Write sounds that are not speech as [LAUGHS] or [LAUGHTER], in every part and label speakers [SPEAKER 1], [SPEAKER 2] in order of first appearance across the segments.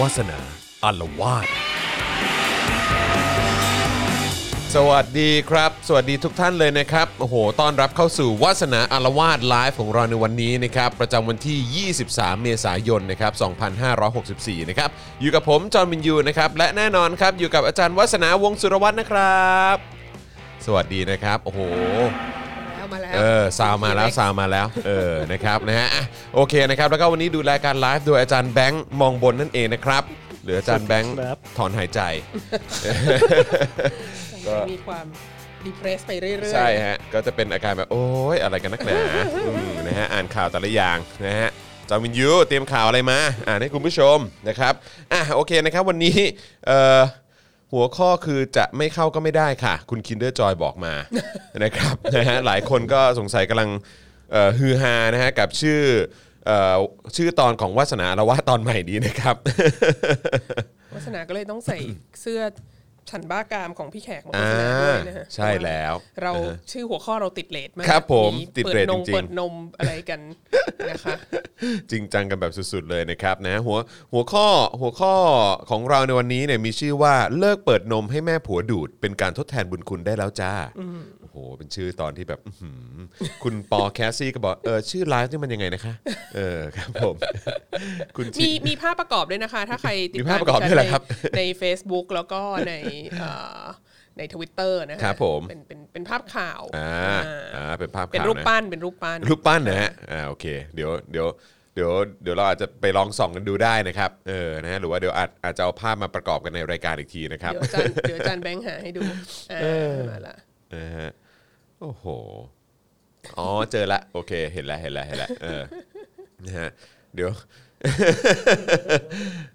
[SPEAKER 1] วาสนาอารวาส
[SPEAKER 2] สวัสดีครับ สวัสดีทุกท่านเลยนะครับ โอ้โห ต้อนรับเข้าสู่วาสนาอารวาสไลฟ์ของเราในวันนี้นะครับ ประจำวันที่ 23 เมษายน นะครับ 2564 นะครับ อยู่กับผม จอห์นวินยูนะครับ และแน่นอนครับ อยู่กับอาจารย์วัสนาวงศ์สุรวัตรนะครับ สวัสดีนะครับ โอ้โห
[SPEAKER 3] แล้วมาแล้ว
[SPEAKER 2] เออซาวมาแล้วซาวมาแล้วเออนะครับนะฮะอ่ะโอเคนะครับ แล้วก็วันนี้ดูรายการไลฟ์โดยอาจารย์แบงค์มองบนนั่นเองนะครับหรืออาจารย์แบงค์
[SPEAKER 4] ครับ
[SPEAKER 2] ถอนหายใจ
[SPEAKER 3] มีความดีเพรสไปเรื่อยๆ
[SPEAKER 2] ใช่ฮะ ก็จะเป็นอาการแบบ โอ้ยอะไรกันนักหนาอืมนะฮะ อ่านข่าวแต่ละอย่างนะฮะจอมินยูเตรียมข่าวอะไรมา อ่านให้คุณผู้ชมนะครับอ่ะโอเคนะครับวันนี้เอ่อหัวข้อคือจะไม่เข้าก็ไม่ได้ค่ะ คุณคินเดอร์จอยบอกมา นะครับนะฮ [LAUGHS] ะหลายคนก็สงสัยกำลังเอ่อฮือฮานะฮะกับชื่อเอ่อชื่อตอนของวาสนาละวาตอนใหม่นี้นะครับ
[SPEAKER 3] วาสนาก็เลยต้องใส่เสื้อฉันบ้ากามของพี่แขกมาโฆ
[SPEAKER 2] อ่า
[SPEAKER 3] ษณาด้วยนะฮะ
[SPEAKER 2] ใช่แล้ว
[SPEAKER 3] เรา
[SPEAKER 2] อ่าฮะ
[SPEAKER 3] ชื่อหัวข้อเราติดเลทมาก
[SPEAKER 2] ครับผมติด
[SPEAKER 3] ปิ
[SPEAKER 2] เรท
[SPEAKER 3] นม
[SPEAKER 2] จริงๆ
[SPEAKER 3] เปิดนมอะไรกันนะคะ
[SPEAKER 2] จริงจังกันแบบสุดๆเลยนะครับนะหัวหัวข้อหัวข้อของเราในวันนี้เนี่ยมีชื่อว่าเลิกเปิดนมให้แม่ผัวดูด เป็นการทดแทนบุญคุณได้แล้วจ้าโอ้โหเป็นชื่อตอนที่แบบอื้อหือคุณปอแคสซี่ก็บอกเออชื่อไลฟ์นี่มันยังไงนะคะ เออครับผม [LAUGHS] คุณ
[SPEAKER 3] มี
[SPEAKER 2] ชิ
[SPEAKER 3] มีภาพประกอบด้วยนะคะ ถ้าใครติด
[SPEAKER 2] มี
[SPEAKER 3] ตา
[SPEAKER 2] ภาพ
[SPEAKER 3] ม
[SPEAKER 2] ประกอบด้วยเหรอครับ
[SPEAKER 3] ใน Facebook แล้วก็ในเอ่อในทวิตเตอร์นะะ
[SPEAKER 2] ครับผม
[SPEAKER 3] เป็นเป็นเป็นภาพข่าว
[SPEAKER 2] อ่าอ่าเป็นภาพ
[SPEAKER 3] เป็น
[SPEAKER 2] ข่าว
[SPEAKER 3] รูป
[SPEAKER 2] นะ
[SPEAKER 3] ปั้นเป็นรูปปั้น
[SPEAKER 2] รูปปั้นนะฮะ อ่า โอเค เดี๋ยว เดี๋ยว เดี๋ยว เดี๋ยวเราอาจจะไปลองส่องกันดูได้นะครับ เออ นะฮะ หรือว่าเดี๋ยวอาจอาจจะเอาภาพมาประกอบกันในรายการอีกทีนะครับ
[SPEAKER 3] เดี๋ยวอาจารย์เดี๋ยวอาจารย์แบงค์หาให้ดูอ่ามาละ
[SPEAKER 2] นะฮะ โอ้โห อ๋อ เจอละ โอเค เห็นละ เห็นละ เห็นละ เออ นะฮะ เดี๋ยว [LAUGHS]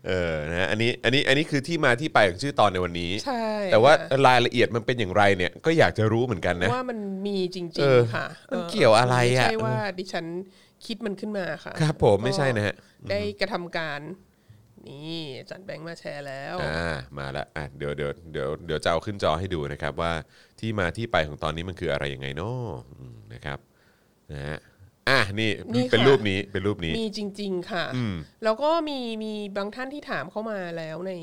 [SPEAKER 2] เออ นะฮะ อันนี้ อันนี้ อันนี้คือที่มาที่ไปของชื่อตอนในวันนี้
[SPEAKER 3] ใช่
[SPEAKER 2] แต่ว่า
[SPEAKER 3] ค่ะ
[SPEAKER 2] รายละเอียดมันเป็นอย่างไรเนี่ย ก็อยากจะรู้เหมือนกันนะ
[SPEAKER 3] ว่ามันมีจริ
[SPEAKER 2] เอง อ
[SPEAKER 3] ๆค่ะ
[SPEAKER 2] มันเกี่ยวอะไรอะ
[SPEAKER 3] ม่ใช่ว่าดิฉันคิดมันขึ้นมาค่ะ
[SPEAKER 2] ครับผมไม่ใช่นะฮะ
[SPEAKER 3] ก็ได้กระทำการ นี่อาจารย์แบงค์มาแชร์แล้ว
[SPEAKER 2] อ่ามาแล้วอ่ะเดี๋ยวเดี๋ยวเดี๋ยวเดี๋ยวจะเอาขึ้นจอให้ดูนะครับว่าที่มาที่ไปของตอนนี้มันคืออะไรยังไงเนาะอืมนะครับนะฮะอ่ะนี่
[SPEAKER 3] นี่ค่ะ
[SPEAKER 2] เป็นรูปนี้เป็นรูปนี้
[SPEAKER 3] มีจริง ๆ ค่ะ แล้วก็มีมีบางท่านที่ถามเข้ามาแล้วใน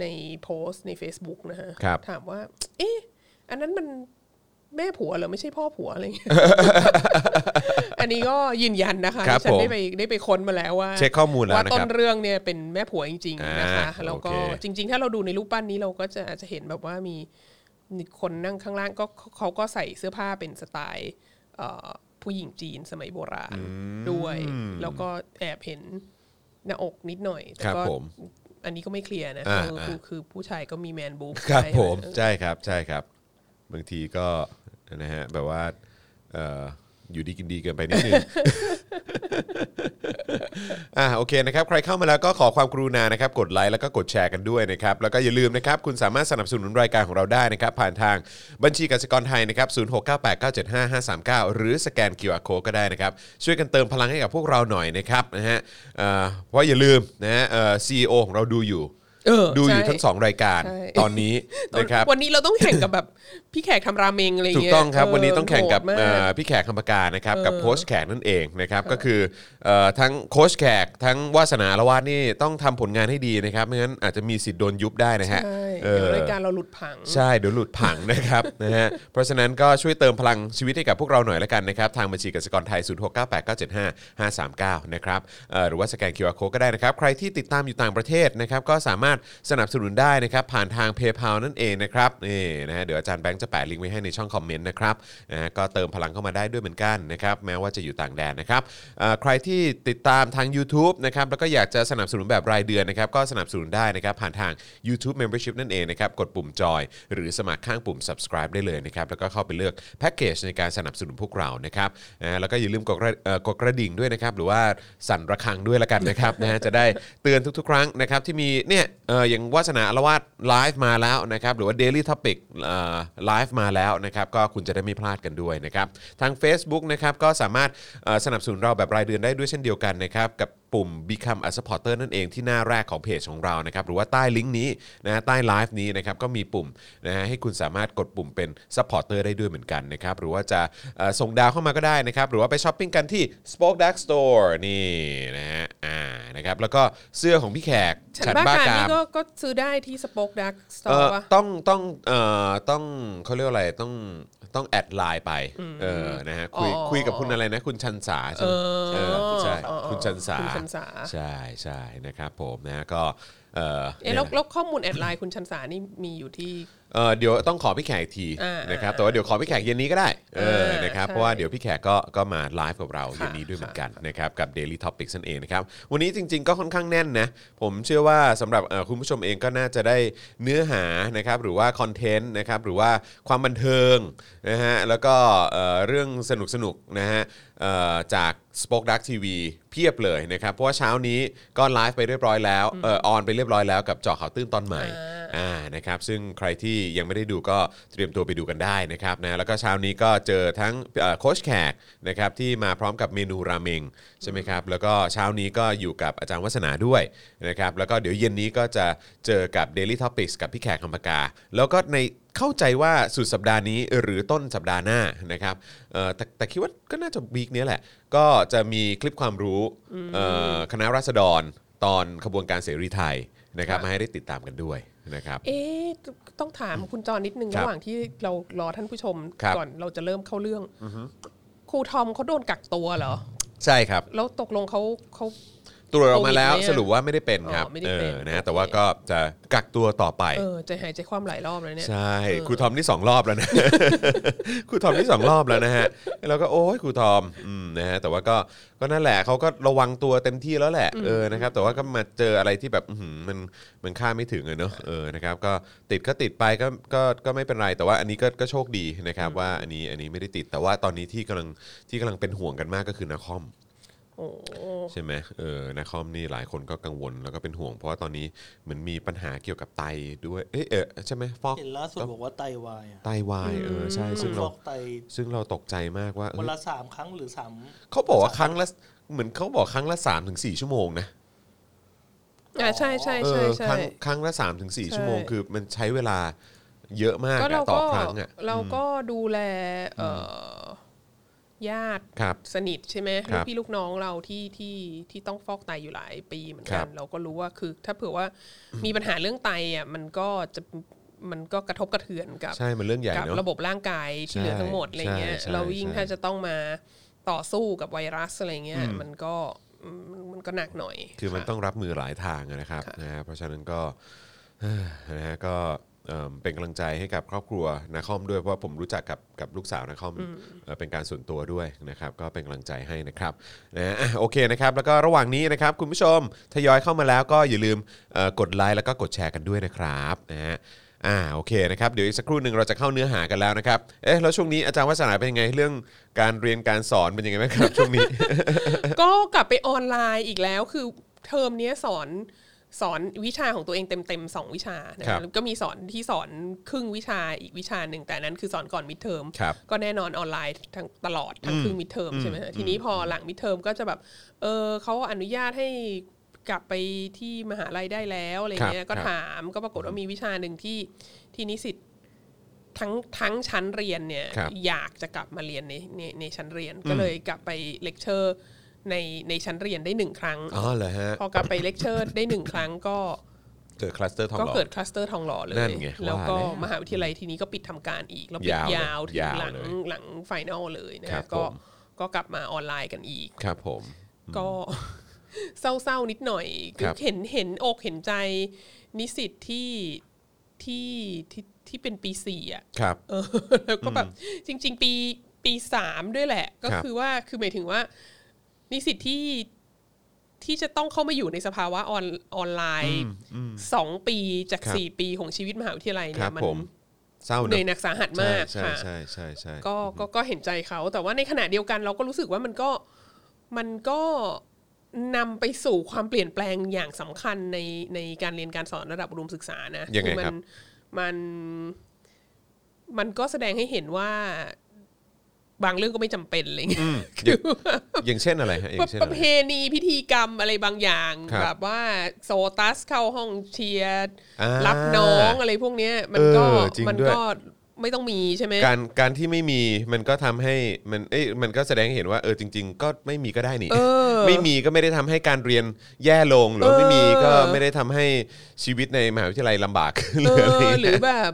[SPEAKER 3] ในโพสต์ใน Facebook นะฮะ
[SPEAKER 2] ครับ
[SPEAKER 3] ถามว่า เอ๊ะ อันนั้นมันแม่ผัวเหรอไม่ใช่พ่อผัวอะไรอย่างเงี้ย
[SPEAKER 2] [LAUGHS]
[SPEAKER 3] อันนี้ก็ยืนยันนะคะ
[SPEAKER 2] ครับ
[SPEAKER 3] ดิฉัน
[SPEAKER 2] ผม
[SPEAKER 3] ได้ไปได้ไปค้นมาแล้วว่า
[SPEAKER 2] เช็คข้อมูลแล้ว
[SPEAKER 3] ว่า
[SPEAKER 2] นะครับ
[SPEAKER 3] ต้นเรื่องเนี่ยเป็นแม่ผัวจริง ๆ นะคะ
[SPEAKER 2] อ่า
[SPEAKER 3] แล้วก็
[SPEAKER 2] โอเค
[SPEAKER 3] จริง ๆ ถ้าเราดูในรูปปั้นนี้เราก็จะอาจจะเห็นแบบว่ามีมีคนนั่งข้างล่างก็เขาก็ใส่เสื้อผ้าเป็นสไตล์เอ่อผู้หญิงจีนสมัยโบราณด้วย แล้วก็แอบเห็นหน้าอกนิดหน่อยแต่
[SPEAKER 2] ครับ
[SPEAKER 3] ก็
[SPEAKER 2] ผม
[SPEAKER 3] อันนี้ก็ไม่เคลียร์นะ
[SPEAKER 2] อ่า
[SPEAKER 3] คือ
[SPEAKER 2] อ่า
[SPEAKER 3] คือคือผู้ชายก็มีแมนบู
[SPEAKER 2] ครับผมใช่ครับใช่ครับ บางทีก็นะฮะแบบว่าเอ่ออยู่ดีกินดีเกินไปนิดนึ
[SPEAKER 3] [LAUGHS]
[SPEAKER 2] ง อ่าโอเคนะครับ ใครเข้ามาแล้วก็ขอความกรุณานะครับ กดไลค์แล้วก็กดแชร์กันด้วยนะครับ แล้วก็อย่าลืมนะครับ คุณสามารถสนับสนุนรายการของเราได้นะครับ ผ่านทางบัญชีกสิกรไทยนะครับศูนย์หกเก้าแปดเก้าเจ็ดห้าห้าสามเก้าหรือสแกน QR Code ก็ได้นะครับ ช่วยกันเติมพลังให้กับพวกเราหน่อยนะครับนะฮะเอ่อเพราะอย่าลืมนะฮะเอ่อซีอของเราดูอยู่
[SPEAKER 3] เออ
[SPEAKER 2] ดูอยู่
[SPEAKER 3] ใช่
[SPEAKER 2] ทั้งสองรายการ
[SPEAKER 3] ใช่
[SPEAKER 2] ตอนนี้นะครับ
[SPEAKER 3] วันนี้เราต้องแข่งกับแบบ พี่แขกทำราเมงอะไร
[SPEAKER 2] ถูก
[SPEAKER 3] เงี้ย
[SPEAKER 2] ต้องครับ
[SPEAKER 3] เ
[SPEAKER 2] วันนี้ต้องแข่งกับ
[SPEAKER 3] โหดมาก
[SPEAKER 2] เอ่อพี่แขกคำปากานะครับกับโค้ชแขกนั่นเองนะครับก็คือเอ่อทั้งโค้ชแขกทั้งวาสนาละวาดนี่ต้องทำผลงานให้ดีนะครับไม่งั้นอาจจะมีสิทธิ์โดนยุบได้นะฮะ
[SPEAKER 3] ใช่
[SPEAKER 2] เออ
[SPEAKER 3] เดี๋ยวรายการเราหลุดผัง
[SPEAKER 2] ใช่เดี๋ยวหลุดผังนะครับ [LAUGHS] นะฮะเพราะฉะนั้นก็ช่วยเติมพลังชีวิตให้กับพวกเราหน่อยละกันนะครับทางบัญชีกสิกรไทย 0698975539 นะครับเอ่อหรือว่าสแกน QR Code ก็ได้นะครับ ใครที่ติดตามอยู่ต่างประเทศนะครับก็สามารถสนับสนุนได้นะครับผ่านทาง PayPal นั่นเองนะครับนี่นะฮะเดี๋ยวอาจารย์แบงค์จะแปะลิงก์ไว้ให้ในช่องคอมเมนต์นะครับนะฮะก็เติมพลังเข้ามาได้ด้วยเหมือนกันนะครับแม้ว่าจะอยู่ต่างแดนนะครับเอ่อใครที่ติดตามทาง YouTube นะครับแล้วก็อยากจะสนับสนุนแบบรายเดือนนะครับก็สนับสนุนได้นะครับผ่านทาง YouTube Membership นั่นเองนะครับกดปุ่มจอยหรือสมัครข้างปุ่ม subscribe ได้เลยนะครับแล้วก็เข้าไปเลือกแพ็กเกจในการสนับสนุนพวกเรานะครับนะฮะแล้วก็อย่าลืมกดกระเอ่อกดกระดิ่งด้วยนะครับหรือว่าสั่นระฆังด้วยละกันนะครับ นะฮะจะได้เตือนทุกๆ ครั้งนะครับที่มีเนี่ยเอ่ออย่างวาสนาอารวาสไลฟ์มาแล้วนะครับหรือว่า Daily Topic เอ่อไลฟ์มาแล้วนะครับก็คุณจะได้ไม่พลาดกันด้วยนะครับทาง Facebook นะครับก็สามารถเอ่อสนับสนุนเราแบบรายเดือนได้ด้วยเช่นเดียวกันนะครับกับ ปุ่ม Become a supporter นั่นเองที่หน้าแรกของเพจของเรานะครับหรือว่าใต้ลิงก์นี้นะใต้ไลฟ์นี้นะครับก็มีปุ่มนะฮะให้คุณสามารถกดปุ่มเป็น supporter ได้ด้วยเหมือนกันนะครับหรือว่าจะเอ่อส่งดาวเข้ามาก็ได้นะครับหรือว่าไปช้อปปิ้งกันที่ Spoke Dark Store นี่นะฮะอ่านะครับแล้วก็เสื้อของพี่แขก
[SPEAKER 3] ฉัน
[SPEAKER 2] ฉัน
[SPEAKER 3] บ้า
[SPEAKER 2] บ้าก
[SPEAKER 3] การ
[SPEAKER 2] กาม
[SPEAKER 3] นี่ก็ก็ซื้อได้ที่สป็อกดักสตอ
[SPEAKER 2] เอ่อ
[SPEAKER 3] ร์ป่ะ
[SPEAKER 2] ต้องต้องเอ่อต้องเขาเรียกว่าอะไรต้องต้องแอดไลน์ไปเออนะฮะคุย
[SPEAKER 3] อ๋อ
[SPEAKER 2] คุยกับคุณอะไรนะ คุณชันสาใช่
[SPEAKER 3] เอ
[SPEAKER 2] ไหม
[SPEAKER 3] อ
[SPEAKER 2] เออใช่
[SPEAKER 3] เออเออ
[SPEAKER 2] คุณชันสา
[SPEAKER 3] คุณชันสา
[SPEAKER 2] ใช่ใช่นะครับผมนะฮะก็เออเนี่
[SPEAKER 3] เอ๊ะ
[SPEAKER 2] ย
[SPEAKER 3] แล้วแล้วข้อมูลแอดไลน์คุณชันสานี่มีอยู่ที่
[SPEAKER 2] เออเดี๋ยวต้องขอพี่แขกอีกที
[SPEAKER 3] อ่า
[SPEAKER 2] นะครับแต่ว่าเดี๋ยวขอพี่แขกเย็นนี้ก็ได้เออ
[SPEAKER 3] เออ
[SPEAKER 2] นะครับ
[SPEAKER 3] ใช่
[SPEAKER 2] เพราะว่าเดี๋ยวพี่แขกก็ก็มาไลฟ์กับเรา
[SPEAKER 3] ค่ะ
[SPEAKER 2] เย็นนี้ด้วยเหมือน
[SPEAKER 3] ค่ะ
[SPEAKER 2] กันนะครับกับ Daily t o p i c นั่นเองนะครับวันนี้จริง ๆ ก็ค่อนข้างแน่นนะผมเชื่อว่าสำหรับเอ่อคุณผู้ชมเองก็น่าจะได้เนื้อหานะครับหรือว่าคอนเทนต์นะครับหรือว่าความบันเทิงนะฮะแล้วก็เอ่อเรื่องสนุกๆนะฮะเอ่อจาก Spoke Dark TV เพียบเลยนะครับเพราะว่าเช้านี้ก็ไลฟ์ไปเรียบร้อยแล้วเออออนไปเรียบร้อยแล้วกับเจาะข่าวตื้นตอนใหม่ อ่านะครับซึ่งใครที่ยังไม่ได้ดูก็เตรียมตัวไปดูกันได้นะครับนะแล้วก็เช้านี้ก็เจอทั้งเอ่อโค้ชแขกนะครับที่มาพร้อมกับเมนูราเมงใช่ไหมครับแล้วก็เช้านี้ก็อยู่กับอาจารย์วัฒนาด้วยนะครับแล้วก็เดี๋ยวเย็นนี้ก็จะเจอกับ Daily Topics กับพี่แขกคำปากา แล้วก็ในเข้าใจว่าสุดสัปดาห์นี้หรือต้นสัปดาห์หน้านะครับเอ่อแต่แต่คิดว่าก็น่าจะวีคเนี้ยแหละ ก็จะมีคลิปความรู้เอ่อคณะราษฎรตอนขบวนการเสรีไทยนะครับ
[SPEAKER 3] ค่ะ
[SPEAKER 2] มาให้ได้ติดตามกันด้วยนะครับ
[SPEAKER 3] เอ๊ะต้องถามคุณจอนิดนึง
[SPEAKER 2] ครับ
[SPEAKER 3] ระหว่างที่เรารอท่านผู้ชม
[SPEAKER 2] ครับ
[SPEAKER 3] ก่อนเราจะเริ่มเข้าเรื่องครูทอมเขาโดนกักตัวเหรอ
[SPEAKER 2] ใช่ครับ
[SPEAKER 3] แล้วตกลงเขาเขา
[SPEAKER 2] ตรวจออกมาแล้ว
[SPEAKER 3] โควิดไหมอะ
[SPEAKER 2] สรุปว่าไม่ได้เป็นครับ
[SPEAKER 3] อ๋อไม่ได้เป็น
[SPEAKER 2] ออนะ
[SPEAKER 3] โอเค
[SPEAKER 2] แต่ว่าก็จะกักตัวต่อไป
[SPEAKER 3] เออใจหายใจความหลายรอบเลยเนี่ย
[SPEAKER 2] ใช่ครูทอมนี่สองรอบแล้วนะ [LAUGHS] ครูทอมนี่สองรอบแล้วนะฮะแล้วก็โอ้ยครูทอมอืมนะฮะแต่ว่าก็ก็นั่นแหละเขาก็ระวังตัวเต็มที่แล้วแหละเออนะครับแต่ว่าก็มาเจออะไรที่แบบอื้อหือมันมันค่าดไม่ถึงเลยเนอะเออนะครับก็ติดก็ติดไปก็ก็ก็ไม่เป็นไรแต่ว่าอันนี้ก็ก็โชคดีนะครับว่าอันนี้อันนี้ไม่ได้ติดแต่ว่าตอนนี้ที่กำลังที่กำลังเป็นห่วงกันมากก็คือนาคอม
[SPEAKER 3] โอ้
[SPEAKER 2] ใช่ไหมเออนาคอมนี่หลายคนก็กังวลแล้วก็เป็นห่วง เพราะว่าตอนนี้เหมือนมีปัญหาเกี่ยวกับไตด้วย เอยเออใช่ไหมฟอก
[SPEAKER 4] เห็นล่าสุดบอกว่าไตวายอ่ะ
[SPEAKER 2] ไตวายเออใช่
[SPEAKER 4] มั
[SPEAKER 2] ซึ่ง
[SPEAKER 4] นฟ
[SPEAKER 2] เรา
[SPEAKER 4] อกไต
[SPEAKER 2] ซึ่งเราตกใจมากว่าเอ้
[SPEAKER 4] วัน
[SPEAKER 2] ย
[SPEAKER 4] ละสามครั้งหรือสาม
[SPEAKER 2] เขาบอกว่าครั้งละเหมือนเขาบอกครั้งละ3าถึงสชั่วโมงนะ
[SPEAKER 3] อ่าใช่ใช่
[SPEAKER 2] เอ
[SPEAKER 3] ใช่
[SPEAKER 2] อค
[SPEAKER 3] ใช่
[SPEAKER 2] รั้งครั้งละ3าถึงส
[SPEAKER 3] ใช่
[SPEAKER 2] ชั่วโมงคือมันใช้เวลาเยอะมาก
[SPEAKER 3] ก็
[SPEAKER 2] อะ
[SPEAKER 3] เรา
[SPEAKER 2] ต่อ
[SPEAKER 3] ก็
[SPEAKER 2] ครั้งอ่ะ
[SPEAKER 3] เราก็ดูแลเอ่อญาติ
[SPEAKER 2] ครับ
[SPEAKER 3] สนิทใช่ไหม
[SPEAKER 2] ค
[SPEAKER 3] ลู
[SPEAKER 2] รั
[SPEAKER 3] ก
[SPEAKER 2] บ
[SPEAKER 3] พี่ลูกน้องเราที่ที่ที่ต้องฟอกไตอยู่หลายปีเหมือน
[SPEAKER 2] ครั
[SPEAKER 3] กับ น เราก็รู้ว่าคือ ถ้าเผื่อว่ามีปัญหาเรื่องไตอ่ะมันก็จะมันก็กระทบกระเทือนกับ
[SPEAKER 2] ใช่มันเรื่องใหญ่
[SPEAKER 3] กับ
[SPEAKER 2] เนอะ
[SPEAKER 3] ระบบร่างกายที่เหลือทั้งหมดอะไรเงี้ย
[SPEAKER 2] ใช่ใช่
[SPEAKER 3] เรายิ่ง
[SPEAKER 2] ใช่
[SPEAKER 3] ถ้าจะต้องมาต่อสู้กับไวรัสอะไรเงี้ย
[SPEAKER 2] อืม
[SPEAKER 3] มันก็มันมันก็หนักหน่อย
[SPEAKER 2] คือมัน
[SPEAKER 3] ค่ะ
[SPEAKER 2] ต้องรับมือหลายทางอะนะครับนะฮะเพราะฉะนั้นก็ [SIGHS] เอ่อนะฮะก็เอิ่มเป็นกำลังใจให้กับครอบครัวนาคอมด้วยเพราะว่าผมรู้จักกับกับลูกสาวนาคอมเอ่อเป็นการส่วนตัวด้วยนะครับ ก็เป็นกำลังใจให้นะครับนะฮะอ่ะโอเคนะครับ แล้วก็ระหว่างนี้นะครับ คุณผู้ชมทยอยเข้ามาแล้วก็อย่าลืมเอ่อกดไลค์แล้วก็กดแชร์กันด้วยนะครับนะฮะอ่าโอเคนะครับเดี๋ยวอีกสักครู่หนึ่งเราจะเข้าเนื้อหากันแล้วนะครับเอ๊ะแล้วช่วงนี้อาจารย์วัฒนาเป็นยังไงเรื่องการเรียนการสอนเป็นยังไงบ้างครับช่วงนี้ [LAUGHS]
[SPEAKER 3] ก็กลับไปออนไลน์อีกแล้วคือเทอมเนี้ยสอนสอนวิชาของตัวเองเต็มๆสองวิชานะครับ แล้วก็มีสอนที่สอนครึ่งวิชาอีกวิชาหนึ่งแต่อันนั้นคือสอนก่อนมิดเทอม
[SPEAKER 2] ครับ
[SPEAKER 3] ก็แน่นอนออนไลน์ทั้งตลอดทั้งครึ่งมิดเทอมใช่ไหมฮะทีนี้พอหลังมิดเทอมก็จะแบบเออเขาอนุญาตให้กลับไปที่มหาลัยได้แล้วอะไร
[SPEAKER 2] ค
[SPEAKER 3] เงี้
[SPEAKER 2] รั
[SPEAKER 3] ย
[SPEAKER 2] บ
[SPEAKER 3] ก็
[SPEAKER 2] ครับ
[SPEAKER 3] ถามก็ปรากฏว่ามีวิชาหนึ่งที่ที่นิสิต ทั้งทั้งชั้นเรียนเนี่ย
[SPEAKER 2] ครับ
[SPEAKER 3] อยากจะกลับมาเรียนในในในชั้นเรียนก็เลยกลับไปเลคเชอร์ในในชั้นเรียนได้หนึ่งครั้ง
[SPEAKER 2] อ๋อเหรอฮะ
[SPEAKER 3] พอกลับไปเลคเชอร์ได้หนึ่งครั้งก็
[SPEAKER 2] เกิดคลัสเตอร์ทองห
[SPEAKER 3] ก็
[SPEAKER 2] ล่อ
[SPEAKER 3] เกิดคลัสเตอร์ทองหล่อเล
[SPEAKER 2] นั่
[SPEAKER 3] ย
[SPEAKER 2] นไง
[SPEAKER 3] แล้วก็
[SPEAKER 2] ว่าแล้ว
[SPEAKER 3] มหาวิทยาลัยทีนี้ก็ปิดทำการอีก แล้วปิด
[SPEAKER 2] ยาย
[SPEAKER 3] าว ว
[SPEAKER 2] เลย
[SPEAKER 3] ถึงหลั
[SPEAKER 2] ยาว
[SPEAKER 3] ง
[SPEAKER 2] เลย
[SPEAKER 3] หลังไฟแนลเลยนะครับ ก็
[SPEAKER 2] ผม
[SPEAKER 3] ก็กลับมาออนไลน์กันอีก
[SPEAKER 2] ครับผม
[SPEAKER 3] ก็ [LAUGHS] เศร้าๆนิดหน่อย
[SPEAKER 2] ครับ
[SPEAKER 3] เห็นเห็นอกเห็นใจนิสิตที่ที่ที่ที่เป็นปีสี่อ่ะ
[SPEAKER 2] ครับ
[SPEAKER 3] เออ [LAUGHS] แล้วก็แบบจริง ๆ ปีปีสามด้วยแหละ ก็
[SPEAKER 2] ครับ
[SPEAKER 3] คือว่าคือหมายถึงว่า นิสิตที่ที่จะต้องเข้ามาอยู่ในสภาวะออนออนไลน์สองปีจากสี่ปีของชีวิตมหาวิทยาลัย
[SPEAKER 2] ค
[SPEAKER 3] เนี่
[SPEAKER 2] รั
[SPEAKER 3] ย
[SPEAKER 2] บ
[SPEAKER 3] มั
[SPEAKER 2] ผมเศร้า
[SPEAKER 3] เหนื่อย
[SPEAKER 2] เนอะ
[SPEAKER 3] หนักสาหัสมาก
[SPEAKER 2] ใช่
[SPEAKER 3] ค่ะ
[SPEAKER 2] ใช่ใช่ใช่ใช่
[SPEAKER 3] ก็ก็ก็เห็นใจเขาแต่ว่าในขณะเดียวกันเราก็รู้สึกว่ามันก็มันก็นำไปสู่ความเปลี่ยนแปลงอย่างสำคัญในในการเรียนการสอนระดับอุดมศึกษานะ
[SPEAKER 2] ยังไง
[SPEAKER 3] มั
[SPEAKER 2] ครับ
[SPEAKER 3] มันมันก็แสดงให้เห็นว่าบางเรื่องก็ไม่จำเป็นอะไรเงี้ยคือว่า
[SPEAKER 2] อย่างเช่นอะไรฮะอย่างเช่น
[SPEAKER 3] ป
[SPEAKER 2] อะ
[SPEAKER 3] ระ
[SPEAKER 2] ไร
[SPEAKER 3] เพณีพิธีกรรมอะไรบางอย่าง
[SPEAKER 2] ครับ
[SPEAKER 3] แบบว่าโซตัสเข้าห้องเชียร์
[SPEAKER 2] อ่ารั
[SPEAKER 3] รับน้องอะไรพวกเนี้ย มันก็
[SPEAKER 2] เออจริง
[SPEAKER 3] มัน
[SPEAKER 2] ด้วย
[SPEAKER 3] ก็ ไม่ต้องมีใช่ไหม
[SPEAKER 2] การการที่ไม่มีมันก็ทำให้มันเอ้ยมันก็แสดงให้เห็นว่าเออจริง ๆ ก็ไม่มีก็ได้นี่
[SPEAKER 3] เออ
[SPEAKER 2] ไม่มีก็ไม่ได้ทำให้การเรียนแย่ลงหรือว่า
[SPEAKER 3] เออ
[SPEAKER 2] ไม่มีก็ไม่ได้ทำให้ชีวิตในมหาวิทยาลัยลำบากขึ้น
[SPEAKER 3] เอ
[SPEAKER 2] เลยอะไร
[SPEAKER 3] อ
[SPEAKER 2] เงี้ย
[SPEAKER 3] หรือแบบ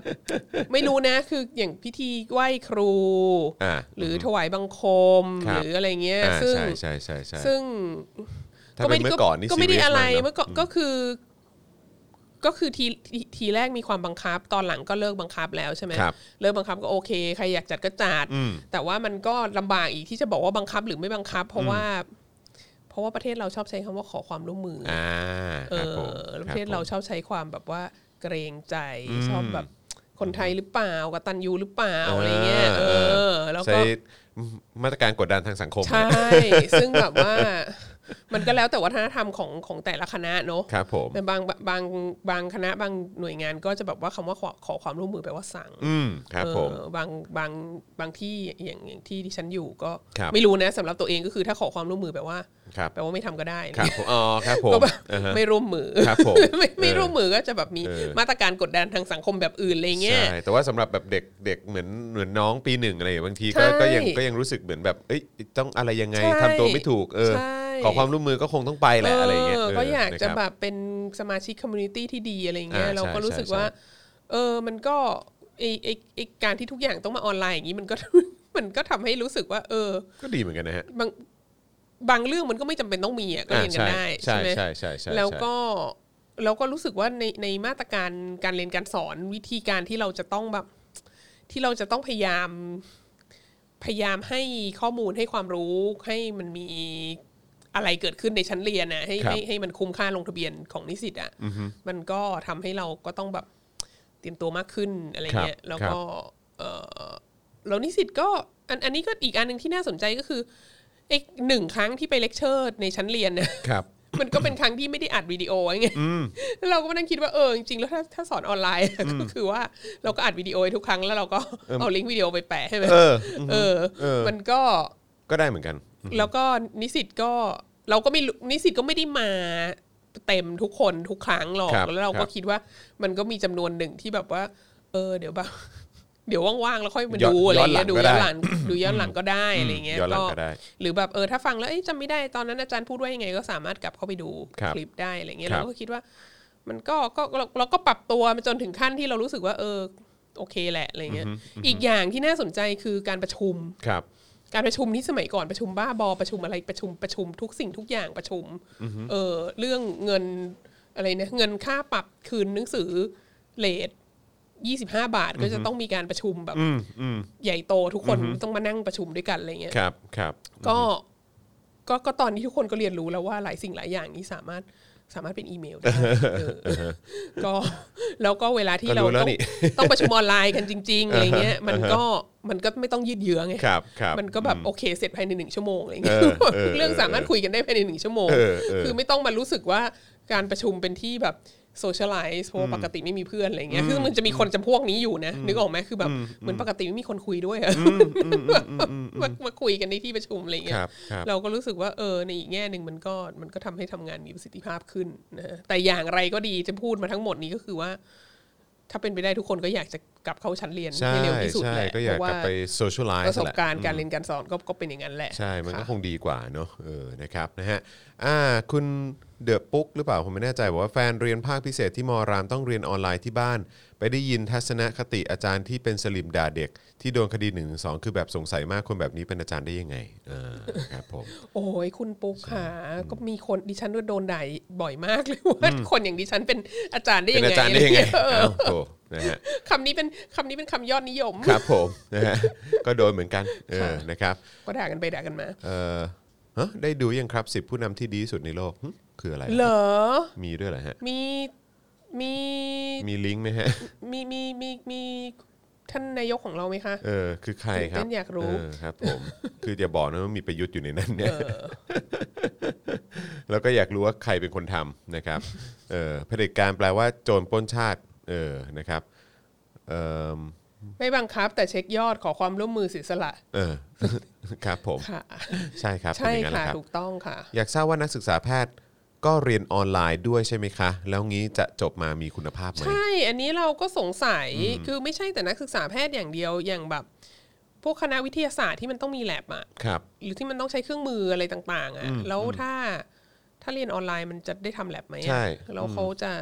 [SPEAKER 3] ไม่รู้นะคืออย่างพิธีไหว้ครู
[SPEAKER 2] อ่า
[SPEAKER 3] หรือถวายบังคม
[SPEAKER 2] ครั
[SPEAKER 3] ห
[SPEAKER 2] บ
[SPEAKER 3] รืออะไรเงี้ย
[SPEAKER 2] อ่า
[SPEAKER 3] ซึ่ง
[SPEAKER 2] ใช่ใช่ใช่ใช่
[SPEAKER 3] ซึ่ง
[SPEAKER 2] ถ้าเป็นเมื่อก่อนนี่
[SPEAKER 3] ก็ไม่ได้
[SPEAKER 2] ซีเรียส
[SPEAKER 3] อะไร
[SPEAKER 2] ากนะ
[SPEAKER 3] เมื่อก่อนก็คือ ก็คือทีทีทีแรกมีความบังคับ ตอนหลังก็เลิกบังคับแล้วใช่ไหม
[SPEAKER 2] ครับ
[SPEAKER 3] เลิกบังคับก็โอเคใครอยากจัดก็จัด
[SPEAKER 2] อืม
[SPEAKER 3] แต่ว่ามันก็ลำบากอีกที่จะบอกว่าบังคับหรือไม่บังคับ เพราะว่า เพราะว่าประเทศเราชอบใช้คำว่าขอความร่วมมืออ
[SPEAKER 2] อ่า
[SPEAKER 3] เอ
[SPEAKER 2] ครับ
[SPEAKER 3] อ
[SPEAKER 2] ผม
[SPEAKER 3] ป
[SPEAKER 2] ค
[SPEAKER 3] ระ
[SPEAKER 2] บ
[SPEAKER 3] เทศเรา
[SPEAKER 2] ผม
[SPEAKER 3] ชอบใช้ความแบบว่าเกรงใจ
[SPEAKER 2] อืม
[SPEAKER 3] ชอบแบบคนไทยหรือเปล่ากตันยูหรือเปล่าอะไรเงี้ย
[SPEAKER 2] เอ
[SPEAKER 3] เอ
[SPEAKER 2] อ
[SPEAKER 3] อ แล้ว
[SPEAKER 2] ใช้
[SPEAKER 3] ก็
[SPEAKER 2] มาตรการกดดันทางสังคม
[SPEAKER 3] ใช่
[SPEAKER 2] [LAUGHS]
[SPEAKER 3] ซึ่งแบบว่ามันก็แล้วแต่วัฒนธรรมของของแต่ละคณะเนอะ
[SPEAKER 2] ครับผม
[SPEAKER 3] แต่บางบางบางคณะบางหน่วยงานก็จะแบบว่าคำว่าขอขอความร่วมมือแปลว่าสั่ง
[SPEAKER 2] อืมครับผม
[SPEAKER 3] เออบางบางบางที่อย่างอย่างที่ที่ฉันอยู่ก็
[SPEAKER 2] ครับ
[SPEAKER 3] ไม่รู้นะสำหรับตัวเองก็คือถ้าขอความร่วมมือแปลว่า
[SPEAKER 2] ครับ
[SPEAKER 3] แปลว่าไม่ทำก็ได้
[SPEAKER 2] ครับผมอ๋อครับผม [LAUGHS]
[SPEAKER 3] ก็แบบ
[SPEAKER 2] อ่าฮะ
[SPEAKER 3] ไม่ร่วมมือ
[SPEAKER 2] ครับผม
[SPEAKER 3] [LAUGHS] ไม่ไม่
[SPEAKER 2] เออ
[SPEAKER 3] ร่วมมือก็จะแบบมี
[SPEAKER 2] เออ
[SPEAKER 3] มาตรการกดดันทางสังคมแบบอื่นอะไรเงี้ย
[SPEAKER 2] ใช่แต่ว่าสำหรับแบบเด็กเด็กเหมือนเหมือนน้องปีหนึ่งอะไรอย่างเงี้ยบางทีก็
[SPEAKER 3] ใช่
[SPEAKER 2] ก็ยังก็ยังรู้สึกเหมือนแบบเอ้ยต้องอะไรยังไง
[SPEAKER 3] ใช่
[SPEAKER 2] ทำตัวไม่ถูกเออ
[SPEAKER 3] ใช่
[SPEAKER 2] ขอความร่วมมือก็คงต้องไปแหละอะไรอย่างเงี้ย
[SPEAKER 3] ออ
[SPEAKER 2] เ
[SPEAKER 3] ก็อยากจะ
[SPEAKER 2] นค
[SPEAKER 3] แบ
[SPEAKER 2] รับ
[SPEAKER 3] บเป็นสมาชิกคอมมูนิตี้ที่ดีอะไรอย่างเงี้ย
[SPEAKER 2] อ่า
[SPEAKER 3] เราก็
[SPEAKER 2] ใช่
[SPEAKER 3] รู้สึก
[SPEAKER 2] ใช่
[SPEAKER 3] ว่า
[SPEAKER 2] ใช่
[SPEAKER 3] เออมันก็ไอไอไอการที่ทุกอย่างต้องมาออนไลน์อย่างนี้มันก็ [LAUGHS] มันก็ทำให้รู้สึกว่า เออ
[SPEAKER 2] ก็ดีเหมือนกันนะฮะ
[SPEAKER 3] บางบางเรื่องมันก็ไม่จำเป็นต้องมีอ่ะก็เรียนกันได้
[SPEAKER 2] ใช่
[SPEAKER 3] ใช่ไหม
[SPEAKER 2] ใช่ใช่ใช่ใช่
[SPEAKER 3] แล้วก็เราก็รู้สึกว่าในในมาตรการการเรียนการสอนวิธีการที่เราจะต้องแบบ ที่เราจะต้องพยายาม พยายามให้ข้อมูลให้ความรู้ให้มันมีอะไรเกิดขึ้นในชั้นเรียนนะให้ให้ให้มันคุ้มค่าลงทะเบียนของนิสิตอ่ะมันก็ทำให้เราก็ต้องแบบเตรียมตัวมากขึ้นอะไรเงี้ยแล้วก็เออแล้วนิสิตก็อันอันนี้ก็อีกอันหนึ่งที่น่าสนใจก็คือไอ้หนึ่งครั้งที่ไปเลคเชอร์ในชั้นเรียนเนี่ย
[SPEAKER 2] ครับ
[SPEAKER 3] มันก็เป็นครั้งที่ไม่ได้อัดวิดีโอไงแล้วเราก็มานั่งคิดว่าเออจริงๆแล้วถ้าถ้าสอนออนไลน์ [LAUGHS] อะก็คือว่าเราก็อัดวิดีโอไว้ทุกครั้งแล้วเราก็เอาลิงก์วิดีโอไปแปะใช่ไหม
[SPEAKER 2] เออ
[SPEAKER 3] เออ
[SPEAKER 2] เออ
[SPEAKER 3] มันก็
[SPEAKER 2] ก็ได้เหมือนกัน
[SPEAKER 3] แล้วก็นิสิตก็เราก็ไม่รู้นิสิตก็ไม่ได้มาเต็มทุกคนทุกครั้งหรอก
[SPEAKER 2] ครับ
[SPEAKER 3] แล้วเรา
[SPEAKER 2] ค
[SPEAKER 3] ก็
[SPEAKER 2] รับ
[SPEAKER 3] คิดว่ามันก็มีจำนวนหนึ่งที่แบบว่า เออ เดี๋ยวแบบ เดี๋ยวว่างๆแล้วค่อยมา
[SPEAKER 2] ย้อน
[SPEAKER 3] ดูอะไร
[SPEAKER 2] ย้อนหลัง
[SPEAKER 3] เงี้ยดู
[SPEAKER 2] ก็
[SPEAKER 3] ย้อ
[SPEAKER 2] ได้
[SPEAKER 3] นหลังดูย้อนหลังก็ได้อะไรเงี้ย
[SPEAKER 2] ย้อนหลังก็ได้
[SPEAKER 3] หรือแบบเออถ้าฟังแล้วเอ้ยจำไม่ได้ตอนนั้นอาจารย์พูดว่ายังไงก็สามารถกลับเข้าไปดู
[SPEAKER 2] ครับ
[SPEAKER 3] คลิปได้อะไรเงี้ย
[SPEAKER 2] ครับ
[SPEAKER 3] เราก็คิดว่า มันก็ก็เราเราก็ปรับตัวมาจนถึงขั้นที่เรารู้สึกว่า เออ โอเคแหละอะไรเงี้ยอีกอย่างที่น่าสนใจคือการประชุม
[SPEAKER 2] ครับ
[SPEAKER 3] การประชุมนี่สมัยก่อนประชุมบ้าบอประชุมอะไรประชุมประชุมทุกสิ่งทุกอย่างประชุมเออเรื่องเงินอะไรนะเงินค่าปรับคืนหนังสือเลทยี่สิบห้าบาทก็จะต้องมีการประชุมแบบ
[SPEAKER 2] อืมอืม
[SPEAKER 3] ใหญ่โตทุกคนต้องมานั่งประชุมด้วยกันอะไรเงี้ย
[SPEAKER 2] ครับครับ
[SPEAKER 3] ก็ก็ก็ตอนนี้ทุกคนก็เรียนรู้แล้วว่าหลายสิ่งหลายอย่างนี้สามารถสามารถเป็นอีเมลได้เออก็แล้วก็เวลาที่
[SPEAKER 2] ก็
[SPEAKER 3] เรา
[SPEAKER 2] รู้แล้ว
[SPEAKER 3] ต้อง
[SPEAKER 2] นี่
[SPEAKER 3] [LAUGHS] ต้องประชุมออนไลน์กันจริง ๆอะไรเงี้ยมันก็มันก็ไม่ต้องยืดเยื้อไง
[SPEAKER 2] ครับครับ
[SPEAKER 3] มันก็แบบโอเคเสร็จภายในหนึ่งชั่วโมงอะไร
[SPEAKER 2] เอ
[SPEAKER 3] เงี้ย
[SPEAKER 2] อเออ
[SPEAKER 3] [LAUGHS] เรื่องสามารถคุยกันได้ภายในหนึ่งชั่วโมง
[SPEAKER 2] เออเออ
[SPEAKER 3] คือไม่ต้องมารู้สึกว่าการประชุมเป็นที่แบบโซเชียลไลซ์เพราะว่าปกติไม่มีเพื่อนอะไรเงี้ยคือมันจะมีคนจำพวกนี้อยู่นะนึกออกไหมคือแบบเหมือนปกติไม่มีคนคุยด้วยอะ [LAUGHS] มามาคุยกันในที่ประชุมอะไรเงี้
[SPEAKER 2] ค
[SPEAKER 3] ย
[SPEAKER 2] รับครับ
[SPEAKER 3] เราก็รู้สึกว่าเออในอีกแง่หนึ่งมันก็มันก็ทำให้ทำงานมีประสิทธิภาพขึ้นนะฮะแต่อย่างไรก็ดีจะพูดมาทั้งหมดนี้ก็คือว่า ถ้าเป็นไปได้ทุกคนก็อยากจะกลับเข้าชั้นเรียน
[SPEAKER 2] ใช่
[SPEAKER 3] ให้เร็วที่สุด
[SPEAKER 2] ใช่
[SPEAKER 3] แหละ
[SPEAKER 2] ก็อ
[SPEAKER 3] เพ
[SPEAKER 2] ยาก
[SPEAKER 3] ราะว่าก
[SPEAKER 2] ลับไปโซเชียลไล
[SPEAKER 3] ประ
[SPEAKER 2] ซ์
[SPEAKER 3] ส
[SPEAKER 2] แห
[SPEAKER 3] บ
[SPEAKER 2] ละ
[SPEAKER 3] การณ์การเรียนการสอนก็ก็เป็นอย่างนั้นแหละ
[SPEAKER 2] ใช่ มันก็
[SPEAKER 3] ะ
[SPEAKER 2] คงดีกว่าเนอะเออ นะครับ นะฮะ อ่า คุณเดอะปุ๊กหรือเปล่า ผมไม่แน่ใจบอกว่าแฟนเรียนภาคพิเศษที่มอรามต้องเรียนออนไลน์ที่บ้าน ไปได้ยินทัศนคติอาจารย์ที่เป็นสลิมด่าเด็ก ที่โดนคดี1นึงสองคือแบบสงสัยมากคนแบบนี้เป็นอาจารย์ได้ยังไง เออ ครับผม
[SPEAKER 3] โอ้ยคุณปุ๊กค่ะก็มีคนดิฉันโดนด่าบ่อยมากเลยว่าคนอย่างดิฉันเป็นอาจารย์ [LAUGHS] ได้
[SPEAKER 2] เป็
[SPEAKER 3] ยั [LAUGHS]
[SPEAKER 2] นอา
[SPEAKER 3] งไง
[SPEAKER 2] จารย์ได้ยังไง
[SPEAKER 3] เออ
[SPEAKER 2] อ้าวโถนะฮะ
[SPEAKER 3] คำนี้เป็นคำนี้เป็นคำยอดนิยม
[SPEAKER 2] ครับผม นะฮะ ก็โดนเหมือนกัน เออ นะครับ
[SPEAKER 3] ก็ด่ากันไปด่ากันมา
[SPEAKER 2] เออฮะได้ดูยังครับสิบผู้นำที่ดีที่สุดในโลกหึคืออะไร
[SPEAKER 3] เหรอ
[SPEAKER 2] มีด้วยเหรอฮะ
[SPEAKER 3] มีมี
[SPEAKER 2] มีลิงก์ไหม
[SPEAKER 3] [LAUGHS]
[SPEAKER 2] ฮะ
[SPEAKER 3] มีมีมีมีท่านนายกของเราไหมคะ
[SPEAKER 2] เออคือใครครับ
[SPEAKER 3] ตื่นเต้นอยากรู้
[SPEAKER 2] เอครับผม คืออย่าบอกนะว่ามีประยุทธ์อยู่ในนั้นเนี่ย [LAUGHS] แล้วก็อยากรู้ว่าใครเป็นคนทำนะครับ
[SPEAKER 3] [LAUGHS]
[SPEAKER 2] เออเผด็จการแปลว่าโจรปล้นชาติเออนะครับเออ
[SPEAKER 3] ไม่บังคับ แต่เช็คยอดขอความร่วมมือเสียสละ
[SPEAKER 2] เออ ครับผม
[SPEAKER 3] ค่ะ
[SPEAKER 2] ใช่ครับเป็น
[SPEAKER 3] ใช่
[SPEAKER 2] อย่างนั้นแห
[SPEAKER 3] ค่ะ
[SPEAKER 2] ละครับ
[SPEAKER 3] ถูกต้องค่ะ
[SPEAKER 2] อยากทราบว่านักศึกษาแพทย์ ก็เรียนออนไลน์ด้วยใช่ไหมคะ แล้วงี้จะจบมามีคุณภาพไหม
[SPEAKER 3] ใช่ อันนี้เราก็สงสัย คือไม่ใช่แต่นักศึกษาแพทย์อย่างเดียว อย่างแบบ พวกคณะวิทยาศาสตร์ที่มันต้องมีแลบอะ
[SPEAKER 2] ครับ
[SPEAKER 3] หรือที่มันต้องใช้เครื่องมืออะไรต่างๆอะแล้วถ้าถ้าเรียนออนไลน์มันจะได้ทำแลบไหมอะ
[SPEAKER 2] ใช่
[SPEAKER 3] แล้วเขาจะ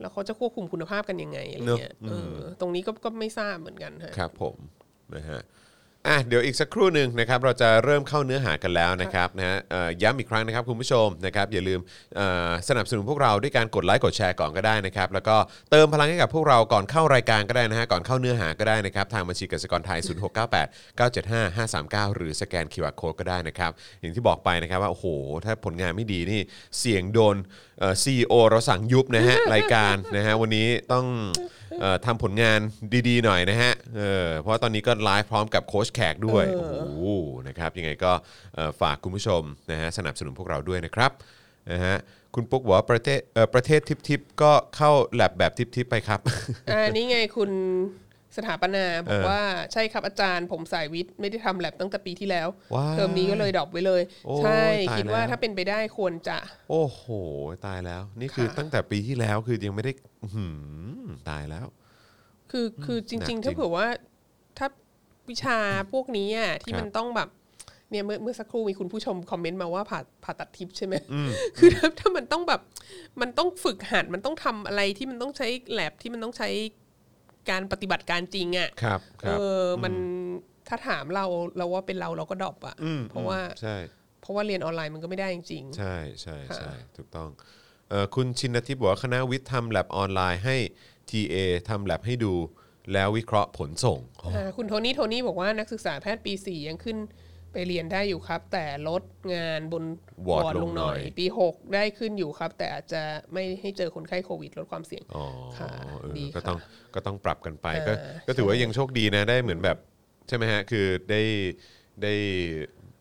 [SPEAKER 3] แล้วเขาจะควบคุมคุณภาพกันยังไงอะไรเงี้ยเอออตรงนี้ก็ก็ไม่ทราบเหมือนกันฮะ
[SPEAKER 2] ครับผมนะฮะอ่ะเดี๋ยวอีกสักครู่หนึ่งนะครับเราจะเริ่มเข้าเนื้อหากันแล้วนะครับนะฮะเอ่อย้ำอีกครั้งนะครับคุณผู้ชมนะครับอย่าลืมเอ่อสนับสนุนพวกเราด้วยการกดไลค์กดแชร์ก่อนก็ได้นะครับแล้วก็เติมพลังให้กับพวกเราก่อนเข้ารายการก็ได้นะฮะก่อนเข้าเนื้อหาก็ได้นะครับทางบัญชีกสิกรไทย 0698 975 539 หรือสแกน QR Code ก็ได้นะครับอย่างที่บอกไปนะครับว่าโอ้โหถ้าผลงานไม่ดีนี่เสี่ยงโดนซีโอ CEO เราสั่งยุบนะฮะ รายการนะฮะวันนี้ต้อง เอ่อทำผลงานดีๆหน่อยนะฮะเออเพราะว่าตอนนี้ก็ไลฟ์พร้อมกับโค้ชแขกด้วย
[SPEAKER 3] เออ
[SPEAKER 2] โอ้โห นะครับยังไงก็เอ่อฝากคุณผู้ชมนะฮะสนับสนุนพวกเราด้วยนะครับนะฮะคุณปุ๊กบอกว่าประเทศเอ่อประเทศทิปทิปๆก็เข้าแลบแบบทิปทิปๆไปครับ [LAUGHS]
[SPEAKER 3] อ่านี่ไงคุณสถาปนาบอกว่าใช่ครับอาจารย์ผมสายวิทย์ไม่ได้ทำแลบตั้งแต่ปีที่แล้ว
[SPEAKER 2] ว้าย
[SPEAKER 3] เทอมนี้ก็เลยดรอปไว้เลย
[SPEAKER 2] โอ้
[SPEAKER 3] ใช่
[SPEAKER 2] ตาย
[SPEAKER 3] คิด
[SPEAKER 2] แล้ว
[SPEAKER 3] ว่าถ้าเป็นไปได้ควรจะ
[SPEAKER 2] โอ้โห ตายแล้ว นี่คือ
[SPEAKER 3] ค่ะ
[SPEAKER 2] ตั้งแต่ปีที่แล้วคือยังไม่ได้อื้อหือตายแล้ว
[SPEAKER 3] คืออคือจ
[SPEAKER 2] หนักจริ
[SPEAKER 3] ริ
[SPEAKER 2] ง
[SPEAKER 3] ง ๆ ถ้าเผื่อว่าถ้าวิชาพวกนี้อ่ะที่
[SPEAKER 2] ครับ
[SPEAKER 3] มันต้องแบบเนี่ยเมื่อเมื่อสักครู่มีคุณผู้ชมคอมเมนต์มาว่าผ่าผ่าตัดทิปใช่ไหม [LAUGHS] คือถ้าถ้ามันต้องแบบมันต้องฝึกหัดมันต้องทำอะไรที่มันต้องใช้แลบที่มันต้องใช้การปฏิบัติการจริงอ่ะ
[SPEAKER 2] ครับค
[SPEAKER 3] เอ
[SPEAKER 2] รับ
[SPEAKER 3] อมันถ้าถามเราเราว่าเป็นเราเราก็ดรอปอ่ะเพราะว่า
[SPEAKER 2] ใช่
[SPEAKER 3] เพราะว่าเรียนออนไลน์มันก็ไม่ได้จริง
[SPEAKER 2] ใช่ใช่ใช่
[SPEAKER 3] ค่ะ
[SPEAKER 2] ถูกต้องเอ่อคุณชินทิพย์บอกว่าคณะวิทย์ทำแลบออนไลน์ให้ TA ทำแลบให้ดู แล้ววิเคราะห์ผลส่งอ๋อ
[SPEAKER 3] ๆอ่าคุณโทนี่โทนี่บอกว่านักศึกษาแพทย์ปีสี่ยังขึ้นไปเรียนได้อยู่ครับ แต่ลดงานบน
[SPEAKER 2] วอร์ดลงหน่อย
[SPEAKER 3] ปีหกได้ขึ้นอยู่ครับ แต่อาจจะไม่ให้เจอคนไข้โควิดลดความเสี่ยง
[SPEAKER 2] อ๋อ
[SPEAKER 3] ค่ะ
[SPEAKER 2] เออ
[SPEAKER 3] ดี
[SPEAKER 2] ก็
[SPEAKER 3] ค่ะ
[SPEAKER 2] ต้องก็ต้องปรับกันไปก็
[SPEAKER 3] เออ
[SPEAKER 2] ก็ถือว่า
[SPEAKER 3] ใช่
[SPEAKER 2] ยังโชคดีนะได้เหมือนแบบ ใช่ไหมฮะ คือได้ได้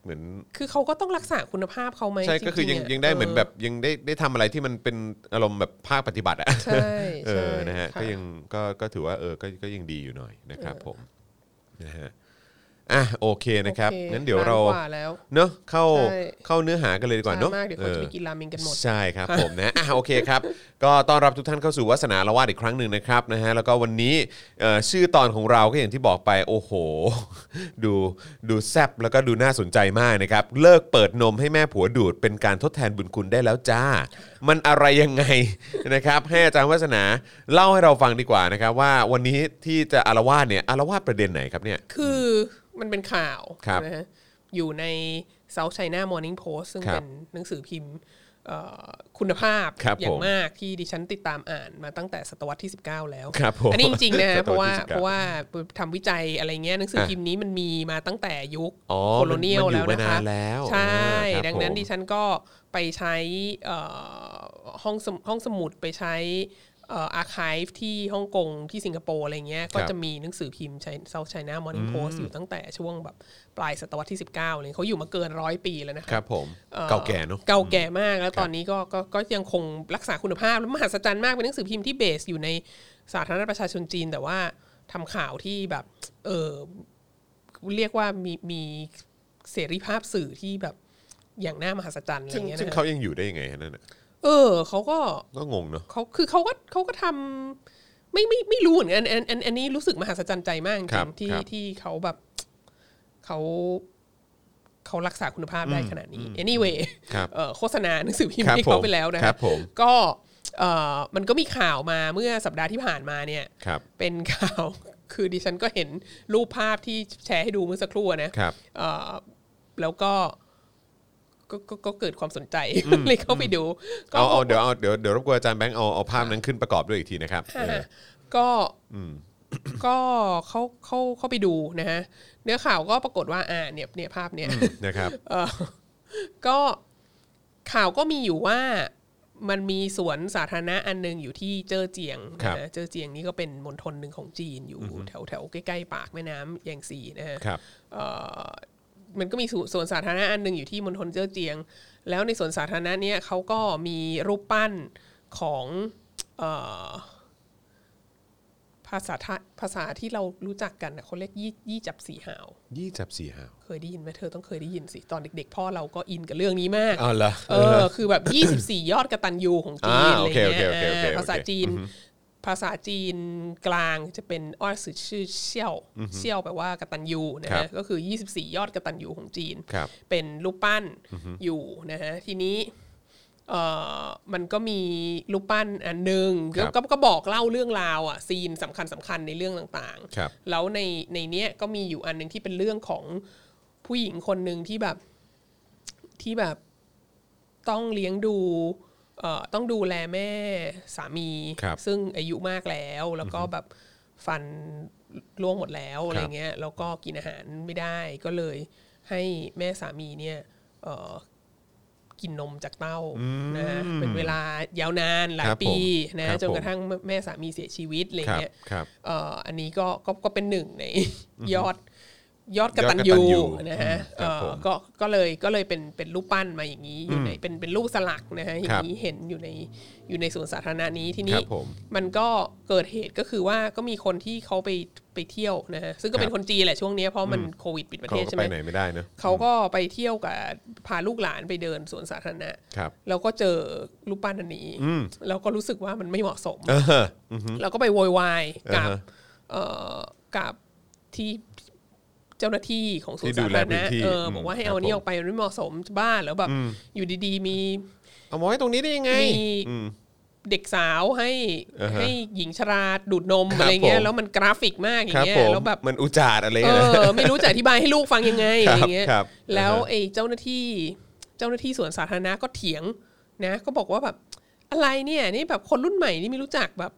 [SPEAKER 2] เหมือน
[SPEAKER 3] คือเขาก็ต้องรักษาคุณภาพเขาไหม
[SPEAKER 2] ใช่ก็คือ
[SPEAKER 3] จริ
[SPEAKER 2] ยัง
[SPEAKER 3] ๆะ
[SPEAKER 2] ยังได้เหมือนแบบยังได้ได้ทำอะไรที่มันเป็นอารมณ์แบบภาคปฏิบัติอะ
[SPEAKER 3] ใช่
[SPEAKER 2] เอ
[SPEAKER 3] ใช่
[SPEAKER 2] อ นะฮะ
[SPEAKER 3] ค่
[SPEAKER 2] ก็ยัง ก็ ก็ถือว่า เออ ก็ ก็ยังดีอยู่หน่อยนะครับผม นะฮะ อ่ะ โอเคนะครับ
[SPEAKER 3] โอเค
[SPEAKER 2] งั้นเดี๋ยวเรา
[SPEAKER 3] ล้านกว่าแล้ว
[SPEAKER 2] เนอะเข้า
[SPEAKER 3] ใช่
[SPEAKER 2] เข้าเนื้อหากันเลยดีกว่าเนอะ
[SPEAKER 3] ช้มากเดี๋ยวเขาจะ
[SPEAKER 2] อ
[SPEAKER 3] ไป
[SPEAKER 2] อ
[SPEAKER 3] กินราเมงกันหมด
[SPEAKER 2] ใช่ครับผม
[SPEAKER 3] [LAUGHS]
[SPEAKER 2] นะอ่ะโอเคครับ ก็ต้อนรับทุกท่านเข้าสู่วาสนาละวาดอีกครั้งหนึ่งนะครับนะฮะแล้วก็วันนี้เอ่อชื่อตอนของเราก็อย่างที่บอกไปโอ้โห [LAUGHS] ดูดูแซบแล้วก็ดูน่าสนใจมากนะครับ เลิกเปิดนมให้แม่ผัวดูด เป็นการทดแทนบุญคุณได้แล้วจ้า มันอะไรยังไง นะครับ [LAUGHS] ให้อาจารย์วาสนาเล่าให้เราฟังดีกว่านะครับ ว่าวันนี้ที่จะอารวาสเนี่ยอารวาสประเด็นไหนครับเนี่ย
[SPEAKER 3] คือมันเป็นข่าว
[SPEAKER 2] ครับ
[SPEAKER 3] นะฮะอยู่ใน South China Morning Post ซึ่ง
[SPEAKER 2] ครับ
[SPEAKER 3] เป็นหนังสือพิมพ์เอ่อคุณภาพ
[SPEAKER 2] ครับ
[SPEAKER 3] อย่า
[SPEAKER 2] ผ
[SPEAKER 3] ง
[SPEAKER 2] ม
[SPEAKER 3] มากที่ดิฉันติดตามอ่านมาตั้งแต่ศตวรรษที่ 19 แล้ว
[SPEAKER 2] ครับผม
[SPEAKER 3] อันี้จริงๆนะ
[SPEAKER 2] ศต
[SPEAKER 3] เพราะ
[SPEAKER 2] วรร
[SPEAKER 3] ว่า
[SPEAKER 2] ษที่19
[SPEAKER 3] เพราะว่าทำวิจัยอะไรเงี้ยหนังสือพิมพ์นี้มันมีมาตั้งแต่ยุค
[SPEAKER 2] อ๋อ
[SPEAKER 3] โคโลเนียล
[SPEAKER 2] มันอยู่
[SPEAKER 3] แล้วนะ
[SPEAKER 2] มานา
[SPEAKER 3] คะ
[SPEAKER 2] นแล้ว
[SPEAKER 3] ใช่
[SPEAKER 2] อ่าครับ
[SPEAKER 3] ดังนั้น
[SPEAKER 2] ผม
[SPEAKER 3] ดิฉันก็ไปใช้เอ่อห้องสมุดห้องสมุดไปใช้อาคายที่ฮ่องกงที่สิงคโปร์อะไรเงี้ยก็จะ มีหนังสือพิมพ์ South China Morning Post อยู่ตั้งแต่ช่วงแบบปลายศตวรรษที่ 19เลยเขาอยู่มาเกินร้อยปีแล้วนะคะ
[SPEAKER 2] ครับผม
[SPEAKER 3] อ่อ
[SPEAKER 2] เก่าแก่เนอะ
[SPEAKER 3] เก่าแก่มากแล้วตอนนี้ก็ก็ก็ยังคงรักษาคุณภาพและมหัศจรรย์มากเป็นหนังสือพิมพ์ที่เบสอยู่ในสาธารณรัฐประชาชนจีน แต่ว่าทำข่าวที่แบบเออเรียกว่ามีมีเสรีภาพสื่อที่แบบอย่างน่ามหัศจรรย์อะไร
[SPEAKER 2] ซึ่ง
[SPEAKER 3] เงี้ย
[SPEAKER 2] ซึ่ง
[SPEAKER 3] นะ
[SPEAKER 2] เขา
[SPEAKER 3] คะ
[SPEAKER 2] ยังอยู่ได้ยังไงฮะนั่นน่ะ
[SPEAKER 3] เออเขาก็
[SPEAKER 2] ก็งงเนอะ
[SPEAKER 3] เขาคือเขาก็เขาก็ทำไม่ไม่ไม่รู้เหมือนกันอันอันอันนี้รู้สึกมหัศจรรย์ใจมากจ
[SPEAKER 2] ค
[SPEAKER 3] ริ
[SPEAKER 2] รับ
[SPEAKER 3] งๆที่
[SPEAKER 2] ครับ
[SPEAKER 3] ที่เขาแบบเขาเขารักษาคุณภาพได้ขนาดนี้ anyway
[SPEAKER 2] ครับ
[SPEAKER 3] เอ่อโฆษณาหนังสือพิมพ์
[SPEAKER 2] ครับ
[SPEAKER 3] ให้
[SPEAKER 2] ผ
[SPEAKER 3] เขา
[SPEAKER 2] ม
[SPEAKER 3] ไปแล้วนะครับ
[SPEAKER 2] ผม
[SPEAKER 3] ก็เอ่อมันก็มีข่าวมาเมื่อสัปดาห์ที่ผ่านมาเนี่ย
[SPEAKER 2] ครับ
[SPEAKER 3] เป็นข่าว [LAUGHS] คือดิฉันก็เห็นรูปภาพที่แชร์ให้ดูเมื่อสักครู่อะนะ
[SPEAKER 2] ครับ
[SPEAKER 3] เอ่อแล้วก็ก็ก็ก็เกิดความสนใจ เลยเข้าไปดูก็
[SPEAKER 2] เอาเอาเดี๋ยวเอาเดี๋ยวเดี๋ยวรบกวนอาจารย์แบงค์เอาเอาภาพนั้นขึ้นประกอบด้วยอีกทีนะครับเออ
[SPEAKER 3] [LAUGHS] ก็ก็เขาเขาเข้าไปดูนะฮะเนื้อข่าวก็ปรากฏว่าอ่าเนี่ยเนี่ยภาพเนี่ย
[SPEAKER 2] นะครับ
[SPEAKER 3] เอ่อ [LAUGHS] ก็ข่าวก็มีอยู่ว่ามันมีสวนสาธารณะอันหนึงอยู่ที่เจอเจียง
[SPEAKER 2] ครับ
[SPEAKER 3] นะฮะเจอเจียงนี่ก็เป็นมณฑลหนึ่งของจีนอยู่แถวแถวๆใกล้ๆปากแม่น้ำแยงซีนะฮะ
[SPEAKER 2] ครับ
[SPEAKER 3] เอ่อมันก็มีสวนสาธารณะอันหนึ่งอยู่ที่มณฑลเจ้อเจียง แล้วในสวนสาธารณะเนี่ยเขาก็มีรูปปั้นของเออ ภาษาไทยภาษาที่เรารู้จักกันน่ะเขาเรียกยี่ยี่จับสีหาว
[SPEAKER 2] ยี่จับสี่หาว
[SPEAKER 3] เคยได้ยินไหมเธอต้องเคยได้ยินสิตอนเด็ก ๆ พ่อเราก็อินกับเรื่องนี้มาก
[SPEAKER 2] อ๋อเหรอ
[SPEAKER 3] เออคือแบบ [COUGHS] 24 ยอดกระตันยูของจีน
[SPEAKER 2] อ่า
[SPEAKER 3] อะไร
[SPEAKER 2] โอเค
[SPEAKER 3] เงี้ย
[SPEAKER 2] โอเคโอเคโอเค
[SPEAKER 3] เออภาษา
[SPEAKER 2] โอเค
[SPEAKER 3] จีน ภาษาจีนกลางจะเป็นอ้อยสือชื่อเซี่ยวเซี่ยวแปลว่ากระตันยูนะฮะก็คือ 24 ยอดกระตันยูของจีน
[SPEAKER 2] ครับ
[SPEAKER 3] เป็นรูปปั้นอยู่นะฮะทีนี้เอ่อมันก็มีรูปปั้นอันหนึ่ง
[SPEAKER 2] ครั
[SPEAKER 3] ก็
[SPEAKER 2] บ
[SPEAKER 3] ก็ก็บอกเล่าเรื่องราวอ่ะซีนสำคัญสำคัญในเรื่องต่าง
[SPEAKER 2] ครับ
[SPEAKER 3] ๆ แล้วในในเนี้ยก็มีอยู่อันหนึ่งที่เป็นเรื่องของผู้หญิงคนหนึ่งที่แบบที่แบบต้องเลี้ยงดูเอ่อต้องดูแลแม่สามี
[SPEAKER 2] ครับ
[SPEAKER 3] ซึ่งอายุมากแล้วแล้วก็แบบฟันร่วงหมดแล้วอะไรเงี้ยแล้วก็กินอาหารไม่ได้ก็เลยให้แม่สามีเนี่ยเอ่อกินนมจากเต้านะฮะเป็นเวลายาวนานหลาย
[SPEAKER 2] ครับผม
[SPEAKER 3] ปีนะครับ จน
[SPEAKER 2] ผม
[SPEAKER 3] กระทั่งแม่สามีเสียชีวิตอะไร
[SPEAKER 2] ครับ
[SPEAKER 3] เงี้ย
[SPEAKER 2] ครับ
[SPEAKER 3] เอ่ออันนี้ก็ก็ก็เป็นหนึ่งใน ยอดยอดกระตัน
[SPEAKER 2] ยอดก
[SPEAKER 3] ยู
[SPEAKER 2] ตัญญู
[SPEAKER 3] นะฮะ
[SPEAKER 2] อืมครับ
[SPEAKER 3] เอ่อ
[SPEAKER 2] ผม
[SPEAKER 3] ก็ก็เลยก็เลยเป็นเป็นรูปปั้นมาอย่างนี้อยู่ในเป็นเป็นรูปสลักนะฮะอย่า
[SPEAKER 2] ครับ
[SPEAKER 3] งนี้เห็นอยู่ในอยู่ในสวนสาธารณะนี้ที
[SPEAKER 2] ค
[SPEAKER 3] นี้
[SPEAKER 2] รับผม
[SPEAKER 3] มันก็เกิดเหตุก็คือว่าก็มีคนที่เขาไปไปเที่ยวนะฮะซึ่งก็
[SPEAKER 2] ค
[SPEAKER 3] เป็
[SPEAKER 2] รั
[SPEAKER 3] น
[SPEAKER 2] บ
[SPEAKER 3] คนจีนแหละช่วงเนี้ยเพราะมันโควิดปิดประ
[SPEAKER 2] เขา
[SPEAKER 3] เทศ
[SPEAKER 2] ก็
[SPEAKER 3] ใช่ไห
[SPEAKER 2] ไป
[SPEAKER 3] ม
[SPEAKER 2] ไหนไม่ได้เนอะ
[SPEAKER 3] เขาก็ไปเที่ยวกับพาลูกหลานไปเดินสวนสาธารณะ
[SPEAKER 2] ครับ
[SPEAKER 3] แล้วก็เจอรูปปั้นอันนี้แล้วก็รู้สึกว่ามันไม่เหมาะสม
[SPEAKER 2] เออ
[SPEAKER 3] แล้วก็ไปโวยวายกั
[SPEAKER 2] อ่า
[SPEAKER 3] บ
[SPEAKER 2] ฮะ
[SPEAKER 3] เอ่อกับที่เจ้าหน้าที่ของสว
[SPEAKER 2] ที่
[SPEAKER 3] น
[SPEAKER 2] ดู
[SPEAKER 3] สา
[SPEAKER 2] แล
[SPEAKER 3] ธาร
[SPEAKER 2] พื้
[SPEAKER 3] ณะ
[SPEAKER 2] นที่
[SPEAKER 3] เอออ
[SPEAKER 2] ม
[SPEAKER 3] บอกว่าให้
[SPEAKER 2] ครับ
[SPEAKER 3] เอาอันนี้
[SPEAKER 2] ผม
[SPEAKER 3] ออกไปมันไม่เหมาะสมจะบ้าแล้วแบบอยู่ดีๆ มี
[SPEAKER 2] เอามาไว้ตรงนี้ได้ยังไง
[SPEAKER 3] มีเด็กสาวให้
[SPEAKER 2] อ่าฮะ
[SPEAKER 3] ให้หญิงชราดูดนม
[SPEAKER 2] ครับ
[SPEAKER 3] อะไรเงี้
[SPEAKER 2] ผ
[SPEAKER 3] ย
[SPEAKER 2] ม
[SPEAKER 3] แล้วมันกราฟิกมากอย่า
[SPEAKER 2] ครับ
[SPEAKER 3] งเงี้
[SPEAKER 2] ผ
[SPEAKER 3] ย
[SPEAKER 2] ม
[SPEAKER 3] แล้วแบบ
[SPEAKER 2] มันอุจาดอะไร
[SPEAKER 3] เอ
[SPEAKER 2] นะ
[SPEAKER 3] อไม่รู้จะอธิบายให้ลูกฟังยังไง
[SPEAKER 2] ครับ
[SPEAKER 3] อะไรเงี้ย
[SPEAKER 2] ครับ
[SPEAKER 3] แล้ว
[SPEAKER 2] อ่าฮะ
[SPEAKER 3] ไอ้เจ้าหน้าที่เจ้าหน้าที่สวนสาธารณะก็เถียงนะก็บอกว่าแบบอะไรเนี่ยนี่แบบคนรุ่นใหม่นี่ไม่รู้จักแบบ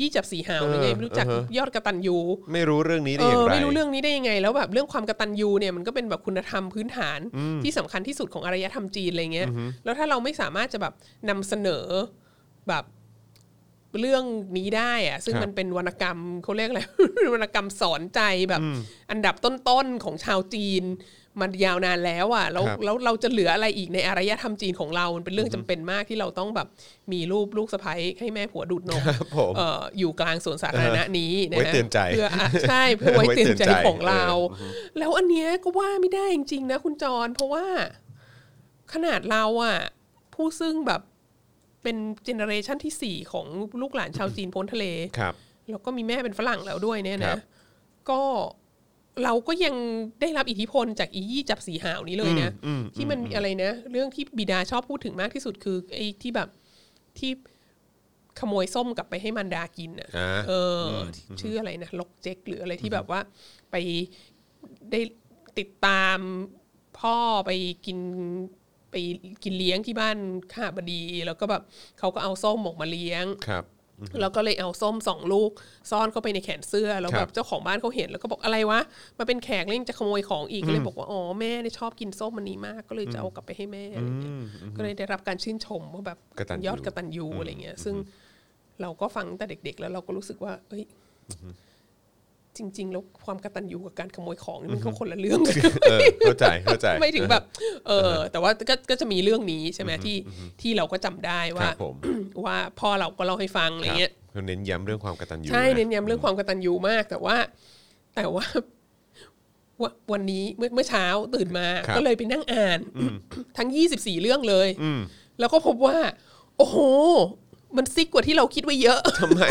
[SPEAKER 3] ยี่จับสีหาวหรือไงไม่รู้จักยอดกระตันยู
[SPEAKER 2] ไม่รู้เรื่องนี้
[SPEAKER 3] เอ
[SPEAKER 2] ได้อย่าง
[SPEAKER 3] อ
[SPEAKER 2] ไร
[SPEAKER 3] ไม่รู้เรื่องนี้ได้ยังไง แล้วแบบเรื่องความกตัญญูเนี่ยมันก็เป็นแบบคุณธรรมพื้นฐานที่สำคัญที่สุดของอารยธรรมจีนอะไรเงี้ยแล้วถ้าเราไม่สามารถจะแบบนำเสนอแบบเรื่องนี้ได้อะซึ่ง
[SPEAKER 2] ครับ
[SPEAKER 3] มันเป็นวรรณกรรมเขาเรียกอะไร [LAUGHS] วรรณกรรมสอนใจแบบอันดับต้นๆของชาวจีนมันยาวนานแล้วอ่ะแล้ว
[SPEAKER 2] ครับ
[SPEAKER 3] แล้วเราจะเหลืออะไรอีกในอารยธรรมจีนของเรา มันเป็นเรื่องจำเป็นมากที่เราต้องแบบมีรูปลูกสะใภ้ให้แม่ผัวดูดนม
[SPEAKER 2] ครับผม
[SPEAKER 3] เอ่ออยู่กลางสวนสาธารณะนี้นะ
[SPEAKER 2] ไว้เตือนใจ
[SPEAKER 3] เพื่อ [LAUGHS] อ่ะใช่เพื่อไว้
[SPEAKER 2] ไว้เตื
[SPEAKER 3] เตื
[SPEAKER 2] อ
[SPEAKER 3] อน น
[SPEAKER 2] ใจ
[SPEAKER 3] ใจของเรา
[SPEAKER 2] เ
[SPEAKER 3] แล้วอันเนี้ยก็ว่าไม่ได้จริงๆนะคุณจร เพราะว่าขนาดเราอะผู้ซึ่งแบบเป็นเจเนอเรชันที่สี่ของลูกหลานชาวจีนพ้นทะเล
[SPEAKER 2] ครับ
[SPEAKER 3] แล้วก็มีแม่เป็นฝรั่งแล้วด้วยเนี่ย
[SPEAKER 2] ครั
[SPEAKER 3] นะ
[SPEAKER 2] บ
[SPEAKER 3] ก็เราก็ยังได้รับอิทธิพลจากอียี่จับสีหาวนี้เลยนะ ที่มันมีอะไรนะ เรื่องที่บิดาชอบพูดถึงมากที่สุดคือไอ้ที่แบบที่ขโมยส้มกลับไปให้มันดากินอ่ะ
[SPEAKER 2] อ่า
[SPEAKER 3] เอออชื่ออะไรนะลกเจ๊กหรืออะไรที่แบบว่าไปได้ติดตามพ่อไปกินไปกินเลี้ยงที่บ้านข้าบดี แล้วก็แบบเขาก็เอาส้มหมกมาเลี้ยง
[SPEAKER 2] ครับ
[SPEAKER 3] แล้วก็เลยเอาส้มสองลูก ซ่อนเข้าไปในแขนเสื้อ แล้ว
[SPEAKER 2] ค
[SPEAKER 3] แบ
[SPEAKER 2] รั
[SPEAKER 3] บบ เจ้าของบ้านเขาเห็นแล้วก็บอกอะไรวะมาเป็นแขกเล่งจะขโมยของอีกก็เลยบอกว่าอ๋อแม่เนี่ยชอบกินส้มมันนี้มาก ก็เลยจะเอากลับไปให้แม่อะไรเงี้ยก็เลยได้รับการชื่นชมว่าแบบ
[SPEAKER 2] กตัญญู
[SPEAKER 3] ยอดกระตันยูอะไรเงี้ย ซึ่งเราก็ฟังแต่เด็ก ๆ แล้วเราก็รู้สึกว่า เอ้ยจริง ๆ แล้วความกระตันยูกับการขโมยของนี่มันก็คนละเรื่องกัน
[SPEAKER 2] เออเข้าใจเข้าใจ
[SPEAKER 3] ไม่ถึงแบบ เออ แต่ว่าก็ก็จะมีเรื่องนี้ใช่ไหมที่ที่เราก็จำได้
[SPEAKER 2] ค
[SPEAKER 3] ว่า
[SPEAKER 2] รับผม
[SPEAKER 3] ว่าพ่อเราก็เล่าให้ฟังอะไร
[SPEAKER 2] ครับ
[SPEAKER 3] เงี้ย
[SPEAKER 2] เขาเน้นย้ำเรื่องความกตัญญู
[SPEAKER 3] ใช่
[SPEAKER 2] ะ
[SPEAKER 3] เน้นย้ำเรื่องความกตัญญูมาก แต่ว่า แต่ว่า [LAUGHS] ว่าววันนี้เมื่อเมื่อเช้าตื่นมา
[SPEAKER 2] ครับ
[SPEAKER 3] ก็เลยไปนั่งอ่าน ทั้ง 24 เรื่องเลยแล้วก็พบว่า โอ้โห มันซิกกว่าที่เราคิดไว้เยอะ [LAUGHS]
[SPEAKER 2] ทำไม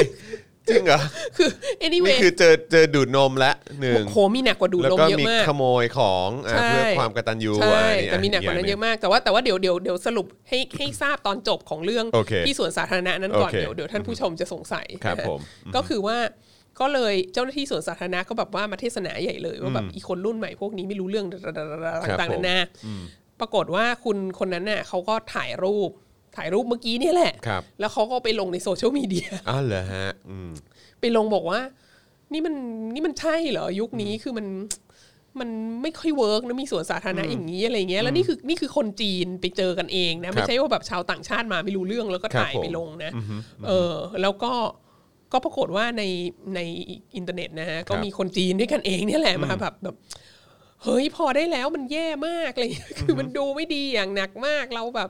[SPEAKER 2] จริงเหรอ
[SPEAKER 3] คือ
[SPEAKER 2] นี่
[SPEAKER 3] anyway
[SPEAKER 2] คือเจอเจอดูดนมละหนึ่ง
[SPEAKER 3] โอ้โหมีหนักกว่าดูด
[SPEAKER 2] แล้ว
[SPEAKER 3] นม
[SPEAKER 2] ก็
[SPEAKER 3] เยอะ
[SPEAKER 2] มี
[SPEAKER 3] มาก
[SPEAKER 2] ขโมยของอ่ะ
[SPEAKER 3] ใช่
[SPEAKER 2] เพื่อความกตัญญู
[SPEAKER 3] ใช่
[SPEAKER 2] อ่ะ
[SPEAKER 3] แต่มีหนักกว่านั้นเย
[SPEAKER 2] ก
[SPEAKER 3] อะมากแต่ว่าแต่ว่าเดี๋ยวเดี๋ยวเดี๋ยวสรุปให้ให้ทราบตอนจบของเรื่อง
[SPEAKER 2] โอเค
[SPEAKER 3] ที่สวนสาธารณะนั้นก่อน
[SPEAKER 2] โอเค
[SPEAKER 3] เดี๋ยวเดี๋ยวท่านผู้ชมจะสงสัย
[SPEAKER 2] ครับ
[SPEAKER 3] นะฮะ
[SPEAKER 2] ผม
[SPEAKER 3] ก็คือว่าก็เลยเจ้าหน้าที่สวนสาธารณะก็แบบว่ามาเทศนาใหญ่เลยว่าแบบอีคนรุ่นใหม่พวกนี้ไม่รู้เรื่อง
[SPEAKER 2] ครับ
[SPEAKER 3] ต่าง
[SPEAKER 2] ผม
[SPEAKER 3] ๆนานาปรากฏว่าคุณคนนั้นน่ะเขาก็ถ่ายรูปถ่ายรูปเมื่อกี้เนี่ยแหละ
[SPEAKER 2] ครับ
[SPEAKER 3] แล้วเขาก็ไปลงในโซเชียลมีเดีย
[SPEAKER 2] อ้าวเหรอฮะอืม
[SPEAKER 3] ไปลงบอกว่า นี่มันนี่มันใช่เหรอยุคนี้คือมันมันไม่ค่อยเวิร์กนะมีสวนสาธารณะอย่างนี้อะไรเงี้ยแล้วนี่คือนี่คือคนจีนไปเจอกันเองนะ ไม่ใช่ว่าแบบชาวต่างชาติมาไม่รู้เรื่องแล้วก็
[SPEAKER 2] ครับ
[SPEAKER 3] ถ่ายไป
[SPEAKER 2] ผม
[SPEAKER 3] ลงนะเออ แล้วก็ก็ปรากฏว่าในในอินเทอร์เน็ตนะฮะก็มีคนจีนด้วยกันเองเนี่ยแหละมาแบบแบบ [LAUGHS] เฮ้ยพอได้แล้วมันแย่มากเลย คือมันดูไม่ดีอย่างหนักมากเราแบบ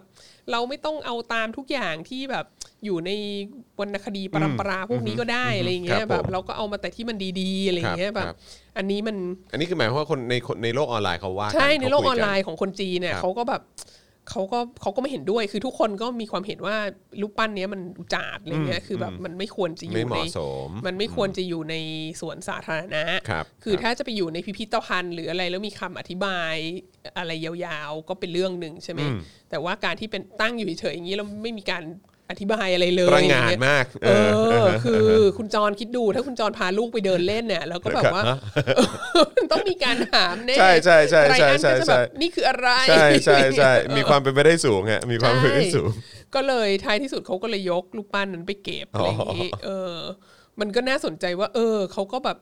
[SPEAKER 3] เราไม่ต้องเอาตามทุกอย่างที่แบบอยู่ในวรรณคดีปรำปราพวกนี้ก็ได้อะไรอย่างเงี้
[SPEAKER 2] ค
[SPEAKER 3] ย
[SPEAKER 2] รับผม
[SPEAKER 3] แบบเราก็เอามาแต่ที่มันดีๆอะไรอย่างเงี้ย
[SPEAKER 2] ครับ
[SPEAKER 3] แบบ
[SPEAKER 2] ครับ
[SPEAKER 3] อันนี้มัน
[SPEAKER 2] อันนี้คือหมายความว่าคนในคนในโลกออนไลน์เขาว่ากั
[SPEAKER 3] ใช่
[SPEAKER 2] เขา
[SPEAKER 3] ในโลก
[SPEAKER 2] คุ
[SPEAKER 3] อย อน
[SPEAKER 2] กั
[SPEAKER 3] ไลน์ของคนจีนเนี่ย
[SPEAKER 2] ครับ
[SPEAKER 3] เขาก็แบบเขาก็เขาก็ไม่เห็นด้วย คือทุกคนก็มีความเห็นว่ารูปปั้นเนี้ยมันอุจาดอะไรเงี้ยคือแบบมันไม่ควรจะอ
[SPEAKER 2] ไม่
[SPEAKER 3] ยู่
[SPEAKER 2] เห
[SPEAKER 3] ใน
[SPEAKER 2] มาะสม
[SPEAKER 3] มันไม่ควรจะอยู่ในสวนสาธารณะ
[SPEAKER 2] ครับ
[SPEAKER 3] อ
[SPEAKER 2] ครับ
[SPEAKER 3] ถ้าจะไปอยู่ในพิพิธภัณฑ์หรืออะไรแล้วมีคำอธิบายอะไรยาวๆ ก็เป็นเรื่องหนึ่งใช่ไหมแต่ว่าการที่เป็นตั้งอยู่เฉยๆอย่างนี้แล้วไม่มีการอธิบายอะไรเลย
[SPEAKER 2] ประหง่าน
[SPEAKER 3] อย่เย
[SPEAKER 2] มากเอ
[SPEAKER 3] เอ
[SPEAKER 2] อ
[SPEAKER 3] อ คือคุณจรคิดดูถ้าคุณจรพาลูกไปเดินเล่นเนี่ยแล้วก็แบบว่า มันต้องมีการถามแน่
[SPEAKER 2] ใช่ใช่ใช่ใช่ใช่
[SPEAKER 3] ไรอันก็จะ
[SPEAKER 2] ใช่
[SPEAKER 3] แบบนี่คืออะไร
[SPEAKER 2] ใช่ใช่ใช่มี
[SPEAKER 3] เออ
[SPEAKER 2] ความเป็นไปได้สูงอะมีความเป็นไปได้สูง
[SPEAKER 3] ก็เลยท้ายที่สุดเขาก็เลยยกรูปปั้นนั้นไปเก็บอะไรอย่างนี้เออ มันก็น่าสนใจว่า เออเขาก็แบบ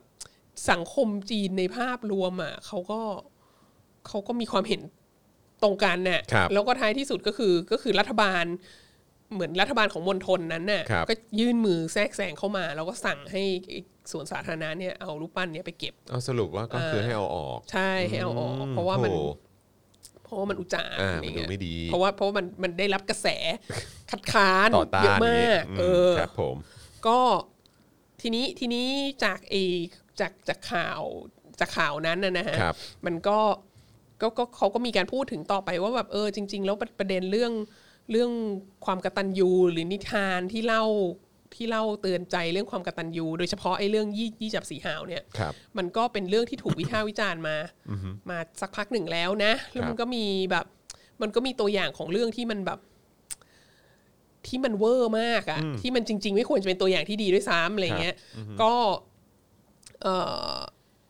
[SPEAKER 3] สังคมจีนในภาพรวมอ่ะเขาก็เขาก็มีความเห็นตรงกันน่ะ
[SPEAKER 2] ครับ
[SPEAKER 3] แล้วก็ท้ายที่สุดก็คือก็คือรัฐบาล เหมือนรัฐบาลของมณฑลนั้นน่ะ
[SPEAKER 2] ครับ
[SPEAKER 3] ก็ยื่นมือแทรกแซงเข้ามา แล้วก็สั่งให้ไอ้สวนสาธารณะเนี่ยเอารูปปั้นเนี่ยไปเก็บ
[SPEAKER 2] เอาสรุปว่าก็คือให้เอาออก
[SPEAKER 3] ใช่ให้เอาออก เพราะว่ามัน
[SPEAKER 2] โอ้โห
[SPEAKER 3] เพราะว่ามันอุจา
[SPEAKER 2] อ่า
[SPEAKER 3] ระร
[SPEAKER 2] มันดู
[SPEAKER 3] เงี้ย
[SPEAKER 2] ไม่ดี
[SPEAKER 3] เพราะว่าเพราะว่ามันมันได้รับกระแส คัดค้าน
[SPEAKER 2] ต่อต้าน
[SPEAKER 3] เยอะมาก
[SPEAKER 2] นี่
[SPEAKER 3] เออ
[SPEAKER 2] ครับผม
[SPEAKER 3] ก็ทีนี้ทีนี้จากไอจากจากข่าวจากข่าวนั้นนะนะฮะ
[SPEAKER 2] ครับ
[SPEAKER 3] มันก็ก็ก็เขาก็มีการพูดถึงต่อไปว่าแบบเออจริง ๆ แล้วประประเด็นเรื่องเรื่องความกตัญญูหรือนิทานที่เล่าที่เล่าเตือนใจเรื่องความกตัญญูโดยเฉพาะไอ้เรื่องยี่ยี่จับสีหาวเนี่ย
[SPEAKER 2] ครับ
[SPEAKER 3] [COUGHS] มันก็เป็นเรื่องที่ถูกวิพากษ์วิจารณ์มา มาสักพักหนึ่งแล้วนะ แล้ว
[SPEAKER 2] ครั
[SPEAKER 3] มัน
[SPEAKER 2] บ
[SPEAKER 3] ก็มีแบบ มันก็มีตัวอย่างของเรื่องที่มันแบบ ที่มันเวอร์มากอะที่มันจริง ๆ ไม่ควรจะเป็นตัวอย่างที่ดีด้วยซ้ำอะไรเงี้ย ก็เอ่อ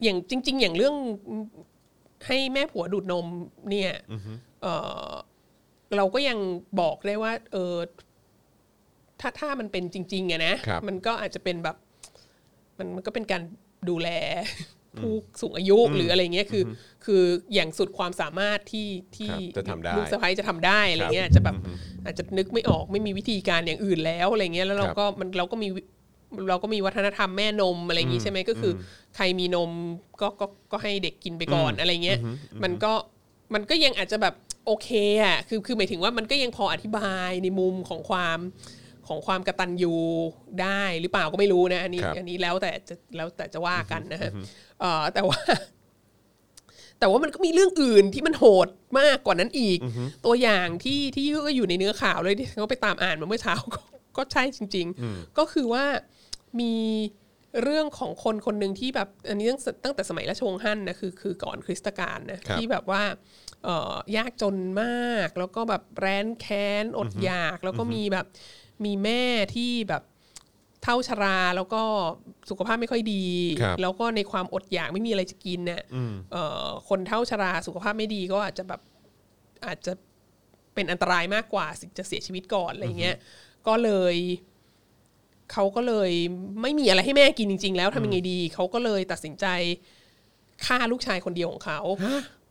[SPEAKER 3] อย่างจริง ๆ อย่างเรื่องให้แม่ผัวดูดนมเนี่ยเอ่อเราก็ยังบอกได้ว่า เออ ถ้าถ้ามันเป็นจริงๆอะนะ
[SPEAKER 2] ครับ
[SPEAKER 3] มันก็อาจจะเป็นแบบ มันมันก็เป็นการดูแล ผู้สูงอายุหรืออะไรเงี้ยคืออคืออย่างสุดความสามารถที่ที่
[SPEAKER 2] ครับจะทำได้
[SPEAKER 3] ลูกสะใภ้จะทำได้อะไรเงี้ยอาจจะแบบอาจจะนึกไม่ออกไม่มีวิธีการอย่างอื่นแล้วอะไรเงี้ยแล้วเรา
[SPEAKER 2] ครับ
[SPEAKER 3] ก็มันเราก็มีวิเราก็มีวัฒนธรรมแม่นมอะไรอย่างงี้ใช่ไหมก็คืออใครมีนมก็ก็ก็ให้เด็กกินไปก่อนอะไรเงี้ยมันก็มันก็ยังอาจจะแบบโอเคอ่ะคือคือหมายถึงว่ามันก็ยังพออธิบายในมุมของความของความกระตันยูได้หรือเปล่าก็ไม่รู้นะอันนี้
[SPEAKER 2] ครับ
[SPEAKER 3] อันนี้แล้วแต่จะแล้วแต่จะว่ากันนะฮะเอ่อแต่ว่า แต่ว่ามันก็มีเรื่องอื่นที่มันโหดมากกว่านั้นอีก ตัวอย่างที่ที่ก็อยู่ในเนื้อข่าวเลยที่เขาไปตามอ่านมาเมื่อเช้า [LAUGHS] ก็ก็ใช่จริง ๆ ก็คือว่ามีเรื่องของคนคนหนึ่งที่แบบอันนี้ตั้งตั้งแต่สมัยราชวงศ์ฮั่นนะคือคือก่อนคริสตกาลนะครับ ที่แบบว่าเอ่อยากจนมาก แล้วก็แบบแร้นแค้นอดอยาก แล้วก็มีแบบมีแม่ที่แบบเท่าชราแล้วก็สุขภาพไม่ค่อยดี
[SPEAKER 2] ครับ
[SPEAKER 3] แล้วก็ในความอดอยากไม่มีอะไรจะกินเนี่ยเอ่อคนเท่าชราสุขภาพไม่ดีก็อาจจะแบบอาจจะเป็นอันตรายมากกว่าสิจะเสียชีวิตก่อนอะไรเงี้ย ก็เลยเขาก็เลยไม่มีอะไรให้แม่กินจริง ๆ แล้วทำยังไงดีเขาก็เลยตัดสินใจฆ่าลูกชายคนเดียวของเขา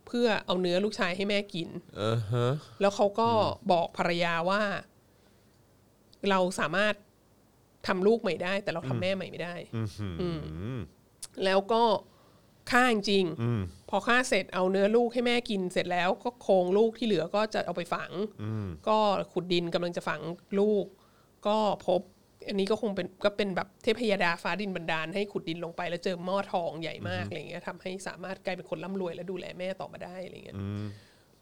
[SPEAKER 3] เพื่อเอาเนื้อลูกชายให้แม่กิน
[SPEAKER 2] เออฮะ
[SPEAKER 3] แล้วเขาก็บอกภรรยาว่า เราสามารถทำลูกใหม่ได้ แต่เราทำแม่ใหม่ไม่ได้ แล้วก็ฆ่าจริงๆพอฆ่าเสร็จเอาเนื้อลูกให้แม่กินเสร็จแล้วก็โครงลูกที่เหลือก็จะเอาไปฝังก็ขุดดินกำลังจะฝังลูก ก็พบ อันนี้ก็คงเป็นก็เป็นแบบเทพยดาฟ้าดินบันดาลให้ขุดดินลงไป แล้วเจอหม้อทองใหญ่มากอะไรเงี้ยทำให้สามารถกลายเป็นคนร่ำรวยและดูแลแม่ต่อมาได้อะไรเงี้ย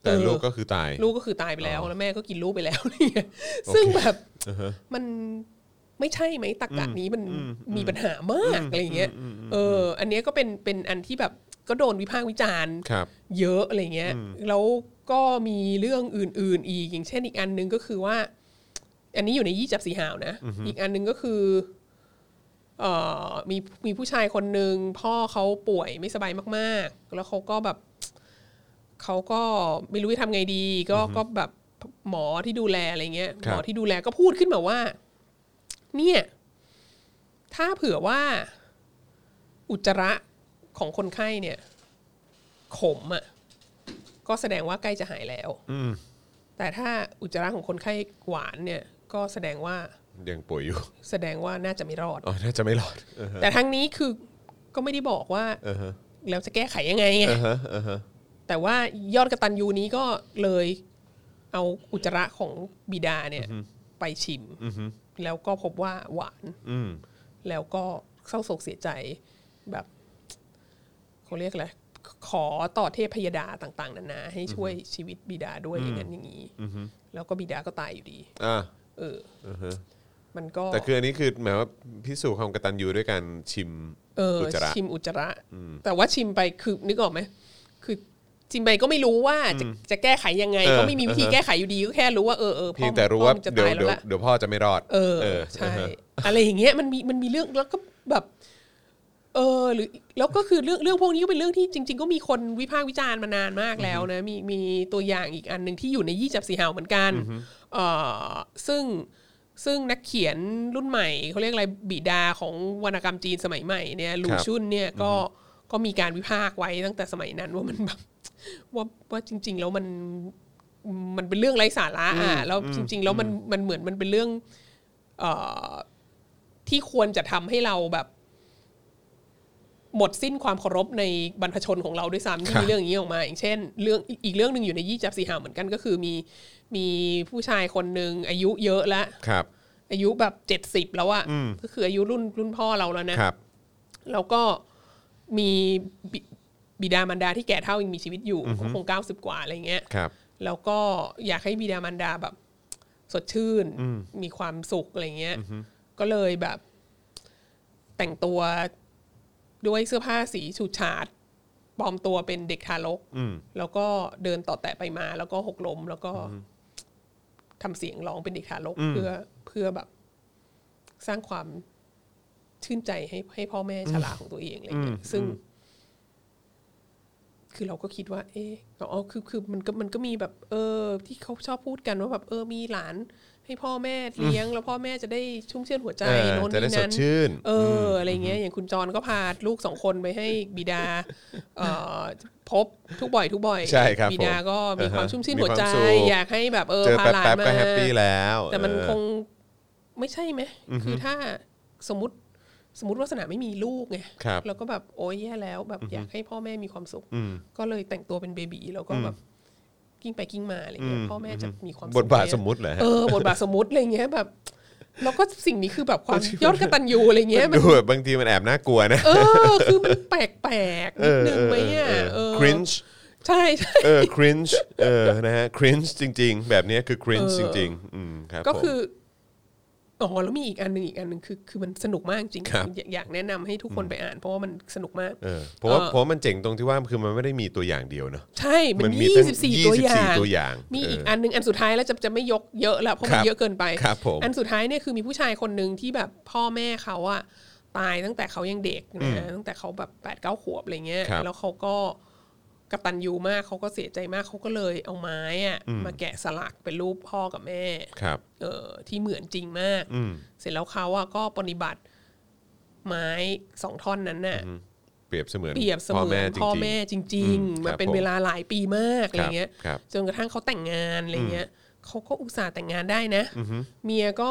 [SPEAKER 2] แต่ลูกก็คือตาย
[SPEAKER 3] ลูกก็คือตายไปแล้ว
[SPEAKER 2] อ๋อ
[SPEAKER 3] แล้วแม่ก็กินลูกไปแล้วเนี่ยซึ่งแบบมันไม่ใช่ไหมตักกะนี้มันมีปัญหามากอะไรอย่างเงี้ยเออ อันเนี้ยก็เป็นเป็นอันที่แบบก็โดนวิพากษ์วิจารณ์
[SPEAKER 2] ครับ
[SPEAKER 3] เยอะอะไรเงี้ยแล้วก็มีเรื่องอื่น ๆ อีกอย่างเช่นอีกอันหนึงก็คือว่า อันนี้อยู่ในยี่จับสีหาวนะอีกอันหนึงก็คือ เอ่อมีมีผู้ชายคนหนึ่งพ่อเขาป่วยไม่สบายมาก ๆ แล้วเขาก็แบบ เขาก็ไม่รู้จะทำไงดี ก็ก็แบบหมอที่ดูแลอะไรเงี้ย
[SPEAKER 2] ครับ
[SPEAKER 3] หมอที่ดูแลก็พูดขึ้นมาว่า เนี่ย ถ้าเผื่อว่า อุจจาระของคนไข้เนี่ย ขมอะ่ะก็แสดงว่าใกล้จะหายแล้วแต่ถ้าอุจจาระของคนไข้หวานเนี่ย ก็แสดงว่า
[SPEAKER 2] ยังป่วยอยู่ [LAUGHS]
[SPEAKER 3] แสดงว่าน่าจะไม่รอด
[SPEAKER 2] อ๋อน่าจะไม่รอดเออ
[SPEAKER 3] แต่ทั้งนี้คือก็ไม่ได้บอกว่า
[SPEAKER 2] เออฮะ
[SPEAKER 3] แล้วจะแก้ไขยังไงไง
[SPEAKER 2] เออฮะเออฮะ
[SPEAKER 3] แต่ว่ายอดกระตันยูนี้ก็เลย เอาอุจจาระของบิดาเนี่ยไปชิม แล้วก็พบว่าหวาน
[SPEAKER 2] อืม
[SPEAKER 3] แล้วก็เศร้าโศกเสียใจแบบเขาเรียกอะไรขอต่อเทพพยดาต่าง ๆ นานาให้ช่วยชีวิตบิดาด้วยอย่างนั้นอย่างนี้แล้วก็บิดาก็ตายอยู่ดี
[SPEAKER 2] อ่า
[SPEAKER 3] เอออมันก็
[SPEAKER 2] แต่คืออันนี้คือหมายว่าพิสูจน์ความกตัญญูด้วยการชิม
[SPEAKER 3] เออ
[SPEAKER 2] จจาระ
[SPEAKER 3] ชิมอุจจาระ แต่ว่าชิมไปคือนึกออกไหมคือชิมไปก็ไม่รู้ว่าจะจะแก้ไขยังไง
[SPEAKER 2] เออ
[SPEAKER 3] ก็ไม่มีวิธี
[SPEAKER 2] เออ
[SPEAKER 3] แก้ไขอยู่ดีก็แค่รู้ว่าเออเออพ่อ
[SPEAKER 2] เพียงแต่รู้ว่า
[SPEAKER 3] พ่อมันจะ
[SPEAKER 2] เดี๋ยว
[SPEAKER 3] ตาย
[SPEAKER 2] เดี๋
[SPEAKER 3] แล้
[SPEAKER 2] ยว ว
[SPEAKER 3] ล่ะ
[SPEAKER 2] เดี๋ยวพ่อจะไม่รอด
[SPEAKER 3] เออ
[SPEAKER 2] เออ
[SPEAKER 3] ใช่
[SPEAKER 2] อ่าฮะ
[SPEAKER 3] อะไรอย่างเงี้ยมันมีมันมีเรื่องแล้วก็แบบ เออหรือแล้วก็คือเรื่องเรื่องพวกนี้ก็เป็นเรื่องที่จริง ๆ ก็มีคนวิพากษ์วิจารณ์มานานมากแล้วนะมีมีตัวอย่างอีกอันหนึ่งที่อยู่ในยี่จับสีหาวเหมือนกันเออซึ่งซึ่งนักเขียนรุ่นใหม่เขาเรียกอะไรบิดาของวรรณกรรมจีนสมัยใหม่เนี่ยหลู
[SPEAKER 2] ครับ
[SPEAKER 3] ชุนเนี่ยก็ก็มีการวิพากษ์ไว้ตั้งแต่สมัยนั้นว่ามันแบบว่าว่าจริง ๆ แล้วมันมันเป็นเรื่องไร้สาระอ่ะแล้วจริง ๆ แล้วมันมันเหมือนมันเป็นเรื่อง เอ่อที่ควรจะทำให้เราแบบ หมดสิ้นความเคารพในบรรพชนของเราด้วยซ้ำที่
[SPEAKER 2] ครับ
[SPEAKER 3] มีเรื่องอย่างนี้ออกมา อย่างเช่น เรื่องอีกเรื่องหนึ่งอยู่ในยี่จับสีหาวเหมือนกันก็คือมีมีผู้ชายคนหนึ่งอายุเยอะแล้ว
[SPEAKER 2] ครับ
[SPEAKER 3] อายุแบบเจ็ดสิบ70 แล้วอะก็คืออายุรุ่นรุ่นพ่อเราแล้วนะ
[SPEAKER 2] ครับ
[SPEAKER 3] แล้วก็มีบิบิดามารดาที่แก่เท่ายังมีชีวิตอยู่ก็คงเก้าสิบกว่าอะไรอย่างเงี้ย
[SPEAKER 2] ครับ
[SPEAKER 3] แล้วก็อยากให้บิดามารดาแบบ สดชื่น มีความสุขอะไรเงี้ย ก็เลยแบบ แต่งตัวด้วยเสื้อผ้าสีฉูดฉาดปลอมตัวเป็นเด็กทารกแล้วก็เดินต่อแตะไปมา แล้วก็หกล้ม แล้วก็ทำเสียงร้องเป็นเด็กทารก เพื่อเพื่อแบบ สร้างความชื่นใจให้ให้พ่อแม่ชราของตัวเองอะไรเงี้ยซึ่ง คือเราก็คิดว่า เอออ๋อ คือ คือ มันก็ มันก็มีแบบ เออ ที่เขาชอบพูดกันว่าแบบ เออ มีหลาน ให้พ่อแม่เลี้ยง แล้วพ่อแม่จะได้ชุ่มชื่นหัวใจ
[SPEAKER 2] เออ
[SPEAKER 3] โน้น
[SPEAKER 2] จะได้
[SPEAKER 3] นี่
[SPEAKER 2] ส
[SPEAKER 3] นั้
[SPEAKER 2] ด
[SPEAKER 3] น
[SPEAKER 2] ชื่น
[SPEAKER 3] เออออะไรเงี้ย อย่างคุณจรก็พาลูกสองคนไปให้บิ
[SPEAKER 2] [LAUGHS]
[SPEAKER 3] ดา เอ่อ พบทุกบ่อยทุกบ่อย
[SPEAKER 2] ใช่ครับ
[SPEAKER 3] บิดา
[SPEAKER 2] ผม
[SPEAKER 3] ก็มีความชุ่มชื่นหัวใจ
[SPEAKER 2] มีความสุข
[SPEAKER 3] อยากให้แบบ เออ
[SPEAKER 2] เจอ
[SPEAKER 3] พา
[SPEAKER 2] แป๊บ
[SPEAKER 3] หลาน
[SPEAKER 2] แป๊บ
[SPEAKER 3] มา
[SPEAKER 2] ๆก็แฮปปี้แล้ว
[SPEAKER 3] แต่มัน
[SPEAKER 2] เออ
[SPEAKER 3] คงไม่ใช่ไหม คือถ้าสมมติสมมติวาสนาไม่มีลูกไง
[SPEAKER 2] ครับ
[SPEAKER 3] แล้วก็แบบโอ้ยแย่แล้วแบบอยากให้พ่อแม่มีความสุข ก็เลยแต่งตัวเป็นเบบีแล้วก็แบบกิ้งไปกิ้งมาอะไรเงี้ย พ่อแม่จะมีความสุข
[SPEAKER 2] บทบาท
[SPEAKER 3] ไห
[SPEAKER 2] สมมุติเหรอฮะ
[SPEAKER 3] เออบทบาทสมมติอะไรเงี้ยแบบ แล้วก็สิ่งนี้คือแบบความยอดกตัญญูอะไรเงี้ยมัน
[SPEAKER 2] ดูแบบบางทีมันแอบน่ากลัวนะ
[SPEAKER 3] เออ คือมันแปลกๆนิดนึงไหมอ่ะเออ
[SPEAKER 2] ครินช์
[SPEAKER 3] ใช่ใช่
[SPEAKER 2] เออครินช์เออนะฮะครินช์จริง ๆ แบบเนี้ยคือครินช์จริงๆอืมครับ
[SPEAKER 3] ก็
[SPEAKER 2] ผม
[SPEAKER 3] คืออ๋อแล้วมีอีกอันหนึ่งอีกอันหนึ่งคือคือมันสนุกมากจริง
[SPEAKER 2] ครับ
[SPEAKER 3] อยากอยากแนะนำให้ทุกคนไปอ่าน เพราะว่ามันสนุกมาก
[SPEAKER 2] เออเพราะว่า
[SPEAKER 3] เออ
[SPEAKER 2] เพราะว่ามันเจ๋งตรงที่ว่าคือมันไม่ได้มีตัวอย่างเดียวเนอะ
[SPEAKER 3] ใช่มัน
[SPEAKER 2] มันมี
[SPEAKER 3] ยี่
[SPEAKER 2] ตั้ง
[SPEAKER 3] สิบสี่
[SPEAKER 2] 24
[SPEAKER 3] ตัวอย่าง
[SPEAKER 2] ตัวอย่าง
[SPEAKER 3] มีอีก
[SPEAKER 2] เอออั
[SPEAKER 3] อันหนึ่งอันสุดท้ายแล้วจะจะไม่ยกเยอะแล้วเพราะมั
[SPEAKER 2] ครั
[SPEAKER 3] น
[SPEAKER 2] บ
[SPEAKER 3] เยอะเกินไป
[SPEAKER 2] ครับผม
[SPEAKER 3] อันสุดท้ายเนี่ยคือมีผู้ชายคนหนึ่งที่แบบพ่อแม่เขาอะตายตั้งแต่เขายังเด็กนะตั้งแต่เขาแบบแปดเก้าขวบอะไรเงี้ย
[SPEAKER 2] ครับ
[SPEAKER 3] แล้วเขาก็กตัญญูมากเขาก็เสียใจมากเขาก็เลยเอาไม้อะมาแกะสลักเป็นรูปพ่อกับแม่
[SPEAKER 2] ครับ
[SPEAKER 3] เออที่เหมือนจริงมาก เสร็จแล้วเขาอะก็ปฏิบัติไม้สองท่อนนั้นน่ะ
[SPEAKER 2] เปรียบเสมือน
[SPEAKER 3] เปรียบเส
[SPEAKER 2] พ่อ
[SPEAKER 3] มือ
[SPEAKER 2] แม่
[SPEAKER 3] น
[SPEAKER 2] จริง
[SPEAKER 3] พ่อแม่จริง ๆ มาเป็น
[SPEAKER 2] ครับผม
[SPEAKER 3] เวลาหลายปีมากอะไรเงี้ย
[SPEAKER 2] ครับ
[SPEAKER 3] จนกระทั่งเขาแต่งงานอะไรเงี้ยเขาก็อุตส่าห์แต่งงานได้นะเมียก็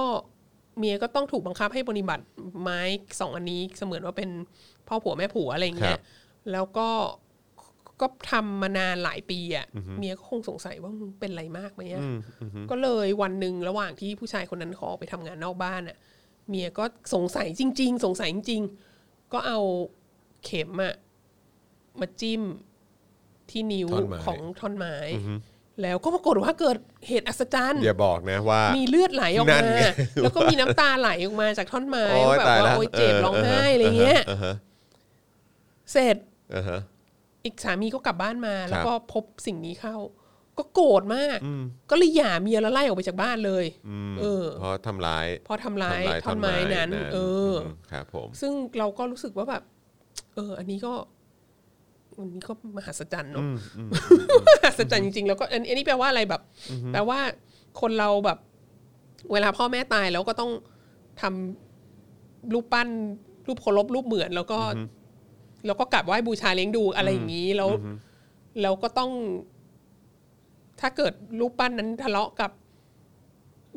[SPEAKER 3] เมียก็ต้องถูกบังคับให้ปฏิบัติไม้สองอันนี้เสมือนว่าเป็นพ่อผัวแม่ผัวอะไรเงี้ยแล้วก็ก็ทำมานานหลายปีอ่ะเมียก็คงสงสัยว่ามึงเป็นอะไรมากไหมอะ ก็เลยวันหนึ่งระหว่างที่ผู้ชายคนนั้นเขาออกไปทำงานนอกบ้านน่ะ เมียก็สงสัยจริง ๆ สงสัยจริง ๆ ก็เอาเข็มอะมาจิ้มที่นิ้ว
[SPEAKER 2] ท่อนไม้
[SPEAKER 3] ของท่อนไม้ แล้วก็ปรากฏว่าเกิดเหตุอัศจรรย์
[SPEAKER 2] อย่าบอกนะว่า
[SPEAKER 3] มีเลือดไหลออก
[SPEAKER 2] นั่
[SPEAKER 3] มาน
[SPEAKER 2] ไง
[SPEAKER 3] แล้วก็มีน้ำตาไหลออกมาจากท่อนไม้
[SPEAKER 2] โอ๊ย
[SPEAKER 3] แบบ
[SPEAKER 2] ตายแล้
[SPEAKER 3] ว่าว โอ๊ยเจ็บ
[SPEAKER 2] เออ
[SPEAKER 3] ร้อง
[SPEAKER 2] เออ
[SPEAKER 3] ไห้อะไรเงี้ยเสร็จ
[SPEAKER 2] อ่าฮะ
[SPEAKER 3] อีกสามีก็กลับบ้านมา
[SPEAKER 2] ครับ
[SPEAKER 3] แล้วก็พบสิ่งนี้เข้า ก็โกรธมาก ก็เลยหย่าเมียแล้วไล่ออกไปจากบ้านเลยเออ
[SPEAKER 2] เพราะทำร้าย
[SPEAKER 3] เพราะทำร้ายท่อนไม้นั้น เอออ
[SPEAKER 2] มครับผม
[SPEAKER 3] ซึ่งเราก็รู้สึกว่าแบบ เออ อันนี้ก็อันนี้ก็มหัศจรรย์เนาะมหัศจรรย์จริงๆ แล้วก็อันอันนี้แปลว่าอะไรแบบแปลว่าคนเราแบบ เวลาพ่อแม่ตายแล้วก็ต้องทำรูปปั้น รูปเคารพรูปเหมือน แล้วก็แล้วก็กราบไหว้บูชาเลี้ยงดูอะไรอย่างนี้แล้วแล้วก็ต้อง ถ้าเกิดรูปปั้นนั้นทะเลาะกับ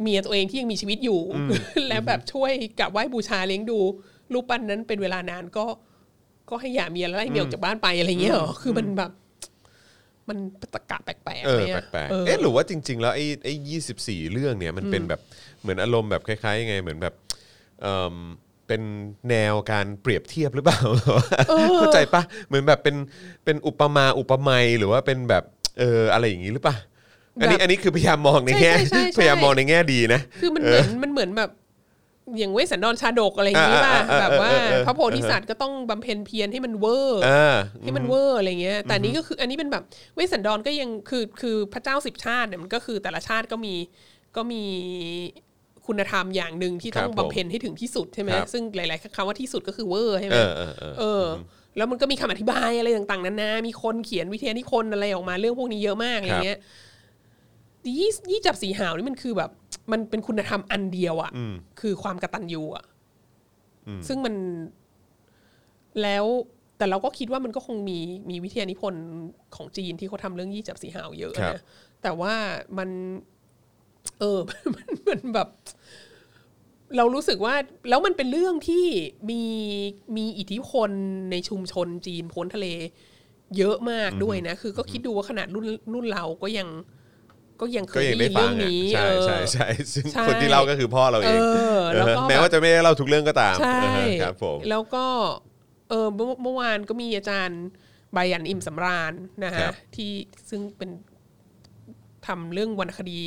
[SPEAKER 3] เมียตัวเองที่ยังมีชีวิตอยู่ [LAUGHS] และแบบช่วยกราบไหว้บูชาเลี้ยงดู รูปปั้นนั้นเป็นเวลานานก็ ก็ให้หย่าเมียแล้วไล่เมียออกจากบ้านไปอะไรเงี้ยเหรอคือมันแบบ มันตะกะแปลกๆ
[SPEAKER 2] เออ
[SPEAKER 3] ไหมอะ
[SPEAKER 2] แปลก
[SPEAKER 3] เอ
[SPEAKER 2] ๆ
[SPEAKER 3] อ
[SPEAKER 2] เอ๊ะหรือว่าจริง ๆ แล้วไอ้ไอ้ยี่สิบสี่เรื่องเนี่ยมันเป็นแบบเหมือนอารมณ์แบบคล้ายๆยังไงเหมือนแบบเอิ่มเป็นแนวการเปรียบเทียบหรือ
[SPEAKER 3] [LAUGHS]
[SPEAKER 2] เปล่า เข้าใจปะเหมือนแบบเป็นเป็นอุปมาอุปไมยหรือว่าเป็นแบบเอออะไรอย่างนี้หรือปะอันนี้
[SPEAKER 3] แบบ
[SPEAKER 2] อันนี้คือพยายามมองในแง่
[SPEAKER 3] ใช่ใช่ใช่ใช่
[SPEAKER 2] พยายามมองในแง่ดีนะ
[SPEAKER 3] คือมันเหมือนมันเหมือนแบบอย่างเวสสันดรชาดกอะไรอย่างนี้ป่ะ
[SPEAKER 2] อ่าอ่าอ่า
[SPEAKER 3] แบบว่า
[SPEAKER 2] เออเออ
[SPEAKER 3] พระโพธิสัตว์ก็ต้องบำเพ็ญเพียรให้มันเวอร์
[SPEAKER 2] เออ
[SPEAKER 3] ให้มันเวอร์อะไรเงี้ย แต่อันนี้ก็คืออันนี้เป็นแบบเวสสันดรก็ยังคือคือพระเจ้าสิบชาติเนี่ยมันก็คือแต่ละชาติก็มีก็มีคุณธรรมอย่างหนึ่งที่ต้อง
[SPEAKER 2] ครับผม
[SPEAKER 3] บำเพ็ญให้ถึงที่สุดใช่ไหม
[SPEAKER 2] ครับ
[SPEAKER 3] ซึ่งหลายๆคำว่าที่สุดก็คือเวอร์ใช่ไห
[SPEAKER 2] เออ
[SPEAKER 3] ม
[SPEAKER 2] เออเออ
[SPEAKER 3] เออ แล้วมันก็มีคำอธิบายอะไรต่างๆนานา มีคนเขียนวิทยานิพนธ์อะไรออกมาเรื่องพวกนี้เยอะมากอะไรเงี้ยยี่ยี่จับสีหาวนี่มันคือแบบมันเป็นคุณธรรมอันเดียวอ่ะ
[SPEAKER 2] อืม
[SPEAKER 3] คือความกระตันยูอ่ะ
[SPEAKER 2] อืม
[SPEAKER 3] ซึ่งมันแล้วแต่เราก็คิดว่ามันก็คงมีมีวิทยานิพนธ์ของจีนที่เขาทำเรื่องยี่จับสีหาวเยอะ
[SPEAKER 2] ครับ
[SPEAKER 3] นะแต่ว่ามัน เออ [LAUGHS] มันมันแบบ เรารู้สึกว่า แล้วมันเป็นเรื่องที่มีมีอิทธิพลในชุมชนจีนพ้นทะเล เยอะมากด้วยนะ คือก็คิดดูว่าขนาดรุ่นรุ่นเราก็ยัง ก็ยังเค
[SPEAKER 2] ก็
[SPEAKER 3] ย
[SPEAKER 2] ยัง
[SPEAKER 3] ได้
[SPEAKER 2] ได้ฟั
[SPEAKER 3] ยินเรื่อง ง
[SPEAKER 2] อะ
[SPEAKER 3] นี้
[SPEAKER 2] ใช่
[SPEAKER 3] เออ
[SPEAKER 2] ใช่ใช่ซึ่ง
[SPEAKER 3] ใช่
[SPEAKER 2] คนที่เล่าก็คือพ่อเรา
[SPEAKER 3] เอ
[SPEAKER 2] เอง
[SPEAKER 3] อ แล้วก็
[SPEAKER 2] แม้
[SPEAKER 3] บบ
[SPEAKER 2] ว่าจะไม่ได้เล่าทุกเรื่องก็ตาม
[SPEAKER 3] ใช่
[SPEAKER 2] เออครับผม
[SPEAKER 3] แล้วก็เออเมื่อเมื่อวานก็มีอาจารย์บายันอิ่มสำราญนะ
[SPEAKER 2] ครั
[SPEAKER 3] ฮะ
[SPEAKER 2] บ
[SPEAKER 3] ที่ซึ่งเป็นทำเรื่องวรรณคดี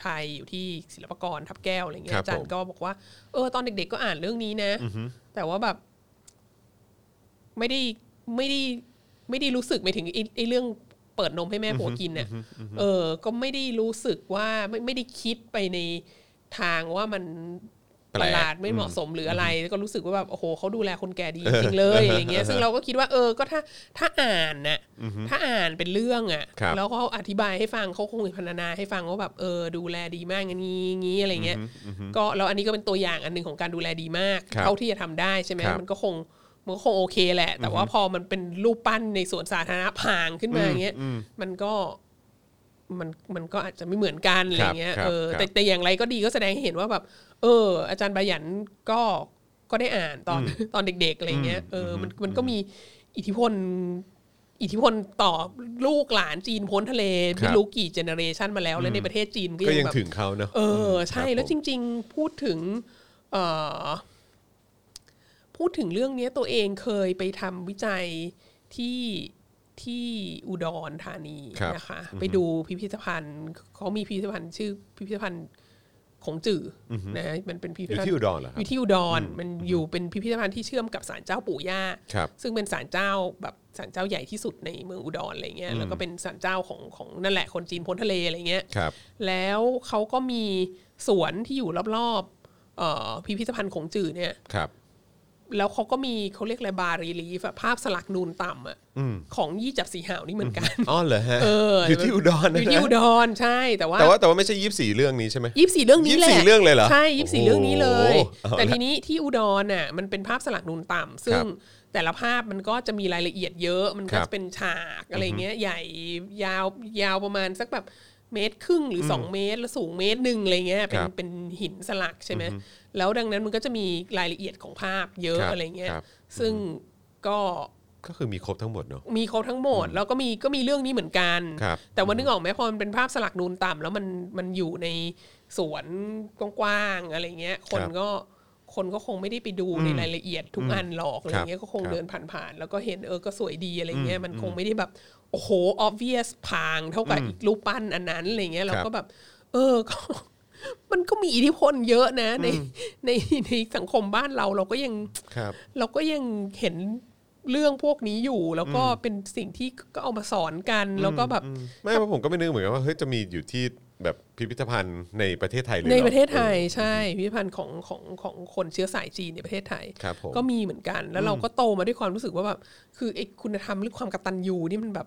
[SPEAKER 3] ไทยอยู่ที่ศิลปากรทับแก้วอะไรเงี้ยอาจารย์ก็บอกว่า เออ ตอนเด็ก ๆ ก็อ่านเรื่องนี้นะ แต่ว่าแบบ ไม่ได้ไม่ได้ไม่ได้รู้สึกไปถึงไอ้ไอ้เรื่องเปิดนมให้แม่ผัวกินเนี่ยเออ ก็ไม่ได้รู้สึกว่าไม่ไม่ได้คิดไปในทางว่ามัน
[SPEAKER 2] แป
[SPEAKER 3] ป
[SPEAKER 2] ลก
[SPEAKER 3] ระหลาดไม่เหมาะสมหรืออะไรก็รู้สึกว่าแบบโอ้โหเขาดูแลคนแก่
[SPEAKER 2] [LAUGHS]
[SPEAKER 3] ดีจริงเลยอะไรเงี้ย ซึ่งเราก็คิดว่า เออ ก็ถ้าถ้าอ่านน่ะถ้าอ่านเป็นเรื่องอ่ะ
[SPEAKER 2] ครับ
[SPEAKER 3] แล้วเขาอธิบายให้ฟังเขาคงพรรณนาให้ฟังว่าแบบเออดูแลดีมากอย่างนี้อย่างนี้อะไรเงี้ย ก็แล้วอันนี้ก็เป็นตัวอย่างอันหนึ่งของการดูแลดีมาก
[SPEAKER 2] ครับ
[SPEAKER 3] เท่าที่จะทำได้ใช่ไหม
[SPEAKER 2] ครับ
[SPEAKER 3] มันก็คงมันก็คงโอเคแหละ แต่ว่าพอมันเป็นรูปปั้นในสวนสาธารณะพางขึ้นมาอย่างเงี้ยมันก็มันมันก็อาจจะไม่เหมือนกันอะไรเงี้ย
[SPEAKER 2] ครับ
[SPEAKER 3] เออ
[SPEAKER 2] ครับ
[SPEAKER 3] แต่แต่อย่างไรก็ดีก็แสดงให้เห็นว่าแบบ เออ อาจารย์บายันก็ก็ได้อ่านตอนตอนเด็ก ๆอะไรเงี้ยเอออมันมันก็มีอิทธิพล อิทธิพลต่อลูกหลานจีนพ้นทะเล
[SPEAKER 2] ครั
[SPEAKER 3] ไม่
[SPEAKER 2] บ
[SPEAKER 3] รู้กี่เจเนอเรชันมาแล้วและในประเทศจีนก็
[SPEAKER 2] ก็
[SPEAKER 3] ยั
[SPEAKER 2] ยัง ง
[SPEAKER 3] แบบ
[SPEAKER 2] ถึงเขาเนอะ
[SPEAKER 3] เออ
[SPEAKER 2] ครั
[SPEAKER 3] ใช่
[SPEAKER 2] บ
[SPEAKER 3] แล้ว
[SPEAKER 2] ผม
[SPEAKER 3] จริง ๆ พูดถึงเอ่อพูดถึงเรื่องเนี้ยตัวเองเคยไปทำวิจัยที่ที่อุดรธานี
[SPEAKER 2] ครับ
[SPEAKER 3] นะคะ ไปดูพิพิธภัณฑ์เขามีพิพิธภัณฑ์ชื่อพิพิธภัณฑ์ของจื่ออนะฮะมันเป็นพิพิธภัณฑ์
[SPEAKER 2] อยู่ที่อุดรเหรอครับ
[SPEAKER 3] ยู่ที่อุดรมันอยู่เป็นพิพิธภัณฑ์ที่เชื่อมกับศาลเจ้าปู่ย่า
[SPEAKER 2] ครับ
[SPEAKER 3] ซึ่งเป็นศาลเจ้าแบบศาลเจ้าใหญ่ที่สุดในเมืองอุดรอะไรเงี้ยแล้วก็เป็นศาลเจ้าของของนั่นแหละคนจีนพ้นทะเลอะไรเงี้ย
[SPEAKER 2] ครับ
[SPEAKER 3] แล้วเขาก็มีสวนที่อยู่รอบๆเอ่อพิพิธภัณฑ์ของจื่อเนี่ย
[SPEAKER 2] ครับ
[SPEAKER 3] แล้วเขาก็มีเขาเรียกอะไรบารีลีฟอะภาพสลักนูนต่ำอะของยี่จับสีหาวนี่เหมือนกัน
[SPEAKER 2] อ๋อเหรอฮะ
[SPEAKER 3] เออ
[SPEAKER 2] อยู่ที่ [LAUGHS] อุดร
[SPEAKER 3] อ
[SPEAKER 2] นะ
[SPEAKER 3] ยู่ที่อุดรใช่แต่ว่า
[SPEAKER 2] แต่ว่าแต่ว่าไม่ใช่ยี่สี่เรื่องนี้ใช่ไหม
[SPEAKER 3] ยี่สิบสี่เรื่องนี้แหละ
[SPEAKER 2] 24เรื่องเลยเหรอ
[SPEAKER 3] ใช่ยี่สิบสี่เรื่องนี้เลย
[SPEAKER 2] โอ้โหเอาละ
[SPEAKER 3] แต่ทีนี้ที่อุดรน่ะมันเป็นภาพสลักนูนต่ำซึ่
[SPEAKER 2] ครั
[SPEAKER 3] ง
[SPEAKER 2] บ
[SPEAKER 3] แต่ละภาพมันก็จะมีรายละเอียดเยอะมัน
[SPEAKER 2] ครั
[SPEAKER 3] ก็
[SPEAKER 2] บ
[SPEAKER 3] จะเป็นฉากอะไรเงี้ยใหญ่ยาวยาวประมาณสักแบบเมตรครึ่งหรืออสองเมตร แล้วสูงเมตรหนึ่งอะไรเงี้ยเป็
[SPEAKER 2] คน รับ
[SPEAKER 3] เป็นหินสลักใช่ไหมแล้วดังนั้นมันก็จะมีรายละเอียดของภาพเยอะ
[SPEAKER 2] ครับ
[SPEAKER 3] อะไรเงี้ย
[SPEAKER 2] ครับ
[SPEAKER 3] ซึ่งก็
[SPEAKER 2] ก็คือมีครบทั้งหมดเนาะ
[SPEAKER 3] มีครบทั้งหมด แล้วก็มีก็มีเรื่องนี้เหมือนกัน
[SPEAKER 2] ครับ
[SPEAKER 3] แต่ว่านึกออกไหมพอมันเป็นภาพสลักนูนต่ำแล้วมันมันอยู่ในสวนกว้างๆอะไรเงี้ย คนก็คนก็คงไม่ได้ไปดูในรายละเอียดทุกอันหรอกอะไรเงี้ยก็คง
[SPEAKER 2] ครับ
[SPEAKER 3] เดินผ่านๆแล้วก็เห็นเออก็สวยดีอะไรเงี้ยมันคงไม่ได้แบบโอ้โห obvious พางเท่ากับอีกรูปปั้นอันนั้นอะไรเงี้ยเรา
[SPEAKER 2] ครับ
[SPEAKER 3] ก็แบบ เออ [LAUGHS] ก็ มันก็มีอิทธิพลเยอะนะ ในในในสังคมบ้านเราเราก็ยัง
[SPEAKER 2] ครับ
[SPEAKER 3] เราก็ยังเห็นเรื่องพวกนี้อยู่ แล้วก็เป็นสิ่งที่ก็เอามาสอนกันแล้วก็แบบ
[SPEAKER 2] ไม่เพราะผมก็ไม่นึกเหมือนกันว่าเฮ้ยจะมีอยู่ที่แบบพิพิธภัณฑ์ในประเทศไทยเลยหอ
[SPEAKER 3] ในประเทศไทยใช่พิพิธภัณฑ์ของของของคนเชื้อสายจีนในประเทศไทย
[SPEAKER 2] ครับผม
[SPEAKER 3] ก็มีเหมือนกันแล้วเราก็โตมาด้วยความรู้สึกว่าแบบคือไอ้คุณธรรมหรือความกตัญญูนี่มันแบบ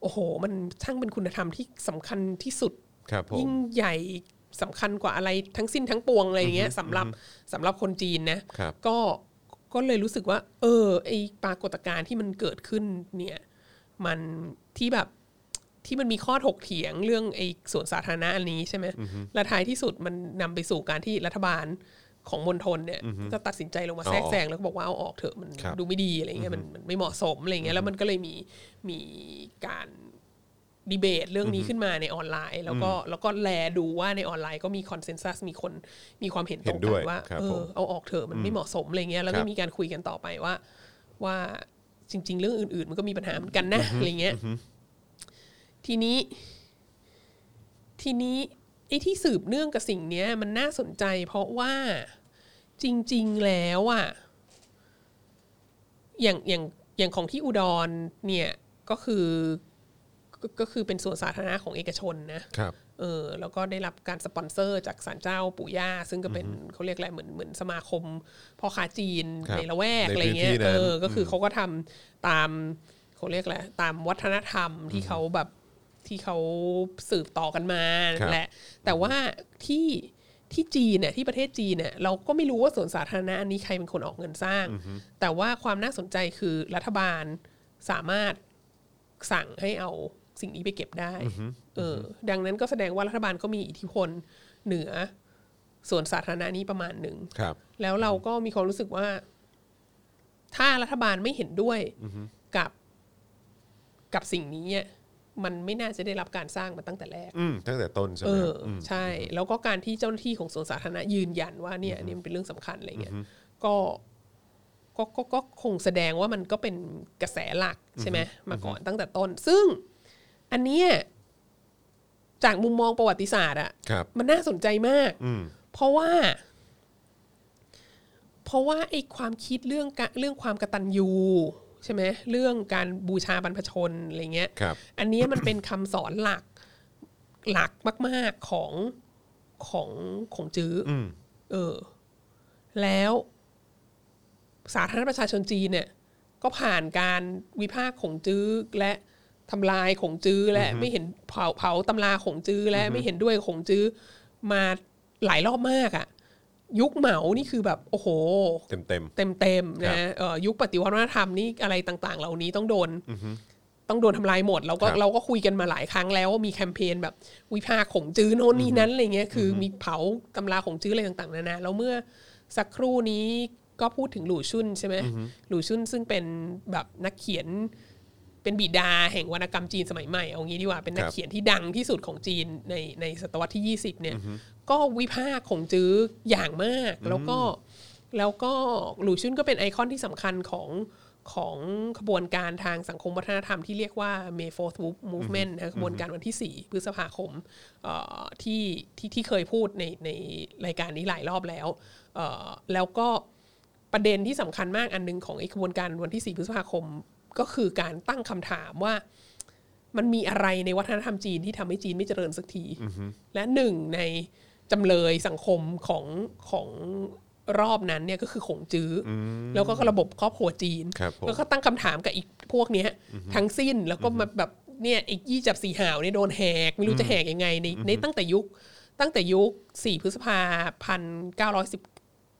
[SPEAKER 3] โอ้โห มันช่างเป็นคุณธรรมที่สำคัญที่สุด
[SPEAKER 2] ครับผม
[SPEAKER 3] ยิ่งใหญ่สำคัญกว่าอะไรทั้งสิ้นทั้งปวงอะไรอย่างเงี้ยสำหรับสำหรับคนจีนนะ
[SPEAKER 2] ครับ
[SPEAKER 3] ก็ก็เลยรู้สึกว่า เออ ไอปรากฏการณ์ที่มันเกิดขึ้นเนี่ย มันที่แบบที่มันมีข้อถกเถียงเรื่องไอสวนสาธารณะอันนี้ใช่ไหมและท้ายที่สุดมันนำไปสู่การที่รัฐบาลของมณฑลเนี่ยก็ตัดสินใจลงมา
[SPEAKER 2] อ๋อ
[SPEAKER 3] แทรกแซงแล้วก็บอกว่าเอาออกเถอะมัน
[SPEAKER 2] ครับ
[SPEAKER 3] ดูไม่ดีอะไรเงี้ยมันมันไม่เหมาะสมอะไรเงี้ยแล้วมันก็เลยมีมีการ ดีเบตเรื่องนี้ขึ้นมาในออนไลน์ แล้วก็แล้วก็แลดูว่าในออนไลน์ก็มีคอนเซนแซสมีคนมีความเห็นตรง
[SPEAKER 2] เห็นด้
[SPEAKER 3] กั
[SPEAKER 2] วย
[SPEAKER 3] นว่า
[SPEAKER 2] ครับ
[SPEAKER 3] เอ
[SPEAKER 2] ผ
[SPEAKER 3] อ
[SPEAKER 2] ม
[SPEAKER 3] เอาออกเถอะมันไม่เหมาะสมอะไรเงี้ยแล้ว
[SPEAKER 2] ค
[SPEAKER 3] ก็
[SPEAKER 2] รับ
[SPEAKER 3] มีการคุยกันต่อไปว่า ว่าจริง ๆ เรื่องอื่นๆ มันก็มีปัญหาเหมือนกันนะอะไรเงี้ยทีนี้ ทีนี้ไอ้ที่สืบเนื่องกับสิ่งเนี้ย มันน่าสนใจ เพราะว่าจริง ๆ แล้วอะอย่างอย่างอย่างของที่อุดรเนี่ยก็คือก็ก็คือเป็นส่วนสาธารณะของเอกชนนะ
[SPEAKER 2] ครับ
[SPEAKER 3] เออแล้วก็ได้รับการสปอนเซอร์จากศาลเจ้าปู่ย่า ซึ่งก็เป็นเขาเรียกอะไรเหมือนเหมือนสมาคมพ่อค้าจีน
[SPEAKER 2] ครับ
[SPEAKER 3] ในละแวก
[SPEAKER 2] ใน
[SPEAKER 3] อะไร
[SPEAKER 2] พื้น
[SPEAKER 3] เงี้
[SPEAKER 2] ที่
[SPEAKER 3] ย
[SPEAKER 2] นั้
[SPEAKER 3] เอน อก็คือเขาก็ทำตามเขาเรียกอะไรตามวัฒนธรรมที่เขาแบบที่เขาสืบต่อกันมานั่นแหละ แต่ว่าที่ที่จีนเนี่ยที่ประเทศจีนเนี่ยเราก็ไม่รู้ว่าสวนสาธารณะอันนี้ใครเป็นคนออกเงินสร้าง แต่ว่าความน่าสนใจคือรัฐบาลสามารถ สั่งให้เอาสิ่งนี้ไปเก็บได้เอออดังนั้นก็แสดงว่ารัฐบาลก็มีอิทธิพลเหนือส่วนสาธารณะนี้ประมาณหนึ่ง
[SPEAKER 2] ครับ
[SPEAKER 3] แล้วเราก็มีความรู้สึกว่า ถ้ารัฐบาลไม่เห็นด้วยกับกับสิ่งนี้อะมันไม่น่าจะได้รับการสร้างมาตั้งแต่แรก
[SPEAKER 2] อืมตั้งแต่ต้นใช่ไห
[SPEAKER 3] เอ
[SPEAKER 2] ม
[SPEAKER 3] ออใช่ แล้วก็การที่เจ้าหน้าที่ของสวนสาธารณะยืนยันว่าเนี่ยอันนี่มันเป็นเรื่องสำคัญอะไรเงี้ยก็ก็ก็ก็คงแสดงว่ามันก็เป็นกระแสหลักใช่ไหมมาก่อนตั้งแต่ต้น ซึ่งอันเนี้ยจากมุมมองประวัติศาสตร์อะ
[SPEAKER 2] ครับ
[SPEAKER 3] มันน่าสนใจมาก
[SPEAKER 2] อืม
[SPEAKER 3] เพราะว่า เพราะว่าไอ้ความคิดเรื่องกะเรื่องความกตัญญูใช่ไหมเรื่องการบูชาบรรพชนอะไรเงี้ย
[SPEAKER 2] ครับ
[SPEAKER 3] อันเนี้ยมันเป็นคำสอนหลักหลักมาก ๆของของของจื้ออ
[SPEAKER 2] อืม
[SPEAKER 3] เออ แล้วสาธารณประชาชนจีนเนี่ย ก็ผ่านการวิพากษ์ของจื้อและทำลายของจื้อและไม่เห็นเผาเผาตำราของจื้อและไม่เห็นด้วยของจื้อมาหลายรอบมากอะยุคเหมานี่คือแบบ โอ้โห
[SPEAKER 2] เต็มเต็ม
[SPEAKER 3] เต็มเต็มๆ
[SPEAKER 2] ครับ
[SPEAKER 3] นะเอ่อยุคปฏิวัติวัฒนธรรมนี่อะไรต่าง ๆ เหล่านี้ต้องโดนต้องโดนทำลายหมดเราก็
[SPEAKER 2] ครับ
[SPEAKER 3] เราก็คุยกันมาหลายครั้งแล้วว่ามีแคมเปญแบบวิพากษ์ของจื้อโน่นนี่นั้นอะไรเงี้ยคืออมีเผาตำราของจื้ออะไรต่างๆนานาแล้วเมื่อสักครู่นี้ก็พูดถึงหลู่ชุนใช่ไหมหลู่ชุนซึ่งเป็นแบบนักเขียนเป็นบิดาแห่งวรรณกรรมจีนสมัยใหม่เอางี้ดีกว่าเป็นนักเขียนที่ดังที่สุดของจีนในในศตวรรษที่ 20 เนี่ย ก็วิพากษ์ของจื้ออย่างมากแล้วก็ แล้วก็หลูชุนก็เป็นไอคอนที่สำคัญของของขบวนการทางสังคมวัฒนธรรมที่เรียกว่า May Fourth Move- Movement นะขบวนการวันที่ 4 พฤษภาคมเอ่อที่ที่ที่เคยพูดในในรายการนี้หลายรอบแล้วเอ่อแล้วก็ประเด็นที่สำคัญมากอันหนึงของไอขบวนการวันที่ 4 พฤษภาคม ก็คือการตั้งคำถามว่า มันมีอะไรในวัฒนธรรมจีนที่ทำให้จีนไม่เจริญสักที และหนึ่งในจำเลยสังคมของของรอบนั้นเนี่ยก็คือขงจื้ออแล้วก็ระบบครอบครัวจีน
[SPEAKER 2] ครับผม
[SPEAKER 3] แล้วก็ตั้งคำถามกับอีกพวกเนี้ยทั้งสิ้นแล้วก็มาแบบเนี่ยอีกยี่จับสี่หาวเนี่ยโดนแหก ไม่รู้จะแหกยังไงในในตั้งแต่ยุค ตั้งแต่ยุค 4 พฤษภาพันเก้าร้อยสิบ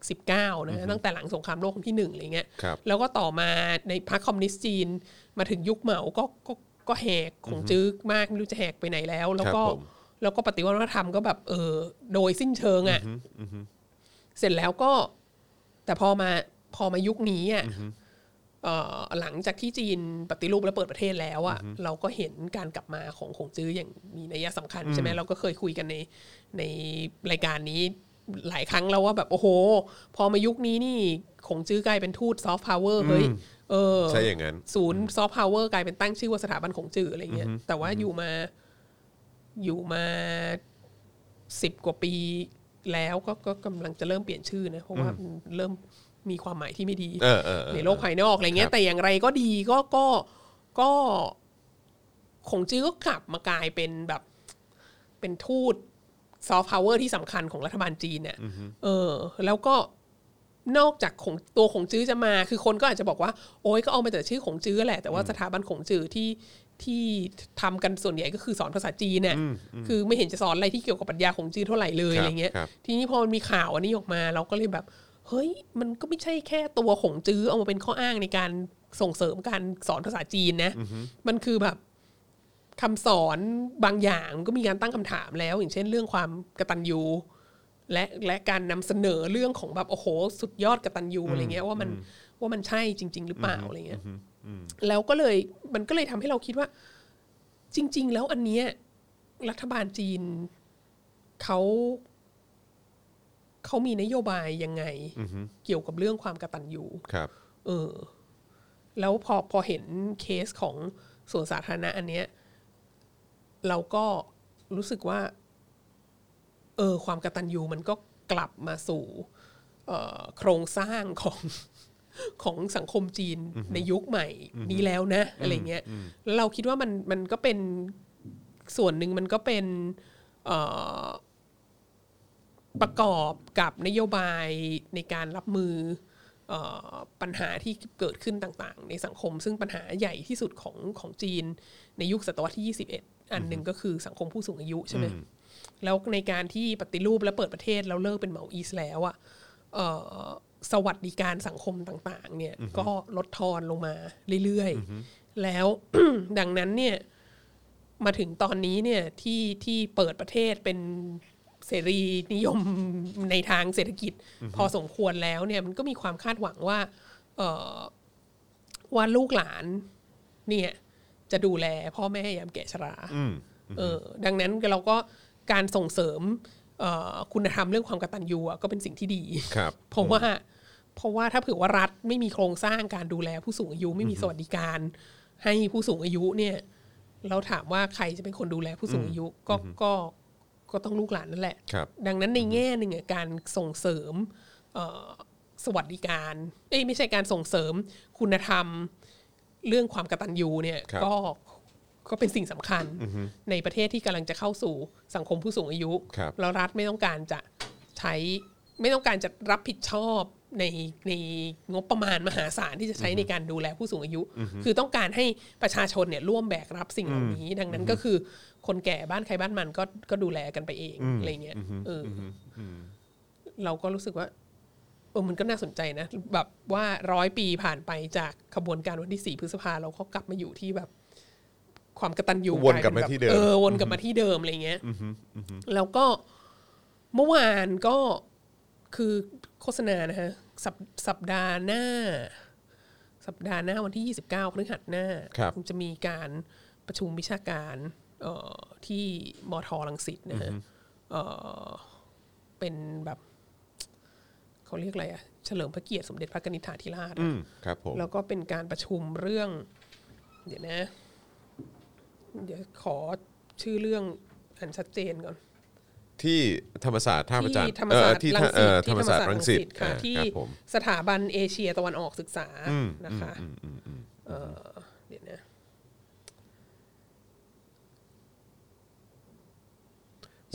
[SPEAKER 3] สิบเก้านะตั้งแต่หลังสงครามโลกครั้งที่หนึ่งอะไรเงี้ย
[SPEAKER 2] ครับ
[SPEAKER 3] แล้วก็ต่อมาในพรรคคอมมิวนิสต์จีนมาถึงยุคเหมาก็ก็ก็แหกของจื้อมากไม่รู้จะแหกไปไหนแล้ว แล้วก็
[SPEAKER 2] ครับผม
[SPEAKER 3] แล้วก็ปฏิวัติวัฒนธรรมก็แบบเออโดยสิ้นเชิงอะ่ะเสร็จแล้วก็ แต่พอมาพอมายุคนี้อะ่ะเอ่อหลังจากที่จีนปฏิรูปและเปิดประเทศแล้วอะ่ะเราก็เห็นการกลับมาของของจื้ออย่างมีนัยสำคัญใช่ไหมเราก็เคยคุยกันในในรายการนี้หลายครั้งแล้วว่าแบบโอ้โห พอมายุคนี้นี่ของจื้อกลายเป็นทูตซอฟต์พาวเวอร์เฮ้ยเออ
[SPEAKER 2] ใช่อย่างนั้น
[SPEAKER 3] ศูนย์ซอฟต์พาวเวอร์กลายเป็นตั้งชื่อว่าสถาบันของจืออะไรเงี้ย แต่ว่าอยู่มาอยู่มาสิบกว่าปีแล้วก็ก็กำลังจะเริ่มเปลี่ยนชื่อนะเพราะว่ามันเริ่มมีความหมายที่ไม่ดี
[SPEAKER 2] เออเออเออ
[SPEAKER 3] ในโลกภายนอกอะไรเงี้
[SPEAKER 2] ครับ
[SPEAKER 3] ยแต่อย่างไรก็ดีก็ก็ก็ของจื้อก็กลับมากลายเป็นแบบเป็นทูตซอฟต์พาวเวอร์ที่สำคัญของรัฐบาลจีนเนี่ยเออ แล้วก็นอกจากของตัวของจื้อจะมา คือคนก็อาจจะบอกว่า โอ้ยก็เอามาจากชื่อของจื้อแหละ แต่ว่าสถาบันของจื้อที่ที่ทำกันส่วนใหญ่ก็คือสอนภาษาจีนเนี่ยคือไม่เห็นจะสอนอะไรที่เกี่ยวกับปรัชญาของจื้อเท่าไหร่เลย
[SPEAKER 2] ครับ
[SPEAKER 3] อะไรเงี้ย
[SPEAKER 2] ครับ
[SPEAKER 3] ทีนี้พอมันมีข่าวอันนี้ออกมาเราก็เลยแบบ เฮ้ย มันก็ไม่ใช่แค่ตัวของจื้อเอามาเป็นข้ออ้างในการส่งเสริมการสอนภาษาจีนนะ มันคือแบบคำสอนบางอย่างมันก็มีการตั้งคำถามแล้ว อย่างเช่นเรื่องความกตัญญูและและการนำเสนอเรื่องของแบบโอ้โห สุดยอดกตัญญูอะไรเงี้ยว่ามันว่ามันใช่จริง ๆ หรือเปล่าอะไรเงี้ยแล้วก็เลยมันก็เลยทำให้เราคิดว่า จริง ๆ แล้วอันเนี้ยรัฐบาลจีนเขาเขามีนโยบายยังไง เกี่ยวกับเรื่องความกระตันยู
[SPEAKER 2] ครับ
[SPEAKER 3] เออ แล้วพอพอเห็นเคสของสวนสาธารณะอันเนี้ย เราก็รู้สึกว่า เออ ความกระตันยูมันก็กลับมาสู่ เอ่อโครงสร้างของ [LAUGHS] ของสังคมจีนในยุคใหม่นี้แล้วนะ อะไรเงี้ยแล้วเราคิดว่ามันมันก็เป็นส่วนหนึ่งมันก็เป็น เอ่อ ประกอบกับนโยบายในการรับมือเออปัญหาที่เกิดขึ้นต่างๆ ในสังคม ซึ่งปัญหาใหญ่ที่สุดของของจีน ในยุคศตวรรษที่ 21 อันหนึ่งก็คือสังคมผู้สูงอายุใช่ไหมแล้วในการที่ปฏิรูปและเปิดประเทศแล้วเลิกเป็นเหมาอีสแล้วอะเอ่อสวัสดิการสังคมต่างๆ เนี่ยก็ลดทอนลงมาเรื่อยๆ แล้ว [COUGHS] ดังนั้นเนี่ย มาถึงตอนนี้เนี่ยที่ที่เปิดประเทศเป็นเสรีนิยมในทางเศรษฐกิจ พอสมควรแล้วเนี่ยมันก็มีความคาดหวังว่าเอ่อว่าลูกหลานเนี่ยจะดูแลพ่อแม่ยามแก่ชราเออดังนั้นเราก็การส่งเสริมเอ่อคุณธรรมเรื่องความกตัญญูอะก็เป็นสิ่งที่ [LAUGHS] ดี
[SPEAKER 2] ครับ
[SPEAKER 3] เพราะว่าเพราะว่าถ้าเผื่อว่ารัฐไม่มีโครงสร้างการดูแลผู้สูงอายุไม่มีสวัสดิการ ให้ผู้สูงอายุเนี่ย เราถามว่าใครจะเป็นคนดูแลผู้สูงอายุก็ก็ก็ต้องลูกหลานนั่นแหละ
[SPEAKER 2] ครับ
[SPEAKER 3] ดังนั้นในแง่หนึ่งอะการส่งเสริมเอ่อสวัสดิการเอ้ยไม่ใช่การส่งเสริมคุณธรรมเรื่องความกตัญญูเนี่ย
[SPEAKER 2] ครับ
[SPEAKER 3] ก็ก็เป็นสิ่งสำคัญในประเทศที่กำลังจะเข้าสู่สังคมผู้สูงอายุ
[SPEAKER 2] ครับ
[SPEAKER 3] แล้วรัฐไม่ต้องการจะใช้ไม่ต้องการจะรับผิดชอบในในงบประมาณมหาศาลที่จะใช้ในการดูแลผู้สูงอายุ คือต้องการให้ประชาชนเนี่ยร่วมแบกรับสิ่งเหล่านี้ ดังนั้นก็คือคนแก่บ้านใครบ้านมันก็ก็ดูแลกันไปเองอะไรเงี้ยเอออเราก็รู้สึกว่าเออมันก็น่าสนใจนะ แบบว่าร้อยปีผ่านไปจากขบวนการวันที่สี่พฤษภาเราก็กลับมาอยู่ที่แบบ ความกระตันยู
[SPEAKER 2] วนกลับมาที่เดิม
[SPEAKER 3] เออวนกลับมาที่เดิมอะไรเงี้ย แล้วก็เมื่อวานก็คือโฆษณานะฮะสัปสัปดาห์หน้า สัปดาห์หน้าวันที่ 29พฤหัสหน้า
[SPEAKER 2] ครับ
[SPEAKER 3] งจะมีการประชุมวิชาการเอ่อที่มทรังสิตนะฮะเอ่อเป็นแบบ เขาเรียกอะไรอะเฉลิมพระเกียรติสมเด็จพระกนิษฐาธิราชอะ
[SPEAKER 2] อืมครับผม
[SPEAKER 3] แล้วก็เป็นการประชุมเรื่อง เดี๋ยวนะ เดี๋ยวขอชื่อเรื่องอันชัดเจนก่อน
[SPEAKER 2] ที่ธรรมศาสตร์ท่าพระจันท
[SPEAKER 3] ที่
[SPEAKER 2] ร์
[SPEAKER 3] ธรรมศาสตร์
[SPEAKER 2] เอ่อที่ท่าง เอ่อธรร
[SPEAKER 3] รัสิต
[SPEAKER 2] มศาสตร์รังสิต
[SPEAKER 3] ค่ะ
[SPEAKER 2] อ่า
[SPEAKER 3] ที่
[SPEAKER 2] ครับผม
[SPEAKER 3] สถาบันเอเชียตะวันออกศึกษานะคะเอ่อเดี๋ยวนะ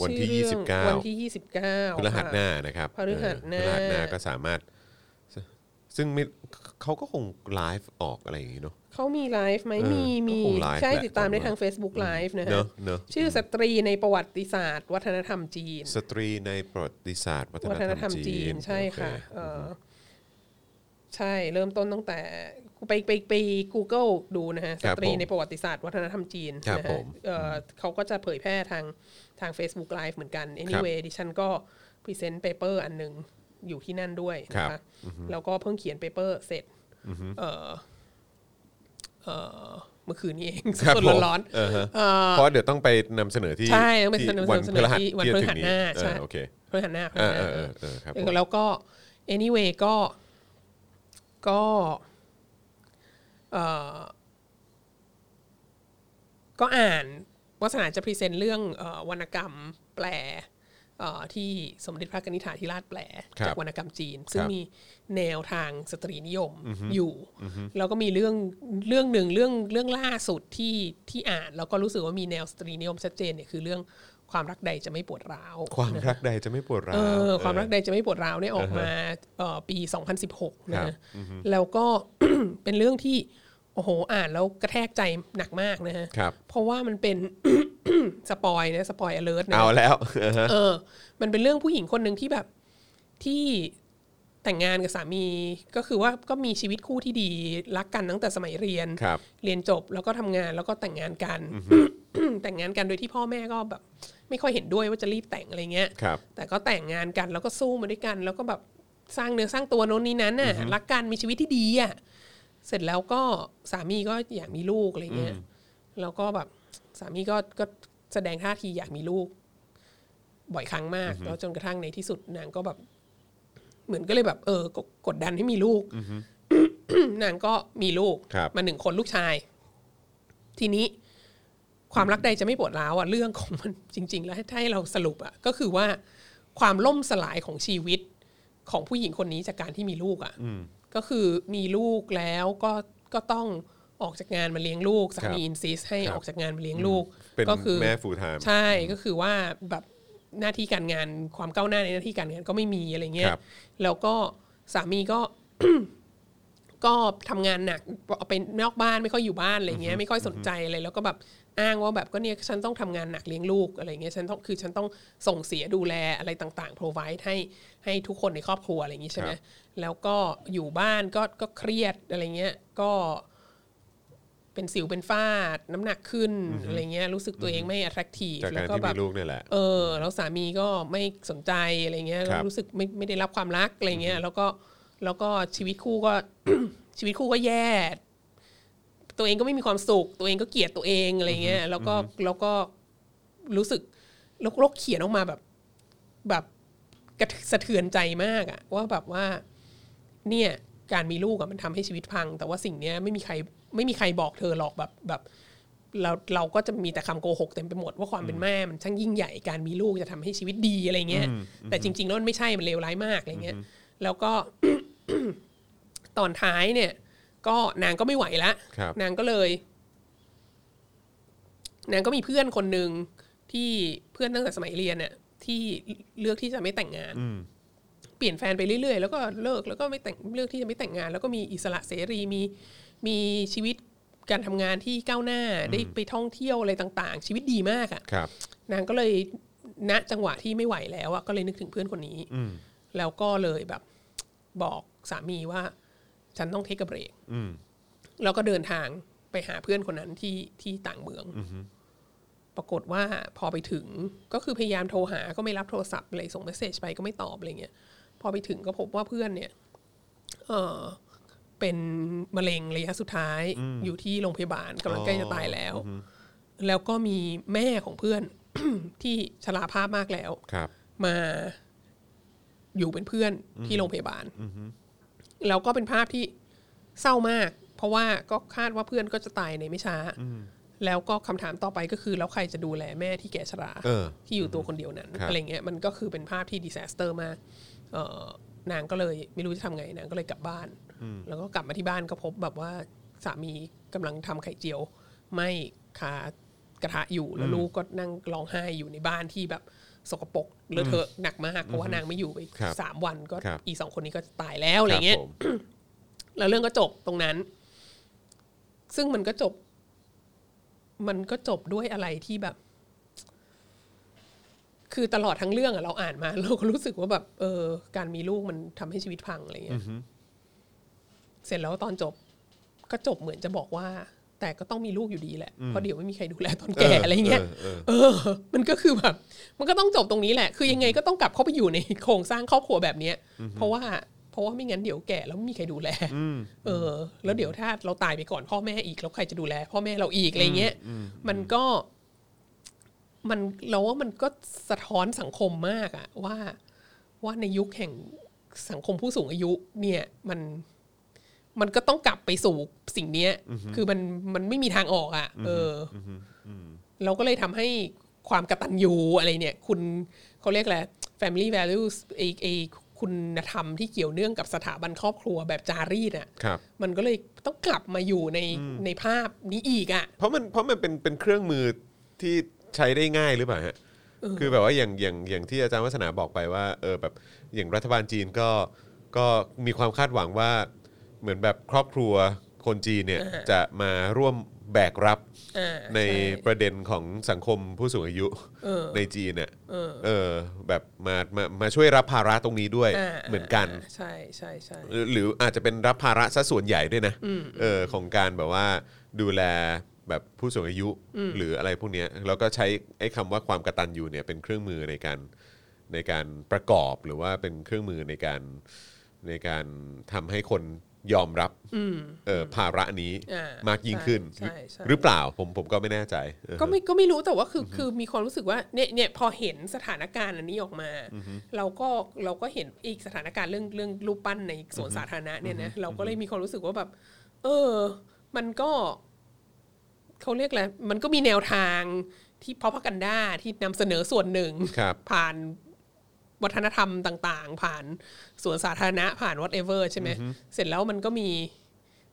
[SPEAKER 2] วันที่
[SPEAKER 3] ชื่อเรื่
[SPEAKER 2] 29
[SPEAKER 3] องวันที่ยี่สิบเก้า
[SPEAKER 2] พฤหัสหน้านะครับ
[SPEAKER 3] พฤหัสหน้า
[SPEAKER 2] เออพฤหัสหน้าก็สามารถ ซึ่งไม่เขาก็คงไลฟ์ออกอะไรอย่างนี้เนาะ
[SPEAKER 3] เขามีไลฟ์ไหม
[SPEAKER 2] เออ
[SPEAKER 3] มี
[SPEAKER 2] ก็
[SPEAKER 3] มี
[SPEAKER 2] คงไลฟ์
[SPEAKER 3] ใช่
[SPEAKER 2] แหละ
[SPEAKER 3] ติดตามได้
[SPEAKER 2] ผมว่า
[SPEAKER 3] ทาง Facebook Live นะ
[SPEAKER 2] เน
[SPEAKER 3] ฮะ
[SPEAKER 2] อะเนอะ
[SPEAKER 3] ชื่อสตรีในประวัติศาสตร์ วัฒนธรรมจีน
[SPEAKER 2] สตรีในประวัติศาสตร์ วั
[SPEAKER 3] วัฒนธรรมจีนใช่
[SPEAKER 2] โอเ
[SPEAKER 3] ค่ะเอ่อใช่เริ่มต้นตั้งแต่ไปไปไป Google ดูนะฮะส
[SPEAKER 2] ครับ
[SPEAKER 3] ตรี
[SPEAKER 2] ผม
[SPEAKER 3] ในประวัติศาสตร์วัฒนธรรมจีน
[SPEAKER 2] ครับ
[SPEAKER 3] นะ
[SPEAKER 2] ผ
[SPEAKER 3] ฮะ
[SPEAKER 2] ม
[SPEAKER 3] เอ่อเขาก็จะเผยแพร่ทางทาง Facebook Live เหมือนกัน anyway ดิฉันก็พรีเซนต์เปเปอร์อันหนึ่งอยู่ที่นั่นด้วยนะ
[SPEAKER 2] ครั
[SPEAKER 3] คะ
[SPEAKER 2] บ
[SPEAKER 3] แล้วก็เพิ่งเขียนเปเปอร์เสร็จเอ่อเอ่อเมื่อคืนนี้เอง
[SPEAKER 2] ครับ
[SPEAKER 3] สด
[SPEAKER 2] ผม
[SPEAKER 3] ๆร้อนๆ
[SPEAKER 2] เออฮะเพราะเดี๋ยวต้องไปนำเสนอที่
[SPEAKER 3] ใช่ต้องไปเสนอ
[SPEAKER 2] ที่วัน
[SPEAKER 3] เส
[SPEAKER 2] พ
[SPEAKER 3] น
[SPEAKER 2] ฤ
[SPEAKER 3] อ
[SPEAKER 2] หัส
[SPEAKER 3] ที่วัน
[SPEAKER 2] ที่
[SPEAKER 3] พฤ
[SPEAKER 2] จะถึ
[SPEAKER 3] หัส
[SPEAKER 2] งนี้
[SPEAKER 3] หน้า
[SPEAKER 2] เออ
[SPEAKER 3] ใช่
[SPEAKER 2] โอเค
[SPEAKER 3] พฤหัสหน้าพฤหัสห
[SPEAKER 2] เอ
[SPEAKER 3] น้า
[SPEAKER 2] อเออเออครับผม
[SPEAKER 3] แล้วก็ anyway ก็ก็เอ่อก็อ่านวัฒนาจะพรีเซนต์เรื่องเอ่อวรรณกรรมแปลเอ่อที่สมเด็จพระกนิษฐาธิราชแปล
[SPEAKER 2] ครับ
[SPEAKER 3] จากวรรณกรรมจีน ซึ่ง
[SPEAKER 2] ครับ
[SPEAKER 3] มีแนวทางสตรีนิยมอยู่ แล้วก็มีเรื่องเรื่องหนึ่งเรื่องเรื่องล่าสุดที่ที่อ่านแล้วก็รู้สึกว่ามีแนวสตรีนิยมชัดเจนเนี่ยคือเรื่องความรักใดจะไม่ปวดร้าว
[SPEAKER 2] ความ
[SPEAKER 3] นะ
[SPEAKER 2] รักใดจะไม่ปวดร้าว
[SPEAKER 3] เออ
[SPEAKER 2] เออ
[SPEAKER 3] ความรักใดจะไม่ปวดร้าวเนี่ยออกมาเอ่อปี 2016 นะครับ ฮะแล้วก็ [COUGHS] เป็นเรื่องที่ โอ้โห อ่านแล้วกระแทกใจหนักมากนะฮะ
[SPEAKER 2] ครับ
[SPEAKER 3] เพราะว่ามันเป็น [COUGHS] สปอยนะ สปอยอเลิร์นะ
[SPEAKER 2] เอาแล้วเออฮะ
[SPEAKER 3] เออ มันเป็นเรื่องผู้หญิงคนหนึ่งที่แบบที่แต่งงานกับสามีก็คือว่าก็มีชีวิตคู่ที่ดีรักกันตั้งแต่สมัยเรียน
[SPEAKER 2] ครับ
[SPEAKER 3] เรียนจบแล้วก็ทำงานแล้วก็แต่งงานกัน แต่งงานกันโดยที่พ่อแม่ก็แบบ ไม่ค่อยเห็นด้วยว่าจะรีบแต่งอะไรเงี้ย
[SPEAKER 2] ครับ
[SPEAKER 3] แต่ก็แต่งงานกันแล้วก็สู้มาด้วยกัน แล้วก็แบบสร้างเนื้อสร้างตัวโน้นนี้นั้นน่ะรักกันมีชีวิตที่ดีอ่ะเสร็จแล้วก็สามีก็อยากมีลูกอะไรเงี้ยแล้วก็แบบ สามีก็ก็แสดงท่าทีอยากมีลูก บ่อยครั้งมาก แล้วจนกระทั่งในที่สุดนางก็แบบ เหมือนก็เลยแบบ เออกดกดดันให้มีลูก นางก็มีลูก
[SPEAKER 2] ครับ
[SPEAKER 3] มาหนึ่งคนลูกชาย ทีนี้ความรักใดจะไม่ปวดร้าวอะเรื่องของมันจริง ๆ แล้วถ้าให้เราสรุปอะก็คือว่าความล่มสลายของชีวิตของผู้หญิงคนนี้จากการที่มีลูกอะก็คือมีลูกแล้วก็ก็ต้องออกจากงานมาเลี้ยงลูกสา
[SPEAKER 2] ครั
[SPEAKER 3] มี
[SPEAKER 2] บ
[SPEAKER 3] อินซิสให้
[SPEAKER 2] ครับ
[SPEAKER 3] ออกจากงานมาเลี้ยงลูก
[SPEAKER 2] เป็น
[SPEAKER 3] ก็คือ
[SPEAKER 2] แม่ฟูลไทม์
[SPEAKER 3] ใช่ก็คือว่าแบบหน้าที่การงานความก้าวหน้าในหน้าที่การงานก็ไม่มีอะไรเงี้ย
[SPEAKER 2] ครับ
[SPEAKER 3] แล้วก็สามีก็ [COUGHS] ก็ทำงานหนักเป็นนอกบ้านไม่ค่อยอยู่บ้านอะไรเงี้ยไม่ค่อยสนใจอะไรแล้วก็แบบอ้างว่าแบบก็เนี่ยฉันต้องทำงานหนักเลี้ยงลูกอะไรเงี้ยฉันต้องคือฉันต้องส่งเสียดูแลอะไรต่างๆ provide ให้ให้ทุกคนในครอบครัวอะไรอย่างงี้ใช่ไหม
[SPEAKER 2] ครับ
[SPEAKER 3] แล้วก็อยู่บ้านก็ก็เครียดอะไรเงี้ยก็ เป็นสิวเป็นฝ้าน้ำหนักขึ้นอะไรเงี้ยรู้สึกตัวเองไม่ attractive
[SPEAKER 2] จาก
[SPEAKER 3] แล้
[SPEAKER 2] กาว รที่
[SPEAKER 3] ก็แบ
[SPEAKER 2] มี
[SPEAKER 3] บ
[SPEAKER 2] ลูกเนี่ยแหละ
[SPEAKER 3] เออแล้วสามีก็ไม่สนใจอะไรเงี้ย
[SPEAKER 2] ครับ
[SPEAKER 3] รู้สึกไม่ไม่ได้รับความรักอะไรเงี้ยแล้วก็แล้วก็ชีวิตคู่ก็ [COUGHS] ชีวิตคู่ก็แย่ ตัวเองก็ไม่มีความสุข ตัวเองก็เกลียดตัวเองอะไรเงี้ยแล้วก็แล้วก็รู้สึกแล้วโรคเขียนออกมาแบบแบบกระสะเทือนใจมากอะว่าแบบว่า เนี่ยการมีลูกอะมันทำให้ชีวิตพัง แต่ว่าสิ่งเนี้ยไม่มีใครไม่มีใครบอกเธอหรอกแบบแบบเราเราก็จะมีแต่คำโกหกเต็มไปหมดว่าความเป็นแม่มันช่างยิ่งใหญ่การมีลูกจะทำให้ชีวิตดีอะไรเงี้ยแต่จริงๆแล้วมันไม่ใช่มันเลวร้ายมากอะไรเงี้ยแล้วก็ [COUGHS] ตอนท้ายเนี่ย ก็นางก็ไม่ไหวละ
[SPEAKER 2] ครับ
[SPEAKER 3] นางก็เลย นางก็มีเพื่อนคนหนึ่งที่เพื่อนตั้งแต่สมัยเรียนเนี่ยที่เลือกที่จะไม่แต่งงาน เปลี่ยนแฟนไปเรื่อยๆ แล้วก็เลิกแล้วก็ไม่แต่งเลือกที่จะไม่แต่งงาน แล้วก็มีอิสระเสรีมีมีชีวิตการทำงานที่ก้าวหน้าได้ไปท่องเที่ยวอะไรต่างๆ ชีวิตดีมากอะ
[SPEAKER 2] ครับ
[SPEAKER 3] นางก็เลยณจังหวะที่ไม่ไหวแล้วอะก็เลยนึกถึงเพื่อนคนนี้แล้วก็เลยแบบบอกสามีว่า ฉันต้องเทคเบรกแล้วก็เดินทางไปหาเพื่อนคนนั้นที่ที่ต่างเมืองปรากฏว่าพอไปถึงก็คือพยายามโทรหาก็ไม่รับโทรศัพท์เลยส่งเมสเซจไปก็ไม่ตอบอะไรเงี้ยพอไปถึงก็พบว่าเพื่อนเนี่ย เออเป็นมะเร็งระยะสุดท้าย อยู่ที่โรงพยาบาลกำลังใกล้จะตายแล้ว แล้วก็มีแม่ของเพื่อน [COUGHS] ที่ชราภาพมากแล้ว
[SPEAKER 2] ครับ
[SPEAKER 3] มาอยู่เป็นเพื่อนที่โรงพยาบาลแล้วก็เป็นภาพที่เศร้ามาก เพราะว่าก็คาดว่าเพื่อนก็จะตายในไม่ช้าแล้วก็คำถามต่อไปก็คือ แล้วใครจะดูแลแม่ที่แก่ชรา
[SPEAKER 2] เออ
[SPEAKER 3] ที่อยู่ตัวคนเดียวนั้น
[SPEAKER 2] ครับ
[SPEAKER 3] อะไรเงี้ยมันก็คือเป็นภาพที่ดี s ซสเตอร์มากเออนางก็เลยไม่รู้จะทำไงนางก็เลยกลับบ้าน แล้วก็กลับมาที่บ้านก็พบแบบว่าสามีกำลังทำไข่เจียวไหม่คากระทะอยู่แล้วลูกก็นั่งร้องไห้อยู่ในบ้านที่แบบสกปรกเลอะเทอะหนักมากเพราะว่านางไม่อยู่ไป
[SPEAKER 2] ครับ
[SPEAKER 3] สามวันก็
[SPEAKER 2] ครับ
[SPEAKER 3] อีสองคนนี้ก็ตายแล้วอะไรเงี้
[SPEAKER 2] ค
[SPEAKER 3] ย
[SPEAKER 2] รับผม
[SPEAKER 3] แล้วเรื่องก็จบตรงนั้น ซึ่งมันก็จบ มันก็จบด้วยอะไรที่แบบ คือตลอดทั้งเรื่องอะเราอ่านมา เราก็รู้สึกว่าแบบ เออ การมีลูกมันทำให้ชีวิตพังอะไรเงี้ย เสร็จแล้วตอนจบ ก็จบเหมือนจะบอกว่า แต่ก็ต้องมีลูกอยู่ดีแหละ เพราะเดี๋ยวไม่มีใครดูแลตอนแก่อะไรเงี้ย
[SPEAKER 2] เออ
[SPEAKER 3] เออ มันก็คือแบบ มันก็ต้องจบตรงนี้แหละ คือยังไงก็ต้องกลับเข้าไปอยู่ในโครงสร้างครอบครัวแบบเนี้ย เพราะว่า เพราะว่าไม่งั้นเดี๋ยวแก่แล้วไม่มีใครดูแล เออ แล้วเดี๋ยวถ้าเราตายไปก่อนพ่อแม่อีกแล้วใครจะดูแล พ่อแม่เราอีกอะไรเงี้ย มันก็ มันเราว่ามันก็สะท้อนสังคมมากอะว่าว่าในยุคแห่งสังคมผู้สูงอายุ เนี่ยมัน มันก็ต้องกลับไปสู่สิ่งเนี้ย คือมันมันไม่มีทางออกอะเอออ เราก็เลยทำให้ความกระตันยูอะไรเนี่ย คุณเขาเรียกอะไร family values ไอไอคุณธรรมที่เกี่ยวเนื่องกับสถาบันครอบครัวแบบจารีตอ่ะ
[SPEAKER 2] ครับ
[SPEAKER 3] มันก็เลยต้องกลับมาอยู่ในในภาพนี้อีกอ่ะ
[SPEAKER 2] เพราะมันเพราะมันเป็นเป็นเครื่องมือที่ใช้ได้ง่ายหรือเปล่าฮะคือแบบว่าอย่างอย่างอย่างที่อาจารย์วัฒนาบอกไปว่าเออแบบอย่างรัฐบาลจีนก็ก็มีความคาดหวังว่าเหมือนแบบครอบครัวคนจีนเนี่ย
[SPEAKER 3] อ่า
[SPEAKER 2] จะมาร่วมแบกรับ
[SPEAKER 3] อ่า
[SPEAKER 2] ใน
[SPEAKER 3] ช่
[SPEAKER 2] ประเด็นของสังคมผู้สูงอายุ
[SPEAKER 3] เออ
[SPEAKER 2] ในจีนเนี่ย
[SPEAKER 3] เออ
[SPEAKER 2] เออแบบมามามาช่วยรับภาระตรงนี้ด้วยเหมือนกัน
[SPEAKER 3] าใช่ใช่ใช่
[SPEAKER 2] หรือหรืออาจจะเป็นรับภาระซะส่วนใหญ่ด้วยนะเออของการแบบว่าดูแลแบบผู้สูงอายุหรืออะไรพวกเนี้ยแล้วก็ใช้ไอ้คำว่าความกระตันยูเนี่ยเป็นเครื่องมือในการในการประกอบหรือว่าเป็นเครื่องมือในการในการทำให้คน ยอมรับเอ่อภาระนี้
[SPEAKER 3] อ่าม
[SPEAKER 2] ากยิ่งขึ้น
[SPEAKER 3] ใช่ใช่
[SPEAKER 2] หรือเปล่าผมผมก็ไม่แน่ใจเออ
[SPEAKER 3] ก็ไม่ก็ไม่รู้แต่ว่าคือคือมีความรู้สึกว่าเนี่ยเนี่ยพอเห็นสถานการณ์อันนี้ออกมา เราก็เราก็เห็นอีกสถานการณ์เรื่องเรื่องรูปปั้นในสวนสาธารณะเนี่ยนะเราก็เลยมีความรู้สึกว่าแบบ เออ มันก็เขาเรียกอะไรมันก็มีแนวทางที่พอพักกันด้าที่นำเสนอส่วนหนึ่ง
[SPEAKER 2] ครับ
[SPEAKER 3] ผ่านวัฒนธรรมต่าง ๆ ผ่านสวนสาธารณะผ่าน whatever ใช่ไหมเสร็จแล้วมันก็มี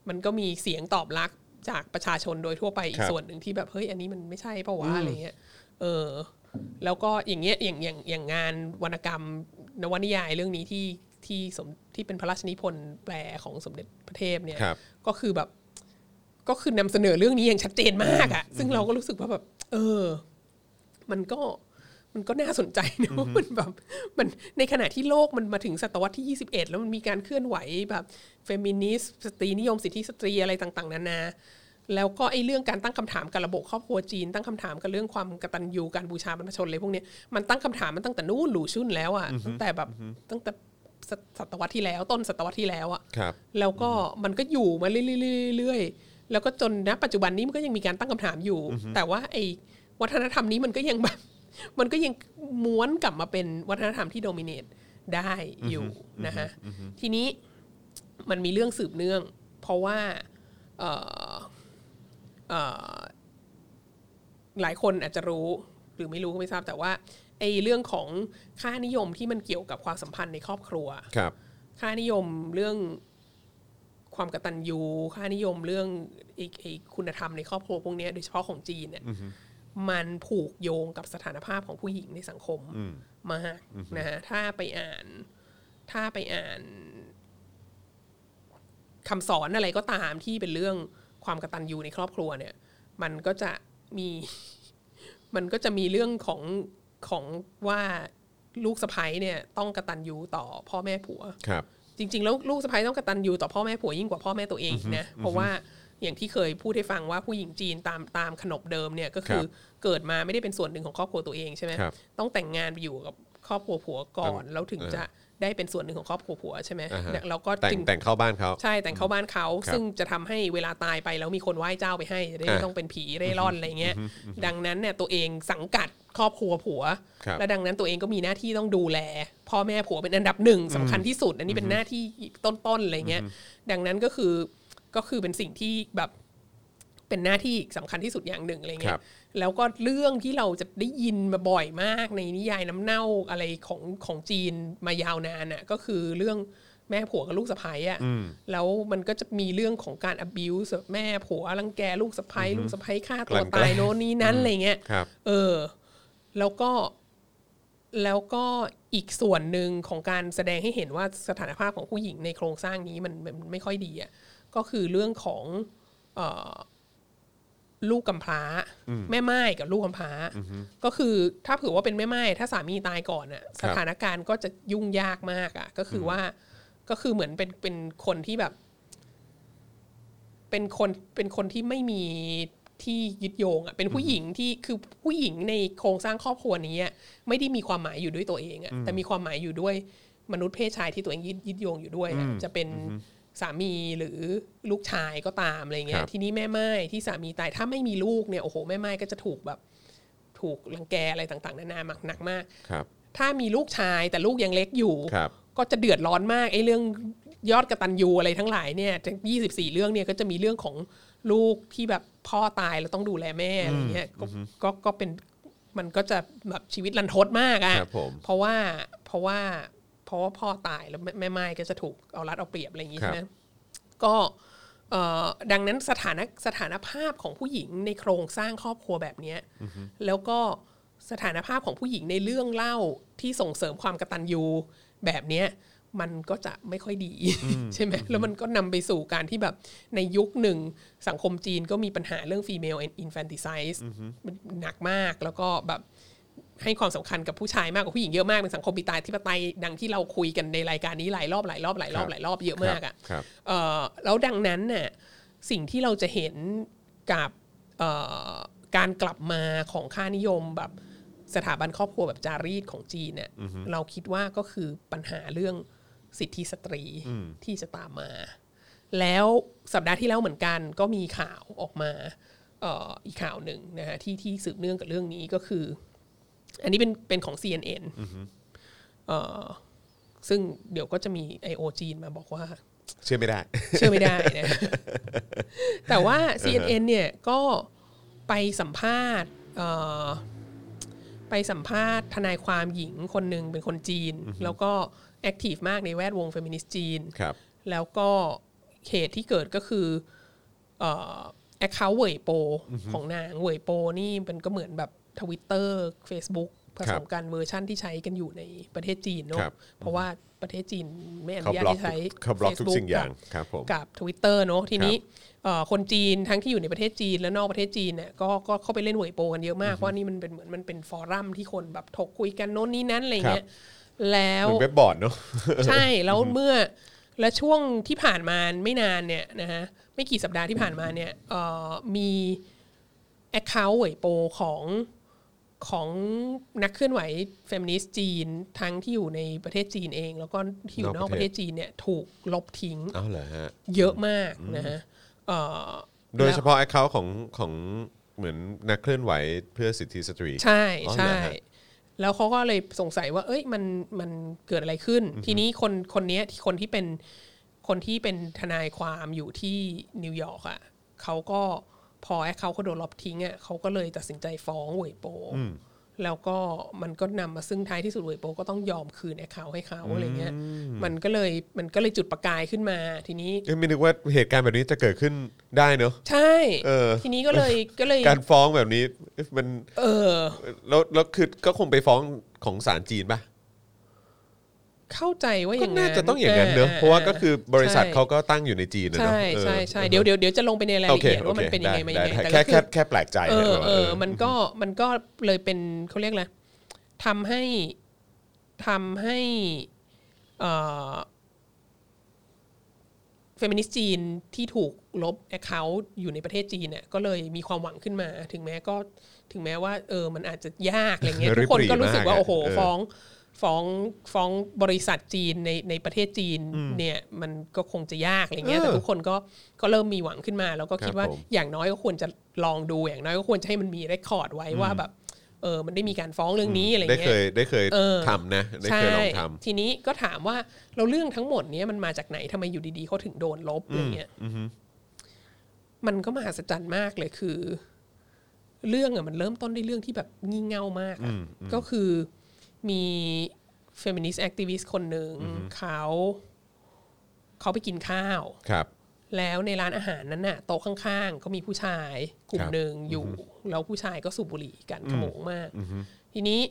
[SPEAKER 3] มันก็มีเสียงตอบรับจากประชาชนโดยทั่วไป
[SPEAKER 2] ค
[SPEAKER 3] อีก
[SPEAKER 2] รับ
[SPEAKER 3] ส่วนหนึ่งที่แบบเฮ้ยอันนี้มันไม่ใช่เปะวะอะไรเงี้ยเออ แล้วก็อย่างเงี้ยอย่างอย่างอย่างงานวรรณกรรมนวนิยายเรื่องนี้ที่ที่สมที่เป็นพระราชนิพนธ์แปลของสมเด็จพระเทพเนี่ย
[SPEAKER 2] ครับ
[SPEAKER 3] ก็คือแบบก็คือนำเสนอเรื่องนี้อย่างชัดเจนมากอะซึ่งเราก็รู้สึกว่าแบบ เออ มันก็มันก็น่าสนใจเนอะมันแบบมันในขณะที่โลกมันมาถึงศตวรรษที่ 21 แล้วมันมีการเคลื่อนไหวแบบเฟมินิสต์สตรีนิยมสิทธิสตรีอะไรต่าง ๆ นานา แล้วก็ไอ้เรื่องการตั้งคำถามกับระบบครอบครัวจีน ตั้งคำถามกับเรื่องความกตัญญูการบูชาบรรพชนอะไรพวกเนี้ยมันตั้งคำถามมันตั้งแต่นู่นหลู่ชุนแล้วอะตั้งแต่แบบตั้งแต่ศศตวรรษที่แล้ว ต้นศตวรรษที่แล้วอะ
[SPEAKER 2] ครับ
[SPEAKER 3] แล้วก็มันก็อยู่มาเรื่อยๆเรื่อยๆแล้วก็จนณปัจจุบันนี้มันก็ยังมีการตั้งคำถามอยู่ แต่ว่าไอ้วัฒนธรรมนี้มันก็ยังแบบ [LAUGHS] มันก็ยังม้วนกลับมาเป็นวัฒนธรรมที่โดมิเนตได้อยู่นะฮะทีนี้มันมีเรื่องสืบเนื่อง เพราะว่าเอ่อเอ่อหลายคนอาจจะรู้ หรือไม่รู้ก็ไม่ทราบแต่ว่าไอ้เรื่องของค่านิยมที่มันเกี่ยวกับความสัมพันธ์ในครอบครัว
[SPEAKER 2] ครับ
[SPEAKER 3] ค่านิยมเรื่องความกตัญญูค่านิยมเรื่องไอ้ไอ้คุณธรรมในครอบครัวพวกเนี้ยโดยเฉพาะของจีนเนี่ยมันผูกโยงกับสถานภาพของผู้หญิงในสังคมมากนะฮะถ้าไปอ่าน ถ้าไปอ่านคำสอนอะไรก็ตามที่เป็นเรื่องความกตัญญูในครอบครัวเนี่ย มันก็จะมี [LAUGHS] มันก็จะมีเรื่องของของว่าลูกสะใภ้เนี่ย ต้องกตัญญูต่อพ่อแม่ผัว
[SPEAKER 2] ครับ
[SPEAKER 3] จริงๆ แล้วลูกสะใภ้ต้องกตัญญูต่อพ่อแม่ผัวยิ่งกว่าพ่อแม่ตัวเองอีกนะ เพราะว่าอย่างที่เคยพูดให้ฟังว่าผู้หญิงจีนตามตามขนบเดิมเนี่ยก็คือ
[SPEAKER 2] ครับ
[SPEAKER 3] เกิดมาไม่ได้เป็นส่วนหนึ่งของครอบครัวตัวเองใช่ไหม
[SPEAKER 2] ครับ
[SPEAKER 3] ต้องแต่งงานไปอยู่กับครอบครัวผัวก่อน แล้วถึง
[SPEAKER 2] เออ
[SPEAKER 3] จะได้เป็นส่วนหนึ่งของครอบครัวผัวใช่ไหม
[SPEAKER 2] อ่าฮะ
[SPEAKER 3] แล้วก็
[SPEAKER 2] แต่ง
[SPEAKER 3] จึง
[SPEAKER 2] แต่งเข้าบ้านเขา
[SPEAKER 3] ใช่แต่งเข้าบ้านเขา
[SPEAKER 2] ครับ
[SPEAKER 3] ซึ่งจะทำให้เวลาตายไปแล้วมีคนไหว้เจ้าไปให้จะได้ไม่
[SPEAKER 2] อ่ะ
[SPEAKER 3] ต้องเป็นผีเร่ร่อนอะไรเงี้ยดังนั้นเนี่ยตัวเองสังกัดครอบครัวผัว
[SPEAKER 2] ครับ
[SPEAKER 3] และดังนั้นตัวเองก็มีหน้าที่ต้องดูแลพ่อแม่ผัวเป็นอันดับหนึ่งสำคัญที่สุด อันนี้เป็นหน้าที่ต้นๆอะไรเงี้ยดังนั้นก็คือก็คือเป็นสิ่งที่แบบเป็นหน้าที่สำคัญที่สุดอย่างหนึ่งอะไร
[SPEAKER 2] ค
[SPEAKER 3] เงี้
[SPEAKER 2] รั
[SPEAKER 3] ย
[SPEAKER 2] บ
[SPEAKER 3] แล้วก็เรื่องที่เราจะได้ยินมาบ่อยมากในนิยายน้ำเน่าอะไรของของจีนมายาวนานอ่ะก็คือเรื่องแม่ผัวกับลูกสะใภ้อ่ะ แล้วมันก็จะมีเรื่องของการ abuse แบบแม่ผัวรังแกลูกสะใภ้ลูกสะใภ้ฆ่า
[SPEAKER 2] ก
[SPEAKER 3] ตั
[SPEAKER 2] ลั่
[SPEAKER 3] วน
[SPEAKER 2] แกล้
[SPEAKER 3] ตาย
[SPEAKER 2] ง
[SPEAKER 3] โน่นนี้นั้นอะไรเงี้ย
[SPEAKER 2] ครับ
[SPEAKER 3] เออ แล้วก็แล้วก็อีกส่วนหนึ่งของการแสดงให้เห็นว่าสถานภาพของผู้หญิงในโครงสร้างนี้มันมันไม่ค่อยดีอ่ะก็คือเรื่องของเออลูกกำพร้า แม่ไม้กับลูกกำพร้า ก็คือถ้าเผื่อว่าเป็นแม่ไม้ถ้าสามีตายก่อนอ่ะ
[SPEAKER 2] ครั
[SPEAKER 3] ส
[SPEAKER 2] บ
[SPEAKER 3] ถานการณ์ก็จะยุ่งยากมากอ่ะ ก็คือว่าก็คือเหมือนเป็นเป็นคนที่แบบ เป็นคนเป็นคนที่ไม่มีที่ยึดโยงอ่ะเป็นผู้หญิงที่คือผู้หญิงในโครงสร้างครอบครัวนี้อะไม่ได้มีความหมายอยู่ด้วยตัวเองอ่ะแต่มีความหมายอยู่ด้วยมนุษย์เพศชายที่ตัวเองยึดยึดโยงอยู่ด้วยอะจะเป็นสามีหรือลูกชายก็ตามอะไรเงี้
[SPEAKER 2] ค
[SPEAKER 3] ย
[SPEAKER 2] รับ
[SPEAKER 3] ทีนี้แม่ไม้ที่สามีตายถ้าไม่มีลูกเนี่ยโอ้โหแม่ไม้ก็จะถูกแบบถูกรังแกอะไรต่างๆนานาหนักมาก
[SPEAKER 2] ครับ
[SPEAKER 3] ถ้ามีลูกชายแต่ลูกยังเล็กอยู่
[SPEAKER 2] ครับ
[SPEAKER 3] ก็จะเดือดร้อนมากไอ้เรื่องยอดกระตันยูอะไรทั้งหลายเนี่ยจากยี่สิบสี่เรื่องเนี่ยก็จะมีเรื่องของลูกที่แบบพ่อตายแล้วต้องดูแลแม่อะไรเงี้ยก็ก็ก็เป็นมันก็จะแบบชีวิตรันทดมากอะ
[SPEAKER 2] ครับผม
[SPEAKER 3] เพราะว่าเพราะว่าเพราะว่าพ่อตายแล้วแม่แม่ไม้ก็จะถูกเอารัดเอาเปรียบอะไรอย่างงี้
[SPEAKER 2] ครั
[SPEAKER 3] ใช่
[SPEAKER 2] บ
[SPEAKER 3] ไหมก็เอ่อดังนั้นสถานะสถานภาพของผู้หญิงในโครงสร้างครอบครัวแบบเนี้ยแล้วก็สถานภาพของผู้หญิงในเรื่องเล่าที่ส่งเสริมความกตัญญูแบบเนี้ยมันก็จะไม่ค่อยดี [LAUGHS] ใช่ไหมแล้วมันก็นำไปสู่การที่แบบในยุคหนึ่งสังคมจีนก็มีปัญหาเรื่อง female infanticide มันหนักมากแล้วก็แบบ ให้ความสำคัญกับผู้ชายมากกว่าผู้หญิงเยอะมากเป็นสังคมปีตายที่ปไตยดังที่เราคุยกันในรายการนี้หลายรอบหลายรอบหลายรอบหลายรอบเยอะมากอ่ะ
[SPEAKER 2] ครับ
[SPEAKER 3] เอ่อแล้วดังนั้นน่ะสิ่งที่เราจะเห็นกับเอ่อการกลับมาของค่านิยมแบบสถาบันครอบครัวแบบจารีตของจีนเนี่ยเราคิดว่าก็คือปัญหาเรื่องสิทธิสตรีที่จะตามมา แล้วสัปดาห์ที่แล้วเหมือนกันก็มีข่าวออกมาเอ่ออีกข่าวหนึ่งนะฮะที่ที่สืบเนื่องกับเรื่องนี้ก็คือ อันนี้เป็นเป็นของ CNN เอ่อซึ่งเดี๋ยวก็จะมี IO จีนมาบอกว่า
[SPEAKER 2] เชื่อไม่ได้
[SPEAKER 3] เชื่อไม่ได้นะ
[SPEAKER 2] [LAUGHS]
[SPEAKER 3] แต่ว่า CNN เนี่ยก็ไปสัมภาษณ์เอ่อไปสัมภาษณ์ทนายความหญิงคนหนึ่งเป็นคนจีน แล้วก็แอคทีฟมากในแวดวงเฟมินิสต์จีน
[SPEAKER 2] ครับ
[SPEAKER 3] แล้วก็เหตุที่เกิดก็คือแอคเคาท์เว่ยโปของนางเว่ยโปนี่มันก็เหมือนแบบทวิตเตอร์ Facebook ผสมกันเวอร์ชั่นที่ใช้กันอยู่ในประเทศจีนเนอะ
[SPEAKER 2] ครับ
[SPEAKER 3] เพราะว่าประเทศจีนไม่อ
[SPEAKER 2] เขา
[SPEAKER 3] นุญาต
[SPEAKER 2] บล็อก
[SPEAKER 3] ให้ใช้
[SPEAKER 2] เขาบล็อกทุก
[SPEAKER 3] Facebook
[SPEAKER 2] สิ่งอย่าง
[SPEAKER 3] กับ
[SPEAKER 2] ครับผม
[SPEAKER 3] กับ Twitter เนอะทีนี้เอ่อคนจีนทั้งที่อยู่ในประเทศจีนและนอกประเทศจีนเนี่ยก็ก็เข้าไปเล่นเวยโปกันเยอะมากเพราะนี่มันเป็นเหมือนมันเป็นฟอรัมที่คนแบบถกคุยกันโน้นนี่นั่นอะไรเงี้ยแล้ว
[SPEAKER 2] เหมื
[SPEAKER 3] [LAUGHS]
[SPEAKER 2] อนเว็บบอร์ดเนอะ
[SPEAKER 3] ใช่แล้วเมื่อและช่วงที่ผ่านมาไม่นานเนี่ยนะฮะไม่กี่สัปดาห์ที่ผ่านมาเนี่ยเอ่อมีแอคเคาท์เว่ยโปของของนักเคลื่อนไหวเฟมินิสต์จีนทั้งที่อยู่ในประเทศจีนเอง แล้วก็ที่อยู่น
[SPEAKER 2] น
[SPEAKER 3] อ
[SPEAKER 2] อก กป
[SPEAKER 3] ป
[SPEAKER 2] ระ ระ
[SPEAKER 3] เท
[SPEAKER 2] เท
[SPEAKER 3] ศ
[SPEAKER 2] ศ
[SPEAKER 3] จีนเนี่ยถูกลบทิ้ง
[SPEAKER 2] เอาเหรอฮะ
[SPEAKER 3] เยอะมากนะฮะเอ่อ
[SPEAKER 2] โดยเฉพาะแอคเคาท์ของของเหมือนนักเคลื่อนไหวเพื่อสิทธิสตรี
[SPEAKER 3] ใช่
[SPEAKER 2] อ๋อเหรอฮะ
[SPEAKER 3] ใช่ แล้วเขาก็เลยสงสัยว่า เอ้ยมันมันเกิดอะไรขึ้น ทีนี้คนคนเนี้ยคนที่เป็นคนที่เป็นทนายความอยู่ที่นิวยอร์กอ่ะเขาก็พอแอคเขาเขาโดนลบทิ้งอ่ะเขาก็เลยตัดสินใจฟ้องเวยโป แล้วก็มันก็นำมาซึ่งท้ายที่สุดเวยโปก็ต้องยอมคืนแอคเขาให้เขาอะไรเงี้ยมันก็เลยมันก็เลยจุดประกายขึ้นมาทีนี้
[SPEAKER 2] เอ้ยไม่นึกว่าเหตุการณ์แบบนี้จะเกิดขึ้นได้เนอะ
[SPEAKER 3] ใช่
[SPEAKER 2] เออ
[SPEAKER 3] ทีนี้ก็เลยก็เลย
[SPEAKER 2] การฟ้องแบบนี้มัน
[SPEAKER 3] เออ
[SPEAKER 2] แล้วแล้วคือก็คงไปฟ้องของศาลจีนป่ะ
[SPEAKER 3] เข้าใจว่าอ
[SPEAKER 2] ก็
[SPEAKER 3] ย่าง
[SPEAKER 2] น่าจะต้องอย่างนั้นเนอะเพราะว่าก็คือบริษัท
[SPEAKER 3] ใช่
[SPEAKER 2] เขาก็ตั้งอยู่ในจีนนะเนอะ
[SPEAKER 3] ใช่ใช่
[SPEAKER 2] ออ
[SPEAKER 3] ใช่เดี๋ยวเดี๋ยวเดี๋ยวจะลงไปในราย
[SPEAKER 2] โอ
[SPEAKER 3] ละ
[SPEAKER 2] เค
[SPEAKER 3] เอียด
[SPEAKER 2] โอ
[SPEAKER 3] ว่า
[SPEAKER 2] เค
[SPEAKER 3] มันเป็นยังไงมายังไง
[SPEAKER 2] ด้ด้
[SPEAKER 3] แต่
[SPEAKER 2] แค่
[SPEAKER 3] ก็
[SPEAKER 2] แค่
[SPEAKER 3] คือ
[SPEAKER 2] แค่แปลกใจ
[SPEAKER 3] เออ
[SPEAKER 2] แบบว่า
[SPEAKER 3] เออ
[SPEAKER 2] เออ
[SPEAKER 3] มันก็มันก็เลยเป็นเขาเรียกอะไรทำให้ทำให้เฟมินิสต์จีนที่ถูกลบแอคเคาท์อยู่ในประเทศจีนเนี่ยก็เลยมีความหวังขึ้นมา ถึงแม้ก็ถึงแม้ว่า เออมันอาจจะยากอะไรเงี้ยทุกคนก็รู้สึกว่าโอ้โหฟ้อง ฟ้องฟ้องบริษัทจีนในในประเทศจีนเนี่ยมันก็คงจะยากอะไรเงี้ยแต่ทุกคนก็ก็เริ่มมีหวังขึ้นมา แล้วก็คิดว่าอย่างน้อยก็ควรจะลองดูอย่างน้อยก็ควรจะให้มันมีเรคคอร์ดไว้ว่าแบบเออมันได้มีการฟ้องเรื่องนี้อะไร
[SPEAKER 2] ได้
[SPEAKER 3] เงี้
[SPEAKER 2] เค
[SPEAKER 3] ย
[SPEAKER 2] ยได้เคย
[SPEAKER 3] เออ
[SPEAKER 2] ทำนะได้เคยลองท
[SPEAKER 3] ทีนี้ก็ถามว่าเราเรื่องทั้งหมดเนี้ยมันมาจากไหนทำไมอยู่ดีๆเขาถึงโดนลบอะไรเงี้ยมันก็มหัศจรรย์มากเลยคือ เรื่องอะมันเริ่มต้นด้วยเรื่องที่แบบงี่เง่ามากอะก็คือมีเฟมินิสต์แอคทิวิสต์คนหนึ่งเขาเขาไปกินข้าว
[SPEAKER 2] ำครับ
[SPEAKER 3] แล้วในร้านอาหารนั้นน่ะโต๊ะข้างๆ ก็มีผู้ชายกลุ่ม
[SPEAKER 2] ครับ
[SPEAKER 3] หนึ่งอยู่ แล้วผู้ชายก็สูบบุหรี่กันขโมงมาก ทีนี้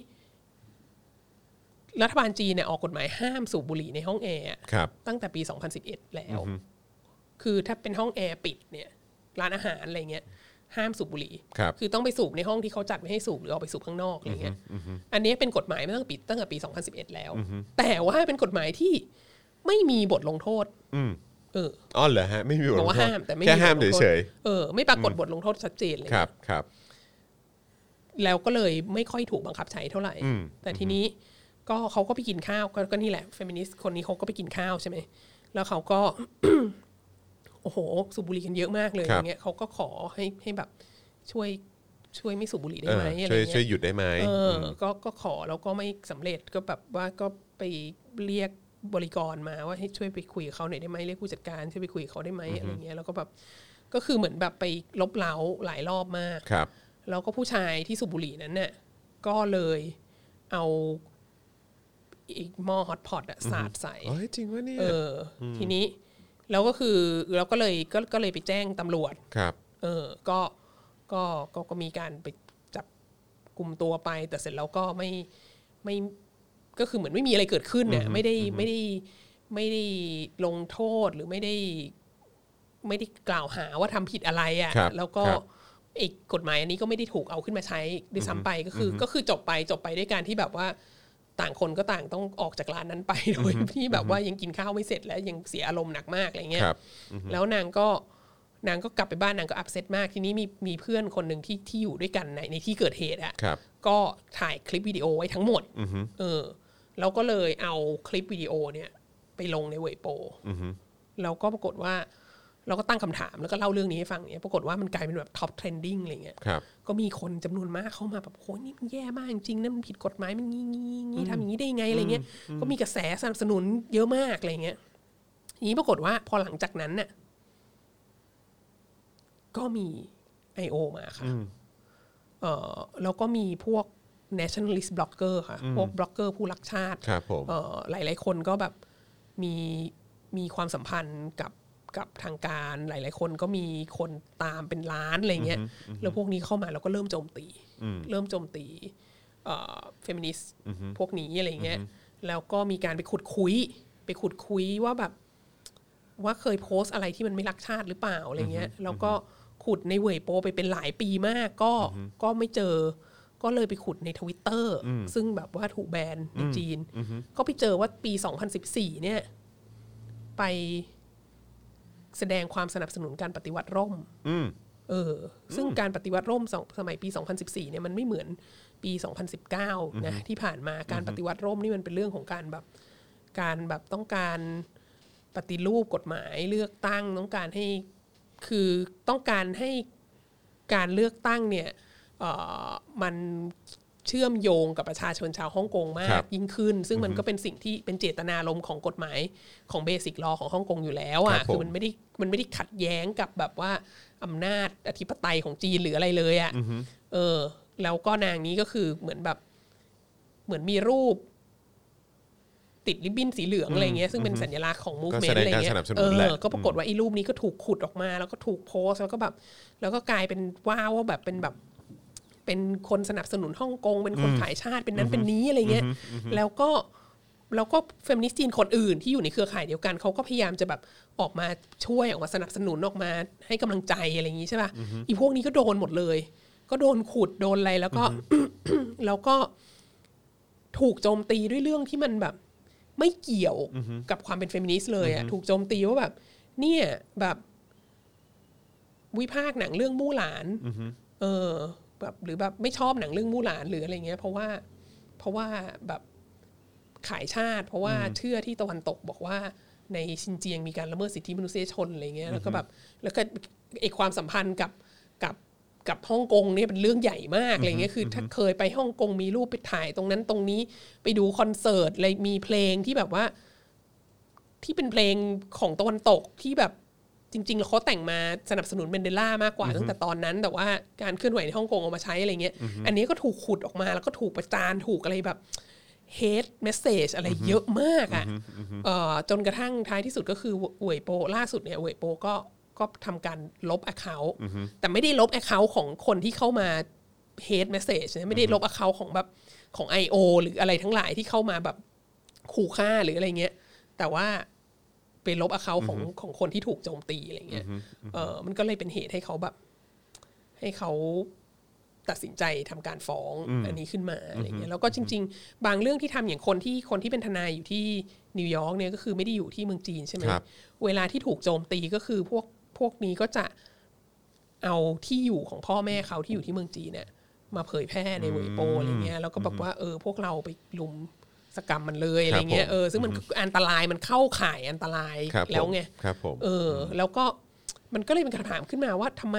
[SPEAKER 3] รัฐบาลจีนเนี่ยออกกฎหมายห้ามสูบบุหรี่ในห้องแอร์อะ
[SPEAKER 2] ครับ
[SPEAKER 3] ตั้งแต่ปี 2011 แล้ว คือถ้าเป็นห้องแอร์ปิดเนี่ย ร้านอาหารอะไรเงี้ย ห้ามสูบบุหรี่
[SPEAKER 2] ครับ
[SPEAKER 3] อต้องไปสูบในห้องที่เขาจัดไม่ให้สูบหรือออกไปสูบข้างนอกอะไรเงี้ย อันนี้เป็นกฎหมายมาตั้งแต่ปีตั้งแต่ปี 2011 แล้ว แต่ว่าเป็นกฎหมายที่ไม่มีบทลงโทษเออ
[SPEAKER 2] อ๋อเหรอฮะไม่มีบท
[SPEAKER 3] บ
[SPEAKER 2] ล
[SPEAKER 3] อก
[SPEAKER 2] ง
[SPEAKER 3] ว่า
[SPEAKER 2] โทษ
[SPEAKER 3] ห้ามแต่ไม่
[SPEAKER 2] แค่ห้าม
[SPEAKER 3] บทลงโทษ
[SPEAKER 2] เฉย
[SPEAKER 3] เออไม่ปรากฏบทลงโทษชัดเจนเลย
[SPEAKER 2] ๆครับครับ
[SPEAKER 3] แล้วก็เลยไม่ค่อยถูกบังคับใช้เท่าไหร่ แต่ทีนี้ก็เขาก็ไปกินข้าวก็ก็นี่แหละเฟมินิสต์คนนี้เขาก็ไปกินข้าวใช่ไหมแล้วเขาก็ [COUGHS] โอ้โหสูบบุหรี่กันเยอะมากเลย
[SPEAKER 2] ค
[SPEAKER 3] อ
[SPEAKER 2] รับ
[SPEAKER 3] ย่างเงี้ยเขาก็ขอให้ให้แบบช่วยช่วยไม่สูบบุหรี่ได้
[SPEAKER 2] เออ
[SPEAKER 3] ไหมอะไร
[SPEAKER 2] ช่วย
[SPEAKER 3] เงี้ย
[SPEAKER 2] ช่วยหยุดได้ไหม
[SPEAKER 3] เอออก็ก็ขอแล้วก็ไม่สำเร็จก็แบบว่าก็ไปเรียกบริกรมาว่าให้ช่วยไปคุยกับเขาหน่อยได้ไหมเรียกผู้จัดการช่วยไปคุยกับเขาได้ไหมอะไรเงี้ยแล้วก็แบบก็คือเหมือนแบบไปลบเล้าหลายรอบมาก
[SPEAKER 2] ครับ
[SPEAKER 3] แล้วก็ผู้ชายที่สูบบุหรี่นั้นเนี่ยก็เลยเอาอีกหม้อฮอตพอตอะสาดใส่
[SPEAKER 2] เอ้ยจริงวะเนี่ย
[SPEAKER 3] เอออทีนี้แล้วก็คือเราก็เลยก็ก็เลยไปแจ้งตำรวจ
[SPEAKER 2] ครับ
[SPEAKER 3] เออ ก็ ก็ ก็ ก็มีการไปจับกลุ่มตัวไป แต่เสร็จแล้วก็ไม่ ไม่ ก็คือเหมือนไม่มีอะไรเกิดขึ้นเนี่ย ไม่ได้ ไม่ได้ ไม่ได้ลงโทษหรือไม่ได้ ไม่ได้กล่าวหาว่าทำผิดอะไร
[SPEAKER 2] ครับ
[SPEAKER 3] อะ่ะ แล้วก็
[SPEAKER 2] ครับ
[SPEAKER 3] ไอีกกฎหมายอันนี้ก็ไม่ได้ถูกเอาขึ้นมาใช้ด้วยซ้ำไปก็คืออก็คือจบไป จบไปด้วยการที่แบบว่า ต่างคนก็ต่างต้องออกจากร้านนั้นไป โดยที่แบบว่ายังกินข้าวไม่เสร็จและยังเสียอารมณ์หนักมากอะไรเงี้ย
[SPEAKER 2] ครับ
[SPEAKER 3] แล้วนางก็นางก็กลับไปบ้านนางก็อับเซตมากทีนี้มีมีเพื่อนคนหนึ่งที่ที่อยู่ด้วยกันในในที่เกิดเหตุอะ
[SPEAKER 2] ครับ
[SPEAKER 3] ก็ถ่ายคลิปวิดีโอไว้ทั้งหมดเออแล้วก็เลยเอาคลิปวิดีโอเนี่ย ไปลงในเว็บโปแล้วก็ปรากฏว่า เราก็ตั้งคำถามแล้วก็เล่าเรื่องนี้ให้ฟังเนี่ยปรากฏว่ามันกลายเป็นแบบท็อปเทรนดิ้งอะไรเงี้ย
[SPEAKER 2] ครับ
[SPEAKER 3] ก็มีคนจำนวนมากเข้ามาแบบโอ้ยนี่มันแย่มากจริงๆนะมันผิดกฎหมายมันงี้งี้งี้ทำอย่างนี้ได้ยังไงอะไรเงี้ยก็มีกระแสสนับสนุนเยอะมากอะไรเงี้ยทีนี้ปรากฏว่าพอหลังจากนั้นน่ะก็มี I.O. มาค่ะเออแล้วก็มีพวก nationalist blogger ค่ะ พวกบล็อกเกอร์ผู้รักชาติ
[SPEAKER 2] ครับผม
[SPEAKER 3] เอ่อหลาย ๆ คนก็แบบมีมีความสัมพันธ์กับกับทางการหลาย ๆ คนก็มีคนตามเป็นล้านอะไรเงี้ยแล้วพวกนี้เข้ามาเราก็เริ่มโจมตี เริ่มโจมตีเอ่อฟมินิสต์พวกนี้อะไรเงี้ยแล้วก็มีการไปขุดคุย ไปขุดคุยว่าแบบ ว่าเคยโพสต์อะไรที่มันไม่รักชาติหรือเปล่าอะไรเงี้ย แล้วก็ขุดในเว่ยโปไปเป็นหลายปีมาก ก็ก็ไม่เจอ ก็เลยไปขุดในทวิตเตอร์ซึ่งแบบว่าถูกแบนในจีน ก็ไปเจอว่าปี 2014 เนี่ย ไปแสดงความสนับสนุนการปฏิวัติร่มเออ ซึ่งการปฏิวัติร่มสองสมัยปี 2014 เนี่ยมันไม่เหมือนปี 2019 นะที่ผ่านมาการปฏิวัติร่มนี่มันเป็นเรื่องของการแบบการแบบต้องการ ปฏิรูปกฎหมายเลือกตั้งต้องการให้คือต้องการให้การเลือกตั้งเนี่ยเอ่อมันเชื่อมโยงกับประชาชนชาวฮ่องกงมา
[SPEAKER 2] ครับ
[SPEAKER 3] กยิ่งขึ้น ซึ่งมันก็เป็นสิ่งที่เป็นเจตนารมณ์ของกฎหมายของเบสิกรอของฮ่องกงอยู่แล้ว
[SPEAKER 2] ครั
[SPEAKER 3] อ่ะ
[SPEAKER 2] บผม
[SPEAKER 3] คือมันไม่ได้มันไม่ได้ขัดแย้งกับแบบว่าอำนาจอธิปไตยของจีนหรืออะไรเลยอ่ะเออ แล้วก็นางนี้ก็คือเหมือนแบบเหมือนมีรูป ติดริบบิ้นสีเหลืองอะไรเงี้ยซึ่งเป็นสัญลักษณ์ของมูฟเมน
[SPEAKER 2] ก็แสด
[SPEAKER 3] ต์
[SPEAKER 2] ง
[SPEAKER 3] อะไร
[SPEAKER 2] การ
[SPEAKER 3] เงี้
[SPEAKER 2] ส
[SPEAKER 3] ย
[SPEAKER 2] นับสนุน
[SPEAKER 3] เอ
[SPEAKER 2] แหละ
[SPEAKER 3] อก็ปรากฏว่าไอ้รูปนี้ก็ถูกขุดออกมา แล้วก็ถูกโพสต์แล้วก็แบบ แล้วก็กลายเป็นว้าวว่าแบบเป็นแบบ เป็นคนสนับสนุนฮ่องกง เป็นคนขายชาติเป็นนั้นเป็นนี้อะไรเงี้ยแล้วก็แล้วก็เฟมินิสต์จีนคนอื่นที่อยู่ในเครือข่ายเดียวกันเขาก็พยายามจะแบบออกมาช่วยออกมาสนับสนุนออกมาให้กำลังใจอะไรอย่างนี้ใช่ป่ะอีพวกนี้ก็โดนหมดเลย ก็โดนขุดโดนอะไรแล้วก็ [COUGHS] แล้วก็ ถูกโจมตีด้วยเรื่องที่มันแบบ ไม่เกี่ยวกับความเป็นเฟมินิสต์เลยอะถูกโจมตีว่าแบบ เนี่ยแบบวิพากษ์หนังเรื่องมู่หลานเออ แบบหรือแบบไม่ชอบหนังเรื่องมู่หลานหรืออะไรเงี้ย เพราะว่า เพราะว่าแบบขายชาติ เพราะว่าเชื่อที่ตะวันตกบอกว่าในชินเจียงมีการละเมิดสิทธิมนุษยชนอะไรเงี้ยแล้วก็แบบแล้วก็ไอความสัมพันธ์กับกับกับฮ่องกงเนี่ยเป็นเรื่องใหญ่มากอะไรเงี้ยคือ ถ้าเคยไปฮ่องกงมีรูปไปถ่ายตรงนั้นตรงนี้ไปดูคอนเสิร์ตอะไรมีเพลงที่แบบว่า ที่เป็นเพลงของตะวันตกที่แบบจริงๆแล้วเขาแต่งมาสนับสนุนเบนเดล่ามากกว่าตั้งแต่ตอนนั้น แต่ว่าการเคลื่อนไหวในฮ่องกงเอามาใช้อะไรเงี้ย อันนี้ก็ถูกขุดออกมาแล้วก็ถูกประจานถูกอะไรแบบเฮดเมสเซจอะไรเยอะมากอ่ะเอ่อจนกระทั่งท้ายที่สุดก็คือเวยโปล่าสุดเนี่ยเวยโปก็ก็ทำการลบ Account แต่ไม่ได้ลบ Account ของคนที่เข้ามา เฮดเมสเซจไม่ได้ลบ Account ของแบบของ I.O. หรืออะไรทั้งหลายที่เข้ามาแบบขู่ฆ่าหรืออะไรเงี้ย แต่ว่า ไปลบ account ของของคนที่ถูกโจมตีอะไรเงี้ย เออมันก็เลยเป็นเหตุให้เขาแบบ ให้เขาตัดสินใจทำการฟ้องอันนี้ขึ้นมาอะไรเงี้ยแล้วก็จริง ๆ บางเรื่องที่ทำอย่างคนที่คนที่เป็นทนายอยู่ที่นิวยอร์กเนี่ยก็คือไม่ได้อยู่ที่เมืองจีนใช่ไหม
[SPEAKER 2] ครับ
[SPEAKER 3] เวลาที่ถูกโจมตีก็คือพวกพวกนี้ก็จะเอาที่อยู่ของพ่อแม่เขาที่อยู่ที่เมืองจีนเนี่ยมาเผยแพร่ในเว็บโปอะไรเงี้ยแล้วก็แบบว่าเออพวกเราไปลุมสกรรมมันเลยอะไรเงี้ยเออซึ่งมันอันตรายมันเข้าข่ายอันตราย
[SPEAKER 2] ครับผม
[SPEAKER 3] แล้วไง
[SPEAKER 2] ครับผม
[SPEAKER 3] เออแล้วก็มันก็เลยเป็นคำถามขึ้นมาว่าทำไม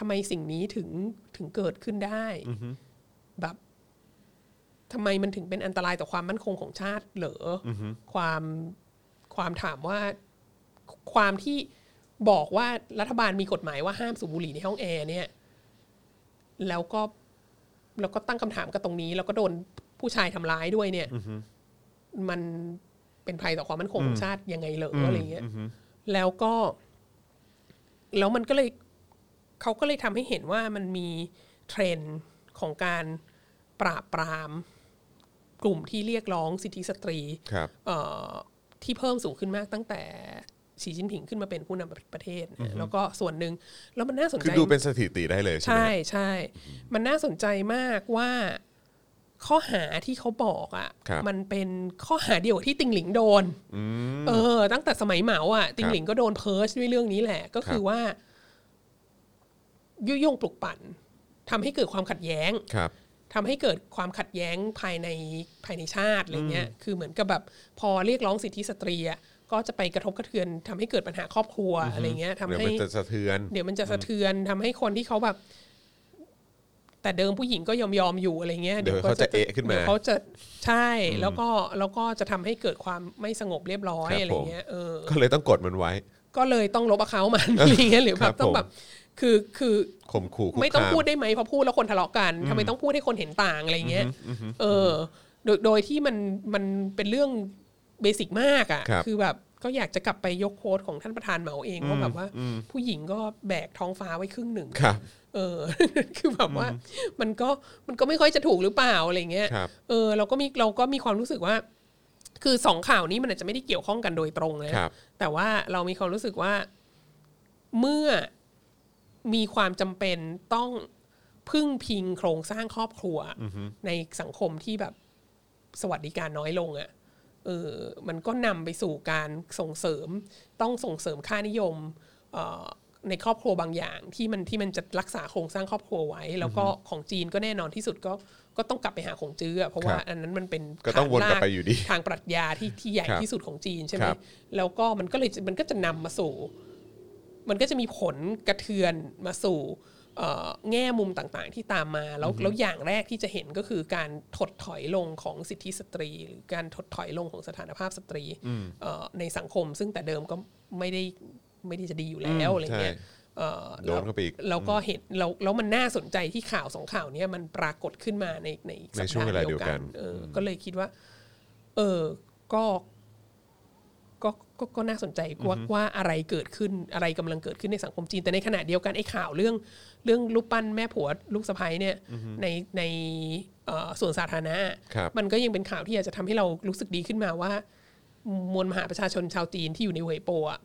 [SPEAKER 3] ทำไมสิ่งนี้ถึงถึงเกิดขึ้นได้แบบทำไมมันถึงเป็นอันตรายต่อความมั่นคงของชาติเหรออความความถามว่าความที่บอกว่ารัฐบาลมีกฎหมายว่าห้ามสูบบุหรี่ในห้องแอร์เนี่ย แล้วก็แล้วก็ตั้งคำถามกับตรงนี้ แล้วก็โดนผู้ชายทำร้ายด้วยเนี่ยมันเป็นภัยต่อความมั่นคงของชาติยังไงเหรออะไรเงี้ย แล้วก็ แล้วมันก็เลยเขาก็เลยทำให้เห็นว่ามันมีเทรนด์ของการปราบปรามกลุ่มที่เรียกร้องสิทธิสตรี
[SPEAKER 2] ครับ
[SPEAKER 3] เอ่อที่เพิ่มสูงขึ้นมากตั้งแต่สีจิ้นผิงขึ้นมาเป็นผู้นำประเทศนะแล้วก็ส่วนหนึ่งแล้วมันน่าสน
[SPEAKER 2] คือ
[SPEAKER 3] ใจ
[SPEAKER 2] ดูเป็นสถิติได้เลยใช่ไหม
[SPEAKER 3] ใช่ใช่ มันน่าสนใจมากว่าข้อหาที่เขาบอกอ่ะ
[SPEAKER 2] ครับ
[SPEAKER 3] มันเป็นข้อหาเดียวกับที่ติงหลิงโดน เออ ตั้งแต่สมัยเหมาอ่ะ ติงหลิงก็โดนเพิร์ชด้วยเรื่องนี้แหละ ก็คือว่า ยุยงปลุกปั่นทำให้เกิดความขัดแย้ง
[SPEAKER 2] ครับ
[SPEAKER 3] ทำให้เกิดความขัดแย้งภายในภายในชาติอะไรเงี้ย คือเหมือนกับแบบพอเรียกร้องสิทธิสตรีอะ ก็จะไปกระทบกระเทือนทำให้เกิดปัญหาครอบครัวอะไรเงี้ยทำ
[SPEAKER 2] เดี๋ยว
[SPEAKER 3] ให้
[SPEAKER 2] มันจะสะเทือน
[SPEAKER 3] เดี๋ยวมันจะสะเทือนทำให้คนที่เขาแบบ แต่เดิมผู้หญิงก็ยอมยอมๆอยู่อะไรเงี้ย
[SPEAKER 2] เดี๋ยวเขาจะเอะขึ้นมา
[SPEAKER 3] เดี๋ยวเขาจะใช่แล้วก็แล้วก็จะทำให้เกิดความไม่สงบเรียบร้อย
[SPEAKER 2] ครับ
[SPEAKER 3] อะไรเงี้ยเออ
[SPEAKER 2] ก็เลยต้องกดมันไว้
[SPEAKER 3] ก็เลยต้องลบเขามัน [LAUGHS] อะไรเงี้ยหรือ
[SPEAKER 2] ค
[SPEAKER 3] แบ
[SPEAKER 2] รับบ
[SPEAKER 3] ต้องแบบ
[SPEAKER 2] ผม
[SPEAKER 3] คือคือ
[SPEAKER 2] ข่มขู่คุก
[SPEAKER 3] ไม่ต้อง
[SPEAKER 2] คาม
[SPEAKER 3] พูดได้ไหมเพราะพูดแล้วคนทะเลาะกันทำไมต้องพูดให้คนเห็นต่างอะไรเงี้ยเออโดยโดยที่มันมันเป็นเรื่องเบสิกมาก
[SPEAKER 2] ครั
[SPEAKER 3] อะ่ะ
[SPEAKER 2] บ
[SPEAKER 3] คือแบบก็อยากจะกลับไปยกโค้ดของท่านประธานเหมาเองว่าแบบว่า ผู้หญิงก็แบกท้องฟ้าไว้ครึ่งหนึ่ง
[SPEAKER 2] ครับ
[SPEAKER 3] เออ [LAUGHS] คือแบบว่ามันก็มันก็ไม่ค่อยจะถูกหรือเปล่าอะไรเงี้ย
[SPEAKER 2] ครับ
[SPEAKER 3] เออเราก็มีเราก็มีความรู้สึกว่า คือสองข่าวนี้มันอาจจะไม่ได้เกี่ยวข้องกันโดยตรงนะครับ แต่ว่าเรามีความรู้สึกว่าเมื่อมีความจำเป็นต้องพึ่งพิงโครงสร้างครอบครัวในสังคมที่แบบสวัสดิการน้อยลงอะ่ะเออมันก็นำไปสู่การส่งเสริม ต้องส่งเสริมค่านิยมเอ่อในครอบครัวบางอย่างที่มันที่มันจะรักษาโครงสร้างครอบครัวไว้ แล้วก็ของจีนก็แน่นอนที่สุดก็ก็ต้องกลับไปหาของจื้ออะเพราะ
[SPEAKER 2] ค
[SPEAKER 3] ว่า
[SPEAKER 2] รับ
[SPEAKER 3] อันนั้นมันเป็น
[SPEAKER 2] ก็ต้องวนกลับไปอยู่ดี
[SPEAKER 3] ทางปรัชญาที่ที่ใหญ่
[SPEAKER 2] ครับ
[SPEAKER 3] ที่สุดของจีนใช่ไหม
[SPEAKER 2] ครับ
[SPEAKER 3] แล้วก็มันก็เลยมันก็จะนำมาสู่ มันก็จะมีผลกระเทือนมาสู่เอ่อแง่มุมต่างๆ ที่ตามมาแล้วแล้วอย่างแรกที่จะเห็นก็คือการถดถอยลงของสิทธิสตรี หรือการถดถอยลงของสถานภาพสตรีเอ่อในสังคม ซึ่งแต่เดิมก็ไม่ได้ไม่ได้จะดีอยู่แล้วอะไรเงี้ย
[SPEAKER 2] ใช่
[SPEAKER 3] เอ่อ
[SPEAKER 2] โดนเข้าไปอีก
[SPEAKER 3] แล้วก็เห็นแล้วแล้วมันน่าสนใจที่ข่าวสองข่าวเนี้ยมันปรากฏขึ้นมาในในสัป
[SPEAKER 2] ในช่วงเว
[SPEAKER 3] ดา
[SPEAKER 2] ลา
[SPEAKER 3] ห์
[SPEAKER 2] เดี
[SPEAKER 3] เดี
[SPEAKER 2] ย
[SPEAKER 3] ยว ว
[SPEAKER 2] กั
[SPEAKER 3] กัน นเอออก็เลยคิดว่า เออก็ก็ก็ก็น่าสนใจว่าว่าอะไรเกิดขึ้นอะไรกำลังเกิดขึ้นในสังคมจีนแต่ในขณะเดียวกันไอ้ข่าวเรื่อง เรื่องรูปปั้นแม่ผัวลูกสะใภ้เนี่ย ในในเอ่อส่วนสาธารณะ
[SPEAKER 2] ครับ
[SPEAKER 3] มันก็ยังเป็นข่าวที่อาจจะทำให้เรารู้สึกดีขึ้นมาว่า มวลมหาประชาชนชาวจีนที่อยู่ในเวยโปอ่ะ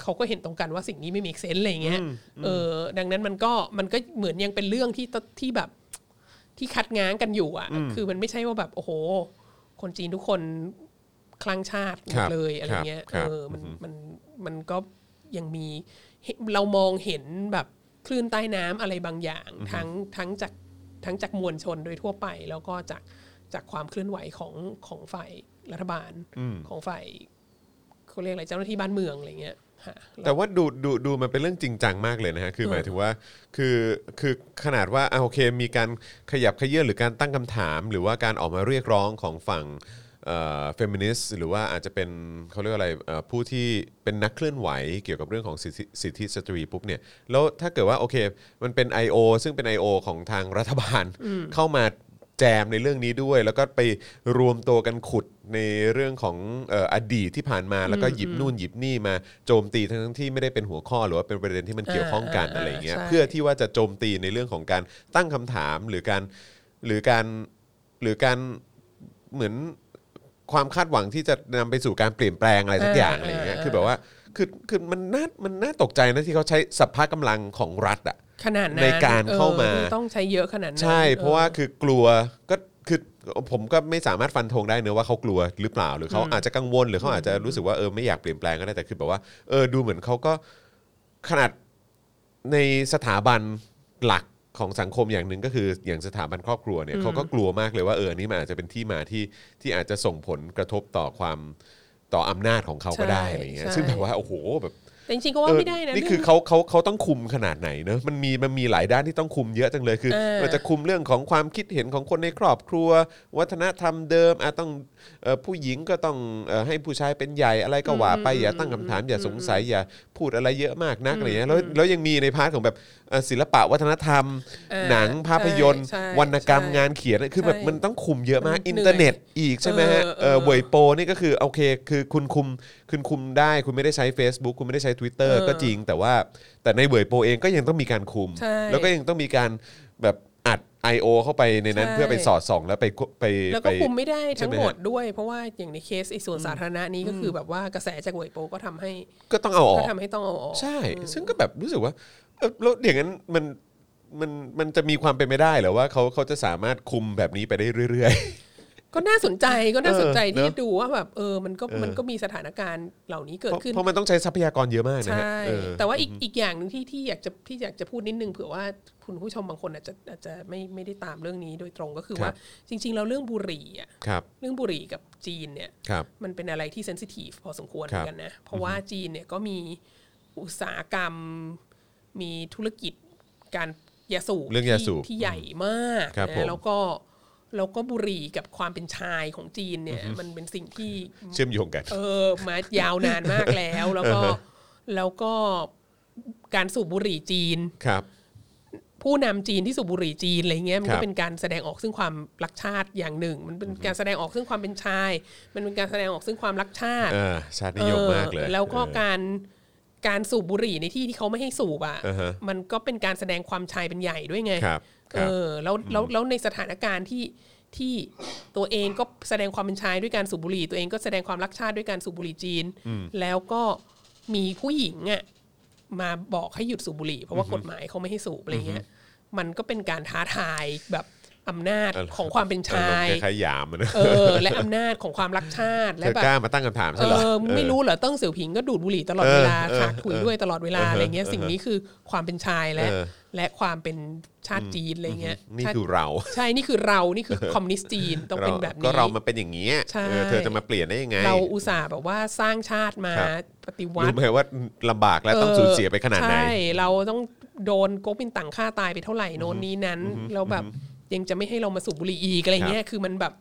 [SPEAKER 3] เขาก็เห็นตรงกันว่าสิ่งนี้ไม่มีเซนส์อะไรอย่างเงี้ยเออดังนั้นมันก็มันก็เหมือนยังเป็นเรื่องที่ตที่แบบที่คัดง้างกันอยู่อ่ะ คือมันไม่ใช่ว่าแบบโอ้โห คนจีนทุกคนคลั่งชาติหม
[SPEAKER 2] ครั
[SPEAKER 3] ด
[SPEAKER 2] บ
[SPEAKER 3] เลยอะไรเงี้ย
[SPEAKER 2] ค
[SPEAKER 3] เอ
[SPEAKER 2] รับ
[SPEAKER 3] อมันมันมันก็ยังมีเห็นเรามองเห็นแบบคลื่นใต้น้ำอะไรบางอย่าง ทั้งทั้งจากทั้งจากมวลชนโดยทั่วไป แล้วก็จากจากความเคลื่อนไหวของของฝ่ายรัฐบาลของฝ่าย เขาเรียกอะไรเจ้าหน้าที่บ้านเมืองอะไรเงี้ยฮะแล้ว
[SPEAKER 2] แต่ว่าดูดูดูมันเป็นเรื่องจริงจังมากเลยนะฮะ คือหมายถึงว่าคือคือขนาดว่าอ่ะโอเคมีการขยับขยื่นหรือการตั้งคำถาม หรือว่าการออกมาเรียกร้องของฝั่งเฟมินิสต์หรือว่าอาจจะเป็นเขาเรียกอะไรเอ่อผู้ที่เป็นนักเคลื่อนไหวเกี่ยวกับเรื่องของสิทธิสิทธิสตรีปุ๊บเนี่ยแล้วถ้าเกิดว่าโอเคมันเป็น I.O. ซึ่งเป็น I.O. ของทางรัฐบาลเข้ามา แจมในเรื่องนี้ด้วย แล้วก็ไปรวมตัวกันขุดในเรื่องของเอออดีตที่ผ่านมาแล้วก็หยิบนู่นหยิบนี่มาโจมตีทั้งๆที่ไม่ได้เป็นหัวข้อหรือว่าเป็นประเด็นที่มันเกี่ยวข้องกัน
[SPEAKER 3] อ่า
[SPEAKER 2] อะไรอย่างเงี้ย
[SPEAKER 3] ใช่
[SPEAKER 2] เพื่อที่ว่าจะโจมตีในเรื่องของการตั้งคำถามหรือการหรือการหรือการเหมือนความคาดหวังที่จะนำไปสู่การเปลี่ยนแปลงอะไรสักอย่างอะไรอย่างเงี้ยคือแบบว่าคือคือมันน่ามันน่าตกใจนะที่เขาใช้สัพพะกำลังของรัฐอะ
[SPEAKER 3] ขนาดนั้น
[SPEAKER 2] ในการเข้ามา
[SPEAKER 3] ออต้องใช้เยอะขนาดนั้น
[SPEAKER 2] ใช่ เพราะว่า
[SPEAKER 3] ออ
[SPEAKER 2] คือกลัวก็คือผมก็ไม่สามารถฟันธงได้เนอะว่าเขากลัวหรือเปล่า หรือเขาอาจจะกังวลหรือเขาอาจจะรู้สึกว่าเออไม่อยากเปลี่ยนแปลงก็ได้แต่คือแบบว่าเออดูเหมือนเขาก็ขนาดในสถาบันหลักของสังคมอย่างหนึ่งก็คืออย่างสถาบันครอบครัวเนี่ยเขาก็กลัวมากเลยว่าเอออนนี่มันอาจจะเป็นที่มาที่ที่อาจจะส่งผลกระทบต่อความต่ออำนาจของเขาก็ได้
[SPEAKER 3] ใช่
[SPEAKER 2] อะไรเงี้ย
[SPEAKER 3] ใช่
[SPEAKER 2] ซึ่งแบบว่าโอ้โหแบบ
[SPEAKER 3] แต่จริงๆก็ว่าไม่ได้นะ
[SPEAKER 2] เออนี่คือ
[SPEAKER 3] เรื่ง
[SPEAKER 2] เขาเขาเขาต้องคุมขนาดไหนเนอะมันมีมันมีหลายด้านที่ต้องคุมเยอะจังเลยคือ
[SPEAKER 3] เออ
[SPEAKER 2] มันจะคุมเรื่องของความคิดเห็นของคนในครอบครัว วัฒนธรรมเดิมอาจต้องเอ่อผู้หญิงก็ต้องเอ่อให้ผู้ชายเป็นใหญ่อะไรก็ว่าไปอย่าตั้งคำถามอย่าสงสัยอย่าพูดอะไรเยอะมากนักอะไรเงี้ยแล้วแล้วยังมีในพาร์ทของแบบเอ่อศิลปะวัฒนธรรม
[SPEAKER 3] เออ
[SPEAKER 2] หนังภาพยนตร์
[SPEAKER 3] ใช่ใช่
[SPEAKER 2] วรรณกรรม
[SPEAKER 3] ใช่
[SPEAKER 2] งานเขียนน่ะคือแบบ
[SPEAKER 3] ใช่
[SPEAKER 2] มันต้องคุมเยอะมาก
[SPEAKER 3] มันเหนื่อย
[SPEAKER 2] อินเทอร์เน็ตอีกใช่ไหมฮะ
[SPEAKER 3] เออเออ
[SPEAKER 2] เอ่อเวย โปรนี่ก็คือโอเคคือคุณคุมคุณคุมได้คุณไม่ได้ใช้ Facebook คุณไม่ได้ใช้ Twitter
[SPEAKER 3] เออ
[SPEAKER 2] ก็จริงแต่ว่าแต่ในเวยโปรเองก็ยังต้องมีการคุม
[SPEAKER 3] ใช่
[SPEAKER 2] แล้วก็ยังต้องมีการแบบอัด I.O. เข้าไปในนั้น
[SPEAKER 3] ใช่
[SPEAKER 2] เพื่อไปสอดส่องแล้วไปควบไป
[SPEAKER 3] แล้ว
[SPEAKER 2] ไป
[SPEAKER 3] ก็คุมไม่ได้ทั้ง
[SPEAKER 2] ใช่ไหมฮะ
[SPEAKER 3] หมดด้วย เพราะว่าอย่างในเคสไอ้ส่วนสาธารณะนี้ก็คือแบบว่ากระแสจากหวยโปก็ทำให้
[SPEAKER 2] ก็ต้องเอาออ
[SPEAKER 3] ก็
[SPEAKER 2] ก
[SPEAKER 3] ทำให้ต้องเอาออก
[SPEAKER 2] ใช่ ซึ่งก็แบบรู้สึกว่าเออแล้วอย่างนั้นมันมันมันจะมีความเป็นไปได้เหรือว่าเขาเขาจะสามารถคุมแบบนี้ไปได้เรื่อย
[SPEAKER 3] ก็น่าสนใจก็น่าสนใจ
[SPEAKER 2] เออ
[SPEAKER 3] ที่
[SPEAKER 2] เนอะ
[SPEAKER 3] จะดูว่าแบบเออมันก็
[SPEAKER 2] เออ
[SPEAKER 3] มันก็มีสถานการณ์เหล่านี้เกิ
[SPEAKER 2] เพ
[SPEAKER 3] ด
[SPEAKER 2] ราะ
[SPEAKER 3] ขึ้น
[SPEAKER 2] เพราะมันต้องใช้ทรัพยากรเยอะมากนะ
[SPEAKER 3] ใช่
[SPEAKER 2] ฮะเออ
[SPEAKER 3] แต่ว่าอีกอีกอย่างหนึ่งที่ที่อยากจะที่อยากจะพูดนิดนึงเผื่อว่าคุณผู้ชมบางคนอาจจะอาจจะไม่ไม่ได้ตามเรื่องนี้โดยตรงก็คือ
[SPEAKER 2] ครั
[SPEAKER 3] ว่า
[SPEAKER 2] บ
[SPEAKER 3] จริง ๆ เราเรื่องบุหรี่อะ
[SPEAKER 2] ครับ
[SPEAKER 3] เรื่องบุหรี่กับจีนเนี่ย
[SPEAKER 2] ครับ
[SPEAKER 3] มันเป็นอะไรที่เซนซิทีฟพอสมควรเห
[SPEAKER 2] ครั
[SPEAKER 3] มื
[SPEAKER 2] บ
[SPEAKER 3] อนกันนะ เพราะว่าจีนเนี่ยก็มีอุตสาหกรรม มีธุรกิจการยาสูบ
[SPEAKER 2] เรื่องยาสูบ
[SPEAKER 3] ที่ที่ใหญ่มาก
[SPEAKER 2] ครับผม
[SPEAKER 3] นะแล้วก็แล้วก็บุหรี่กับความเป็นชายของจีนเนี่ยมันเป็นสิ่งที่
[SPEAKER 2] เชื่อมโยงกัน
[SPEAKER 3] เออมายาวนานมากแล้ว แล้วก็แล้วก็การสูบบุหรี่จีน
[SPEAKER 2] ครับ
[SPEAKER 3] ผู้นำจีนที่สูบบุหรี่จีนอะไรเงี้ยมัน
[SPEAKER 2] ครั
[SPEAKER 3] ก็
[SPEAKER 2] บ
[SPEAKER 3] เป็นการแสดงออกซึ่งความรักชาติอย่างหนึ่ง มันเป็นการแสดงออกซึ่งความเป็นชาย มันเป็นการแสดงออกซึ่งความรักชาติ
[SPEAKER 2] เออชาตินิยมมากเลย
[SPEAKER 3] ออแล้วก็
[SPEAKER 2] เออ
[SPEAKER 3] การการสูบบุหรี่ในที่ที่เขาไม่ให้สูบอ่ะ
[SPEAKER 2] อ่าฮะ
[SPEAKER 3] มันก็เป็นการแสดงความชายเป็นใหญ่ด้วยไง
[SPEAKER 2] ครับค
[SPEAKER 3] เอ
[SPEAKER 2] รับ
[SPEAKER 3] อแล้วแล้วแล้วในสถานการณ์ที่ที่ตัวเองก็แสดงความเป็นชายด้วยการสูบบุหรี่ตัวเองก็แสดงความรักชาติด้วยการสูบบุหรี่จีน แล้วก็มีผู้หญิงอ่ะ มาบอกให้หยุดสูบบุหรี่เพราะว่ากฎหมายเขาไม่ให้สูบอะไรเงี้ยมันก็เป็นการท้าทายแบบอำนาจ
[SPEAKER 2] เออ
[SPEAKER 3] ของความเป็น
[SPEAKER 2] อาร
[SPEAKER 3] ชาม ย
[SPEAKER 2] ณ์คล้ายๆหยามอะนะ
[SPEAKER 3] เออ และอำนาจของความรักชาติ
[SPEAKER 2] เธ
[SPEAKER 3] และ
[SPEAKER 2] อ
[SPEAKER 3] แบ
[SPEAKER 2] ก
[SPEAKER 3] บ
[SPEAKER 2] ล้ามาตั้งคำถาม
[SPEAKER 3] เอ
[SPEAKER 2] ใช่เหรอ
[SPEAKER 3] อไม่รู้เหรอเต้องเสี่ยวผิงก็ดูดบุหรี่ตลอด
[SPEAKER 2] เออ
[SPEAKER 3] เวลา
[SPEAKER 2] เออ
[SPEAKER 3] ฉากถุยด้วยตลอดเวลา
[SPEAKER 2] เออ
[SPEAKER 3] อะไรเงี้ย
[SPEAKER 2] เออ
[SPEAKER 3] สิ่งนี้คือความเป็นชายและและความเป็นชาติจีนอะไรเงี้ย
[SPEAKER 2] นี่
[SPEAKER 3] ชาติ
[SPEAKER 2] คือเรา
[SPEAKER 3] ใช่นี่คือเรานี่คือคอมมิวนิสต์จีนต้องเป็น
[SPEAKER 2] รา
[SPEAKER 3] แบบนี้
[SPEAKER 2] ก็เรามาเป็นอย่างนี้ย
[SPEAKER 3] ใช่
[SPEAKER 2] เออเธอจะมาเปลี่ยนได้ยังไง
[SPEAKER 3] เราอุตส่าห์แบบว่าสร้างชาติมา
[SPEAKER 2] ครับ
[SPEAKER 3] ปฏิวัติ
[SPEAKER 2] รู้ไหมว่าลำบากแล้วต้องสูญเสียไปขนาดไหน
[SPEAKER 3] ใช่ เราต้องโดนโกกปินต่างค่าตายไปเท่าไหร่โน่นนี้นั้น เราแบบยังจะไม่ให้เรามาสูบบุหรี่อีกอะไรเงี้ย คือมันแบบ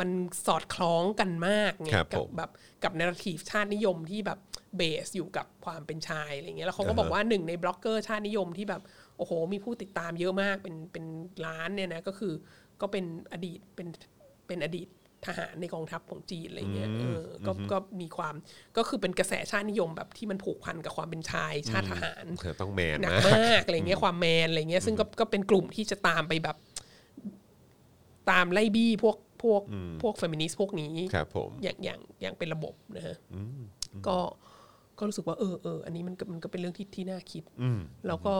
[SPEAKER 3] มันสอดคล้องกันมากไง
[SPEAKER 2] ครับ
[SPEAKER 3] กั
[SPEAKER 2] ผม
[SPEAKER 3] แบบกับนาราทีฟชาตินิยมที่แบบเบสอยู่กับความเป็นชายอะไรเงี้ย แล้วเขาก็บอกว่าหนึ่งในบล็อกเกอร์ชาตินิยมที่แบบโอ้โห มีผู้ติดตามเยอะมากเป็นเป็นล้านเนี่ยนะก็คือก็เป็นอดีตเป็นเป็นอดีตทหารในกองทัพของจีนอะไรเงี้ยเอออก็ก็มีความก็คือเป็นกระแสชาตินิยมแบบที่มันผูกพันกับความเป็นชายชาติทหาร
[SPEAKER 2] เธอต้องแมน
[SPEAKER 3] หนัก
[SPEAKER 2] มาก
[SPEAKER 3] มากอะไรเงี้ยความแมนอะไรเงี้ยซึ่งก็ก็เป็นกลุ่มที่จะตามไปแบบ ตามไล่บี้พวกพวกพวกเฟมินิสต์พวกนี้
[SPEAKER 2] ครับผม
[SPEAKER 3] อย่างอย่างอย่างเป็นระบบนะฮะก็ก็รู้สึกว่าเออเอออันนี้มันก็มันก็เป็นเรื่องที่ที่น่าคิดแล้วก็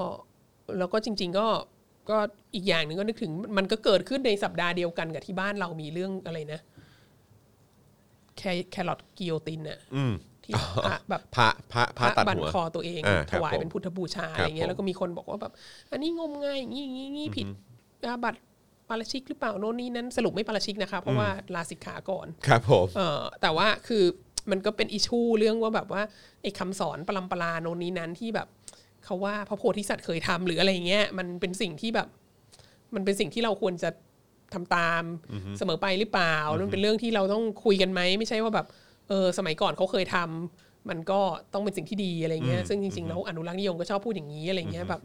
[SPEAKER 3] แล้วก็จริง ๆ ก็ก็อีกอย่างหนึ่งก็นึกถึง มันก็เกิดขึ้นในสัปดาห์เดียวกันกับที่บ้านเรามีเรื่องอะไรนะ แคแครอทกิโยตินน่ะที่อ่ะแบบ
[SPEAKER 2] พระพระพระตัด
[SPEAKER 3] บัน
[SPEAKER 2] หัว
[SPEAKER 3] คอตัวเอง
[SPEAKER 2] อ่าค
[SPEAKER 3] ถ
[SPEAKER 2] รับ
[SPEAKER 3] วาย
[SPEAKER 2] ผม
[SPEAKER 3] เป็นพุทธบูชา
[SPEAKER 2] ครับ
[SPEAKER 3] อะไรเงี้
[SPEAKER 2] ผม
[SPEAKER 3] ยแล้วก็มีคนบอกว่าแบบ อันนี้งมงายอย่างงี้อย่างงี้อย่างงี้ผิดอาบัตปาราชิกหรือเปล่าโน่นนี่นั้นสรุปไม่ปาราชิกนะคะเพราะว่าลาสิกขาก่อน
[SPEAKER 2] ครับผม
[SPEAKER 3] เออแต่ว่าคือมันก็เป็นอิชูเรื่องว่าแบบว่าไอ้คำสอนปรำปราโน่นนี้นั้นที่แบบเขาว่าพระโพธิสัตว์เคยทำหรืออะไรเงี้ยมันเป็นสิ่งที่แบบ มันเป็นสิ่งที่เราควรจะทำตามเสมอไปหรือเปล่าแล้วมันเป็นเรื่องที่เราต้องคุยกันไหมไม่ใช่ว่าแบบเออสมัยก่อนเขาเคยทำมันก็ต้องเป็นสิ่งที่ดีอะไรเงี้ยซึ่งจริงๆแล้วอนุรักษ์นิยมก็ชอบพูดอย่างนี้อะไรเงี้ยแบบ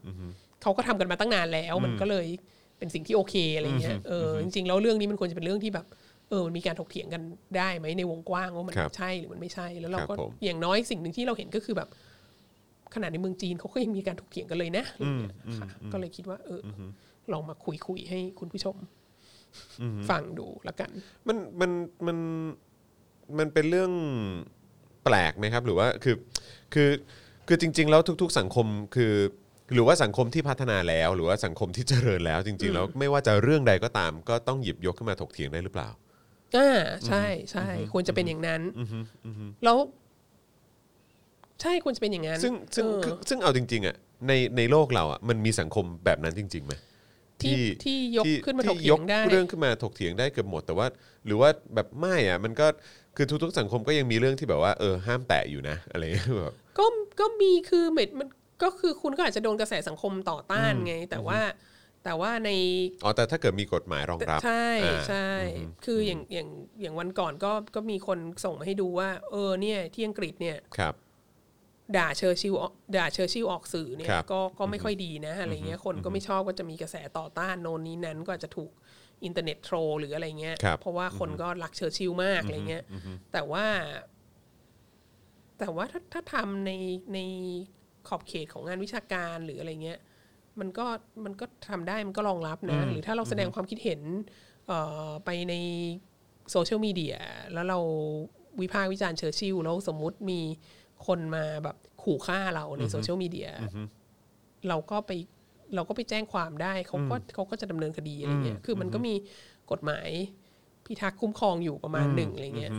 [SPEAKER 3] เขาก็ทำกันมาตั้งนานแล้ว มันก็เลยเป็นสิ่งที่โอเคอะไรเงี้ยเออจริงๆแล้วเรื่องนี้มันควรจะเป็นเรื่องที่แบบเออมันมีการถกเถียงกันได้ไหมในวงกว้างว่ามัน
[SPEAKER 2] ครับ
[SPEAKER 3] ใช่หรือมันไม่ใช่แล้วเรา
[SPEAKER 2] ครับ
[SPEAKER 3] ก็
[SPEAKER 2] ผม
[SPEAKER 3] อย่างน้อยสิ่งหนึ่งที่เราเห็นก็คือแบบ ขนาดในเมืองจีนเขาก็ยังมีการถกเถียงกันเลยนะอะไรเงี้ยค่ะก็เลยคิดว่า เอออลองมาคุยคุยให้คุณผู้ชม ฟังดูแล้วกัน
[SPEAKER 2] มันมันมันมันเป็นเรื่องแปลกไหมครับ หรือว่าคือคือคือจริง ๆ แล้วทุก ๆ สังคมคือ หรือว่าสังคมที่พัฒนาแล้ว หรือว่าสังคมที่เจริญแล้ว จริง ๆ แล้วไม่ว่าจะเรื่องใดก็ตาม ก็ต้องหยิบยกขึ้นมาถกเถียงได้หรือเปล่า
[SPEAKER 3] อ่าใช่ใช่ควรจะเป็นอย่างนั้นแล้วใช่ควรจะเป็นอย่างนั้น
[SPEAKER 2] ซึ่งซึ่ง
[SPEAKER 3] เออ
[SPEAKER 2] คือซึ่งเอาจริงๆอ่ะในในโลกเราอ่ะมันมีสังคมแบบนั้นจริงๆไหม
[SPEAKER 3] ที่ที่ยก
[SPEAKER 2] ที่
[SPEAKER 3] ขึ้นมาถก
[SPEAKER 2] ที่
[SPEAKER 3] เถียงได้
[SPEAKER 2] เรื่องขึ้นมาถกเถียงได้เกือบหมดแต่ว่า หรือว่าแบบไม่อ่ะมันก็คือทุกๆสังคมก็ยังมีเรื่องที่แบบว่าเออห้ามแตะอยู่นะอะไรอย่างเงี้ยแบบ
[SPEAKER 3] ก็ก็มีคือเหมือนมันก็คือคุณก็อาจจะโดนกระแสสังคมต่อต้านไง แต่ว่า แต่ว่าใน
[SPEAKER 2] อ๋อแต่ถ้าเกิดมีกฎหมายรองรับ
[SPEAKER 3] ใช่
[SPEAKER 2] อ่า
[SPEAKER 3] ใช่ คืออย่างอย่างอย่างวันก่อนก็ก็มีคนส่งมาให้ดูว่า เออเนี่ยที่อังกฤษเนี่ย
[SPEAKER 2] ครับ
[SPEAKER 3] ด่าเชอร์ชิลลออกด่าเชอร์ชิลลออกสื่อเนี่ย
[SPEAKER 2] ครับ
[SPEAKER 3] ก็ก็ไม่ค่อยดีนะอะไรเงี้ยคนก็ไม่ชอบก็จะมีกระแสต่อต้านโนนนี้นั้นก็อาจจะถูกอินเทอร์เน็ตโทรลหรืออะไรเงี้ย
[SPEAKER 2] ครับ
[SPEAKER 3] เพราะว่าคนก็รักเชอร์ชิลลมากอะไรเงี้ยแต่ว่า แต่ว่าถ้าถ้าทำในในขอบเขตของงานวิชาการหรืออะไรเงี้ย มันก็มันก็ทำได้มันก็รองรับนะ หรือถ้าเราแสดงความคิดเห็นเอ่อไปในโซเชียลมีเดียแล้วเราวิพากษ์วิจารณ์เชอร์ชิลแล้วสมมุติมีคนมาแบบขู่ฆ่าเราในโซเชียลมีเดียเราก็ไปเราก็ไปแจ้งความได้เขาก็เขาก็จะดำเนินคดีอะไรเงี้ยคือมันก็มีกฎหมาย พิทักษ์คุ้มครองอยู่ประมาณหนึ่งอะไรเงี้ย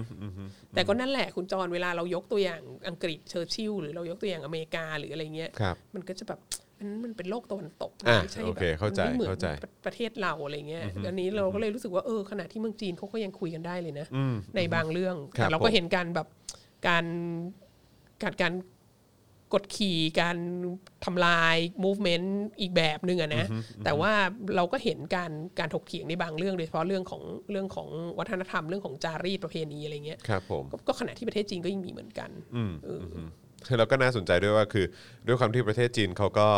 [SPEAKER 3] แต่ก็นั่นแหละคุณจรเวลาเรายกตัวอย่างอังกฤษเชอร์ชิลหรือเรายกตัวอย่างอเมริกาหรืออะไรเงี้ย
[SPEAKER 2] ครับ
[SPEAKER 3] มันก็จะแบบมันมันเป็นโลกตะวันตก
[SPEAKER 2] อ่ะ
[SPEAKER 3] ไม่ใช่
[SPEAKER 2] โอ
[SPEAKER 3] แบ
[SPEAKER 2] เค
[SPEAKER 3] บ
[SPEAKER 2] เข้าใจ
[SPEAKER 3] มันไม่หมือน
[SPEAKER 2] เข้าใจ
[SPEAKER 3] ประประเทศเราอะไรเงี้ยอันนี้เราก็เลยรู้สึกว่าเออขณะที่เมืองจีนเขาก็ยังคุยกันได้เลยนะ
[SPEAKER 2] อืม
[SPEAKER 3] ในบางเรื่อง
[SPEAKER 2] ครับ
[SPEAKER 3] แต่เรา
[SPEAKER 2] ผ
[SPEAKER 3] ก็
[SPEAKER 2] ม
[SPEAKER 3] เห็นการแบบการการการกดขี่การทำลาย movement อีกแบบหนึ่งอะนะแต่ว่าเราก็เห็นการการถกเถียงในบางเรื่องโดยเฉพาะเรื่องของเรื่องของวัฒนธรรมเรื่องของจารีตประเพณีอะไรเงี้ย
[SPEAKER 2] ครับผม
[SPEAKER 3] ก็ก็ขณะที่ประเทศจีนก็ยังมีเหมือนกันเอออ
[SPEAKER 2] แล้วก็น่าสนใจด้วยว่าคือ ด้วยความที่ประเทศจีนเขาก็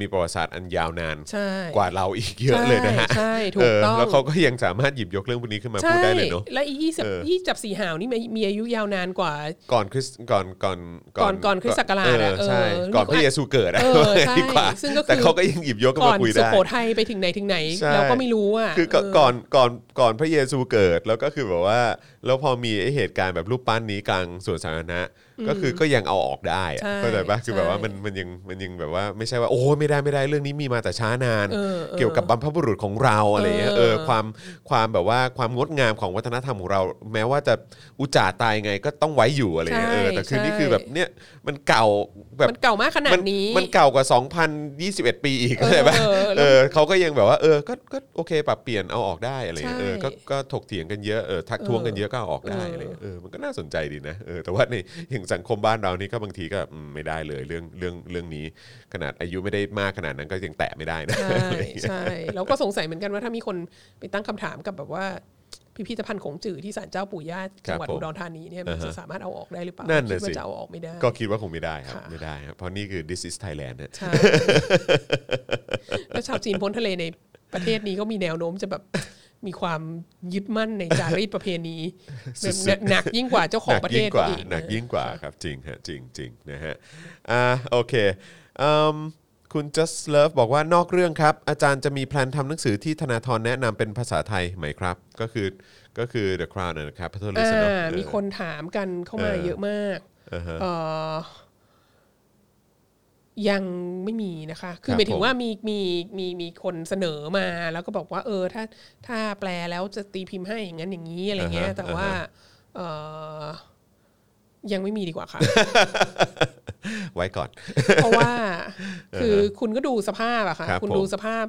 [SPEAKER 2] มีประวัติศาสตร์อันยาวนาน
[SPEAKER 3] ใช่
[SPEAKER 2] กว่าเราอีกเยอะเลยนะฮะ
[SPEAKER 3] ใช่ใช่ถู
[SPEAKER 2] เอก อ
[SPEAKER 3] ต้อง
[SPEAKER 2] แล้วเขาก็ยังสามารถหยิบยกเรื่องพวกนี้ขึ้นมาพูดได้เลยเนาะ
[SPEAKER 3] และอียี่สิบ
[SPEAKER 2] เออ
[SPEAKER 3] ยี่จับสี่หาวนี่มีมีอายุยาวนานกว่า
[SPEAKER 2] ก่อนคริสก่อนก่อน
[SPEAKER 3] ก่อนก่อนคริสต์ศักราช
[SPEAKER 2] เอ
[SPEAKER 3] อะ
[SPEAKER 2] อ
[SPEAKER 3] เออ
[SPEAKER 2] ใช่ก่อนพระเยซูเกิดอะ
[SPEAKER 3] เออใช่
[SPEAKER 2] [LAUGHS] ดีกว่า
[SPEAKER 3] ซึ่งก็คือ
[SPEAKER 2] แต่เขาก็ยังหยิบยกขึ้น
[SPEAKER 3] ก่อ
[SPEAKER 2] มานคุย
[SPEAKER 3] สุ
[SPEAKER 2] ได้
[SPEAKER 3] โขทัยไปถึงไหนถึงไหน
[SPEAKER 2] ใช่
[SPEAKER 3] เราก็ไม่รู้อ่ะ
[SPEAKER 2] คือก่อน
[SPEAKER 3] เ
[SPEAKER 2] ก่อนก่อนก่อนพระเยซูเกิดแล้วก็คือแบบว่า แล้วพอมีไอ้เหตุการณ์แบบรูปปั้นนี้กลางสวนสาธารณะก็คือก็ยังเอาออกได้อะ
[SPEAKER 3] ใช่
[SPEAKER 2] เข้าใจปะคือแบบว่า
[SPEAKER 3] ใช่
[SPEAKER 2] มันมันยังมันยังแบบว่าไม่ใช่ว่าโอ้ยไม่ได้ไม่ได้เรื่องนี้มีมาแต่ช้านาน
[SPEAKER 3] เออเออ
[SPEAKER 2] เกี่ยวกับบรรพบุรุษของเราอะไรเงี้ยเอ
[SPEAKER 3] เอ
[SPEAKER 2] อ
[SPEAKER 3] อ
[SPEAKER 2] ความความแบบว่าความงดงามของวัฒนธรรมของเรา แม้ว่าจะอุจจาตายไงก็ต้องไว้อยู่อะไรเงี้ยเออแต่คือนี่คือแบบเนี่ยมันเก่าแบบ
[SPEAKER 3] มันเก่ามากขนาดนี้
[SPEAKER 2] มันมันเก่ากว่า 2021 ปีอีก
[SPEAKER 3] เออ
[SPEAKER 2] เข้าใช่ปะ
[SPEAKER 3] เออแล้ว
[SPEAKER 2] เออเขาก็ยังแบบว่า เออ ก็ ก็โอเค ปรับเปลี่ยนเอาออกได้อะไรเงี้ย
[SPEAKER 3] ใช่
[SPEAKER 2] เออ ก็ ก็ถกเถียงกันเยอะ เออ ทักท้วงกันเยอะก็เอาออกได้
[SPEAKER 3] เอออ
[SPEAKER 2] อะไรเงี้ยเออ มันก็น่าสนใจดีนะ เออ แต่ว่าในอย่างสังคมบ้านเรานี่ก็บางทีก็อืมไม่ได้เลยเรื่อง เรื่อง เรื่องนี้ ขนาดอายุไม่ได้มากขนาดนั้นก็ยังแตะไม่ได้นะ
[SPEAKER 3] ใช่ใช่เราก็สงสัยเหมือนกันว่าถ้ามีคนไปตั้งคำถามกับแบบว่า พิพิธภัณฑ์ของจื่อที่ศาลเจ้าปู่ย่าจังหวั
[SPEAKER 2] ค
[SPEAKER 3] ด
[SPEAKER 2] รับผม
[SPEAKER 3] อุดรธานีเนี่ยมันจะสามารถเอาออกได้หรือเปล่า
[SPEAKER 2] นั่น
[SPEAKER 3] คิ
[SPEAKER 2] น่ะ
[SPEAKER 3] ดว่า
[SPEAKER 2] สิ
[SPEAKER 3] จะเอาออกไม่ได้
[SPEAKER 2] ก็คิดว่าคงไม่ได้ครับ
[SPEAKER 3] ค่ะ
[SPEAKER 2] ไม่ได้ครับเพราะนี่คือ this is Thailand นะ
[SPEAKER 3] ใช่ [LAUGHS] แล้วชาวจีนพ้นทะเลในประเทศนี้ก็มีแนวโน้มจะแบบมีความยึดมั่นในจารีตประเพณี
[SPEAKER 2] สุดๆ
[SPEAKER 3] หนักยิ่งกว่าเจ้าของประเท
[SPEAKER 2] หนักยิ่
[SPEAKER 3] ศ
[SPEAKER 2] งกว่า
[SPEAKER 3] อีก
[SPEAKER 2] หนัก
[SPEAKER 3] นะ
[SPEAKER 2] ยิ่งกว่าครับจริงฮะจริงจริงนะฮะอ่าโอเคอืมคุณ just love บอกว่านอกเรื่องครับ อาจารย์จะมีแพลนทำหนังสือที่ธนาธรแนะนำเป็นภาษาไทยไหมครับ ก็คือก็คือ The Crown นะครับพระเทลิสน
[SPEAKER 3] อ่ามีคนถามกันเข้ามา
[SPEAKER 2] เออ
[SPEAKER 3] เยอะมาก
[SPEAKER 2] อ่าฮะ
[SPEAKER 3] เอ่อยังไม่มีนะคะ คื
[SPEAKER 2] ค
[SPEAKER 3] อ
[SPEAKER 2] รับ
[SPEAKER 3] หมายถึ
[SPEAKER 2] ผ
[SPEAKER 3] ง
[SPEAKER 2] ม
[SPEAKER 3] ว่ามีมีมีมีคนเสนอมา แล้วก็บอกว่า เออ ถ้าถ้าแปลแล้วจะตีพิมพ์ให้อย่างนั้นอย่างนี้อะไรเงี้ย แต่ว่าเออยังไม่มีดีกว่าค่ะ
[SPEAKER 2] ไว้ก่อน
[SPEAKER 3] เพราะว่าคือคุณก็ดูสภาพอะค่ะ
[SPEAKER 2] ครับ
[SPEAKER 3] คุณ
[SPEAKER 2] ผม
[SPEAKER 3] ดูสภาพ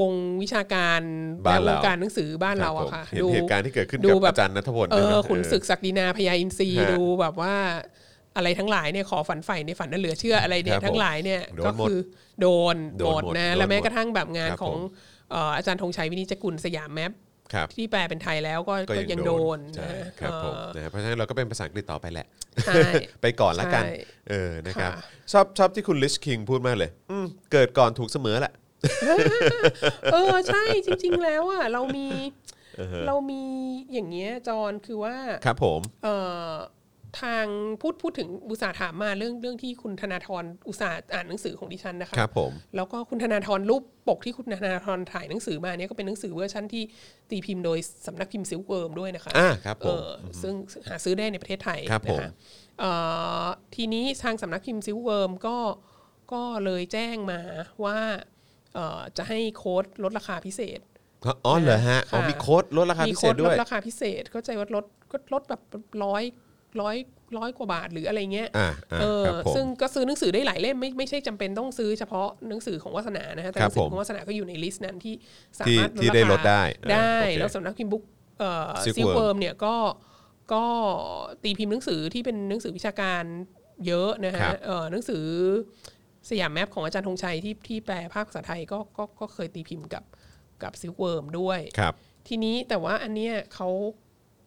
[SPEAKER 3] วงวิชาการ
[SPEAKER 2] บ้า
[SPEAKER 3] และ
[SPEAKER 2] น
[SPEAKER 3] ว
[SPEAKER 2] เรา
[SPEAKER 3] งการหนังสือบ้านเรา
[SPEAKER 2] บผม
[SPEAKER 3] อะค่ะ
[SPEAKER 2] เห็นเหตุการณ์ที่เกิดขึ้น
[SPEAKER 3] ดู
[SPEAKER 2] กับ
[SPEAKER 3] แบบ
[SPEAKER 2] อาจารย์นัทพล
[SPEAKER 3] เอ
[SPEAKER 2] ด้วย
[SPEAKER 3] อ
[SPEAKER 2] นะ
[SPEAKER 3] ขุนศึกศักดินาพญาอินทรี
[SPEAKER 2] ฮะ
[SPEAKER 3] ดูแบบว่าอะไรทั้งหลายเนี่ยขอฝันใฝ่ในฝันนั้นเหลือเชื่ออะไรเนี่
[SPEAKER 2] ครับ
[SPEAKER 3] ย
[SPEAKER 2] ผม
[SPEAKER 3] ทั้งหลายเนี่ย
[SPEAKER 2] โดน
[SPEAKER 3] ก็
[SPEAKER 2] หมด
[SPEAKER 3] คือโดน
[SPEAKER 2] โดน
[SPEAKER 3] หมด
[SPEAKER 2] หมด
[SPEAKER 3] นะ
[SPEAKER 2] โดน
[SPEAKER 3] และแม้
[SPEAKER 2] หมด
[SPEAKER 3] กระทั่งแบบงาน
[SPEAKER 2] ครับ
[SPEAKER 3] ของ
[SPEAKER 2] ผม
[SPEAKER 3] เอ่ออาจารย์ธงชัยวินิจฉัยกุลสยามแมป
[SPEAKER 2] ครับ
[SPEAKER 3] ที่แปลเป็นไทยแล้วก็
[SPEAKER 2] ก็
[SPEAKER 3] ก็
[SPEAKER 2] ยั
[SPEAKER 3] ยังง
[SPEAKER 2] โด
[SPEAKER 3] โด
[SPEAKER 2] น
[SPEAKER 3] น
[SPEAKER 2] ใช่
[SPEAKER 3] นะครับ
[SPEAKER 2] ผม
[SPEAKER 3] เอ่อ
[SPEAKER 2] นะฮะเพราะฉะนั้นเราก็เป็นภาษาอังกฤษต่อไปแหละ
[SPEAKER 3] ใช่
[SPEAKER 2] [LAUGHS] ไปก่อนละกัน
[SPEAKER 3] ใช่
[SPEAKER 2] เออนะครับ
[SPEAKER 3] ค่ะ
[SPEAKER 2] ชอบชอบที่คุณลิชคิงพูดมากเลยอืมเกิดก่อนถูกเสมอแหละ
[SPEAKER 3] เออใช่จริง ๆ แล้วอ่ะเรามีเรามีอย่างเงี้ยจอนคือว่า
[SPEAKER 2] ครับผม
[SPEAKER 3] เอ่อทางพูดพูดถึงอุตสาห์ถามมาเรื่องเรื่องที่คุณธนาธรอุตสาห์อ่านหนังสือของดิฉันนะคะ
[SPEAKER 2] ครับผม
[SPEAKER 3] แล้วก็คุณธนาธรรูปปกที่คุณธนาธรถ่ายหนังสือมาเนี่ยก็เป็นหนังสือเวอร์ชันที่ตีพิมพ์โดยสำนักพิมพ์ซิลเวิร์มด้วยนะคะ
[SPEAKER 2] อ่าครับผม
[SPEAKER 3] เออซึ่งหาซื้อได้ในประเทศไทย
[SPEAKER 2] ครับผม
[SPEAKER 3] นะคะเอ่อทีนี้ทางสำนักพิมพ์ซิลเวิร์มก็ก็เลยแจ้งมาว่าเอ่อจะให้โค้ดลดราคาพิเศษ
[SPEAKER 2] อ๋อเหรอฮะอ๋อ
[SPEAKER 3] ค่ะ
[SPEAKER 2] มีโค้ดลดราคาพิเศษ
[SPEAKER 3] มีโค้
[SPEAKER 2] ด้
[SPEAKER 3] ล
[SPEAKER 2] วย
[SPEAKER 3] ราคาพิเศษเข้าใจว่าลดก็ลดแบบร้อยร้อยร้อยกว่าบาทหรืออะไรเงี้ย
[SPEAKER 2] อ่าอ่า
[SPEAKER 3] เออ
[SPEAKER 2] ครับผม
[SPEAKER 3] ซึ่งก็ซื้อหนังสือได้หลายเล่มไม่ไม่ใช่จำเป็นต้องซื้อเฉพาะหนังสือของวาสนานะฮะแต่
[SPEAKER 2] ค
[SPEAKER 3] ห
[SPEAKER 2] รั
[SPEAKER 3] นั
[SPEAKER 2] บ
[SPEAKER 3] งสื
[SPEAKER 2] ผม
[SPEAKER 3] อของวาสนาก็อยู่ในลิสต์นั้นที่สามารถ
[SPEAKER 2] ที่ที่ได้ลดได้
[SPEAKER 3] ราคาได้
[SPEAKER 2] อ่าโอเค
[SPEAKER 3] แล้วสำนักพิมพ์บุ๊กเอ่อ
[SPEAKER 2] Silk
[SPEAKER 3] ซิล
[SPEAKER 2] Worm
[SPEAKER 3] เวิร์มเนี่ยก็ก็ตีพิมพ์หนังสือที่เป็นหนังสือวิชาการเยอะนะฮะ
[SPEAKER 2] ครับ
[SPEAKER 3] เอ่อหนังสือสยามแมปของอาจารย์ธงชัยที่ที่แปลภาคภาษาไทยก็ก็ก็เคยตีพิมพ์กับกับซิลเวิร์มด้วย
[SPEAKER 2] ครับ
[SPEAKER 3] ทีนี้แต่ว่าอันเนี้ยเขา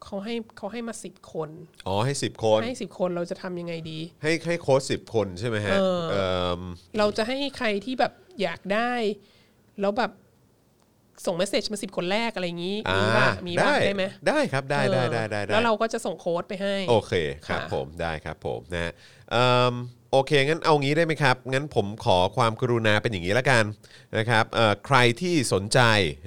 [SPEAKER 3] เขาให้เขาให้มาสิบคน
[SPEAKER 2] อ๋อให้ 10 คน
[SPEAKER 3] ให้สิบคนเราจะทำยังไงดี
[SPEAKER 2] ให้ให้โค้ด10 คนใช่ไหมฮะ
[SPEAKER 3] เออ
[SPEAKER 2] เอิ่ม
[SPEAKER 3] เราจะให้ใครที่แบบอยากได้ แล้วแบบส่งเมสเซจมาสิบคนแรกอะไรอย่างนี้
[SPEAKER 2] อ่า
[SPEAKER 3] มีป่ะมีป่ะได้ไหม
[SPEAKER 2] ได้ครับได้ได้ได้ได้ได้
[SPEAKER 3] แล้วเราก็จะส่งโค้ดไปให้
[SPEAKER 2] โอเคครับ
[SPEAKER 3] ค่ะ
[SPEAKER 2] ผมได้ครับผมนะฮะเอิ่มโอเค งั้นเอางี้ได้ไหมครับ งั้นผมขอความกรุณาเป็นอย่างนี้ละกันนะครับเอ่อใครที่สนใจ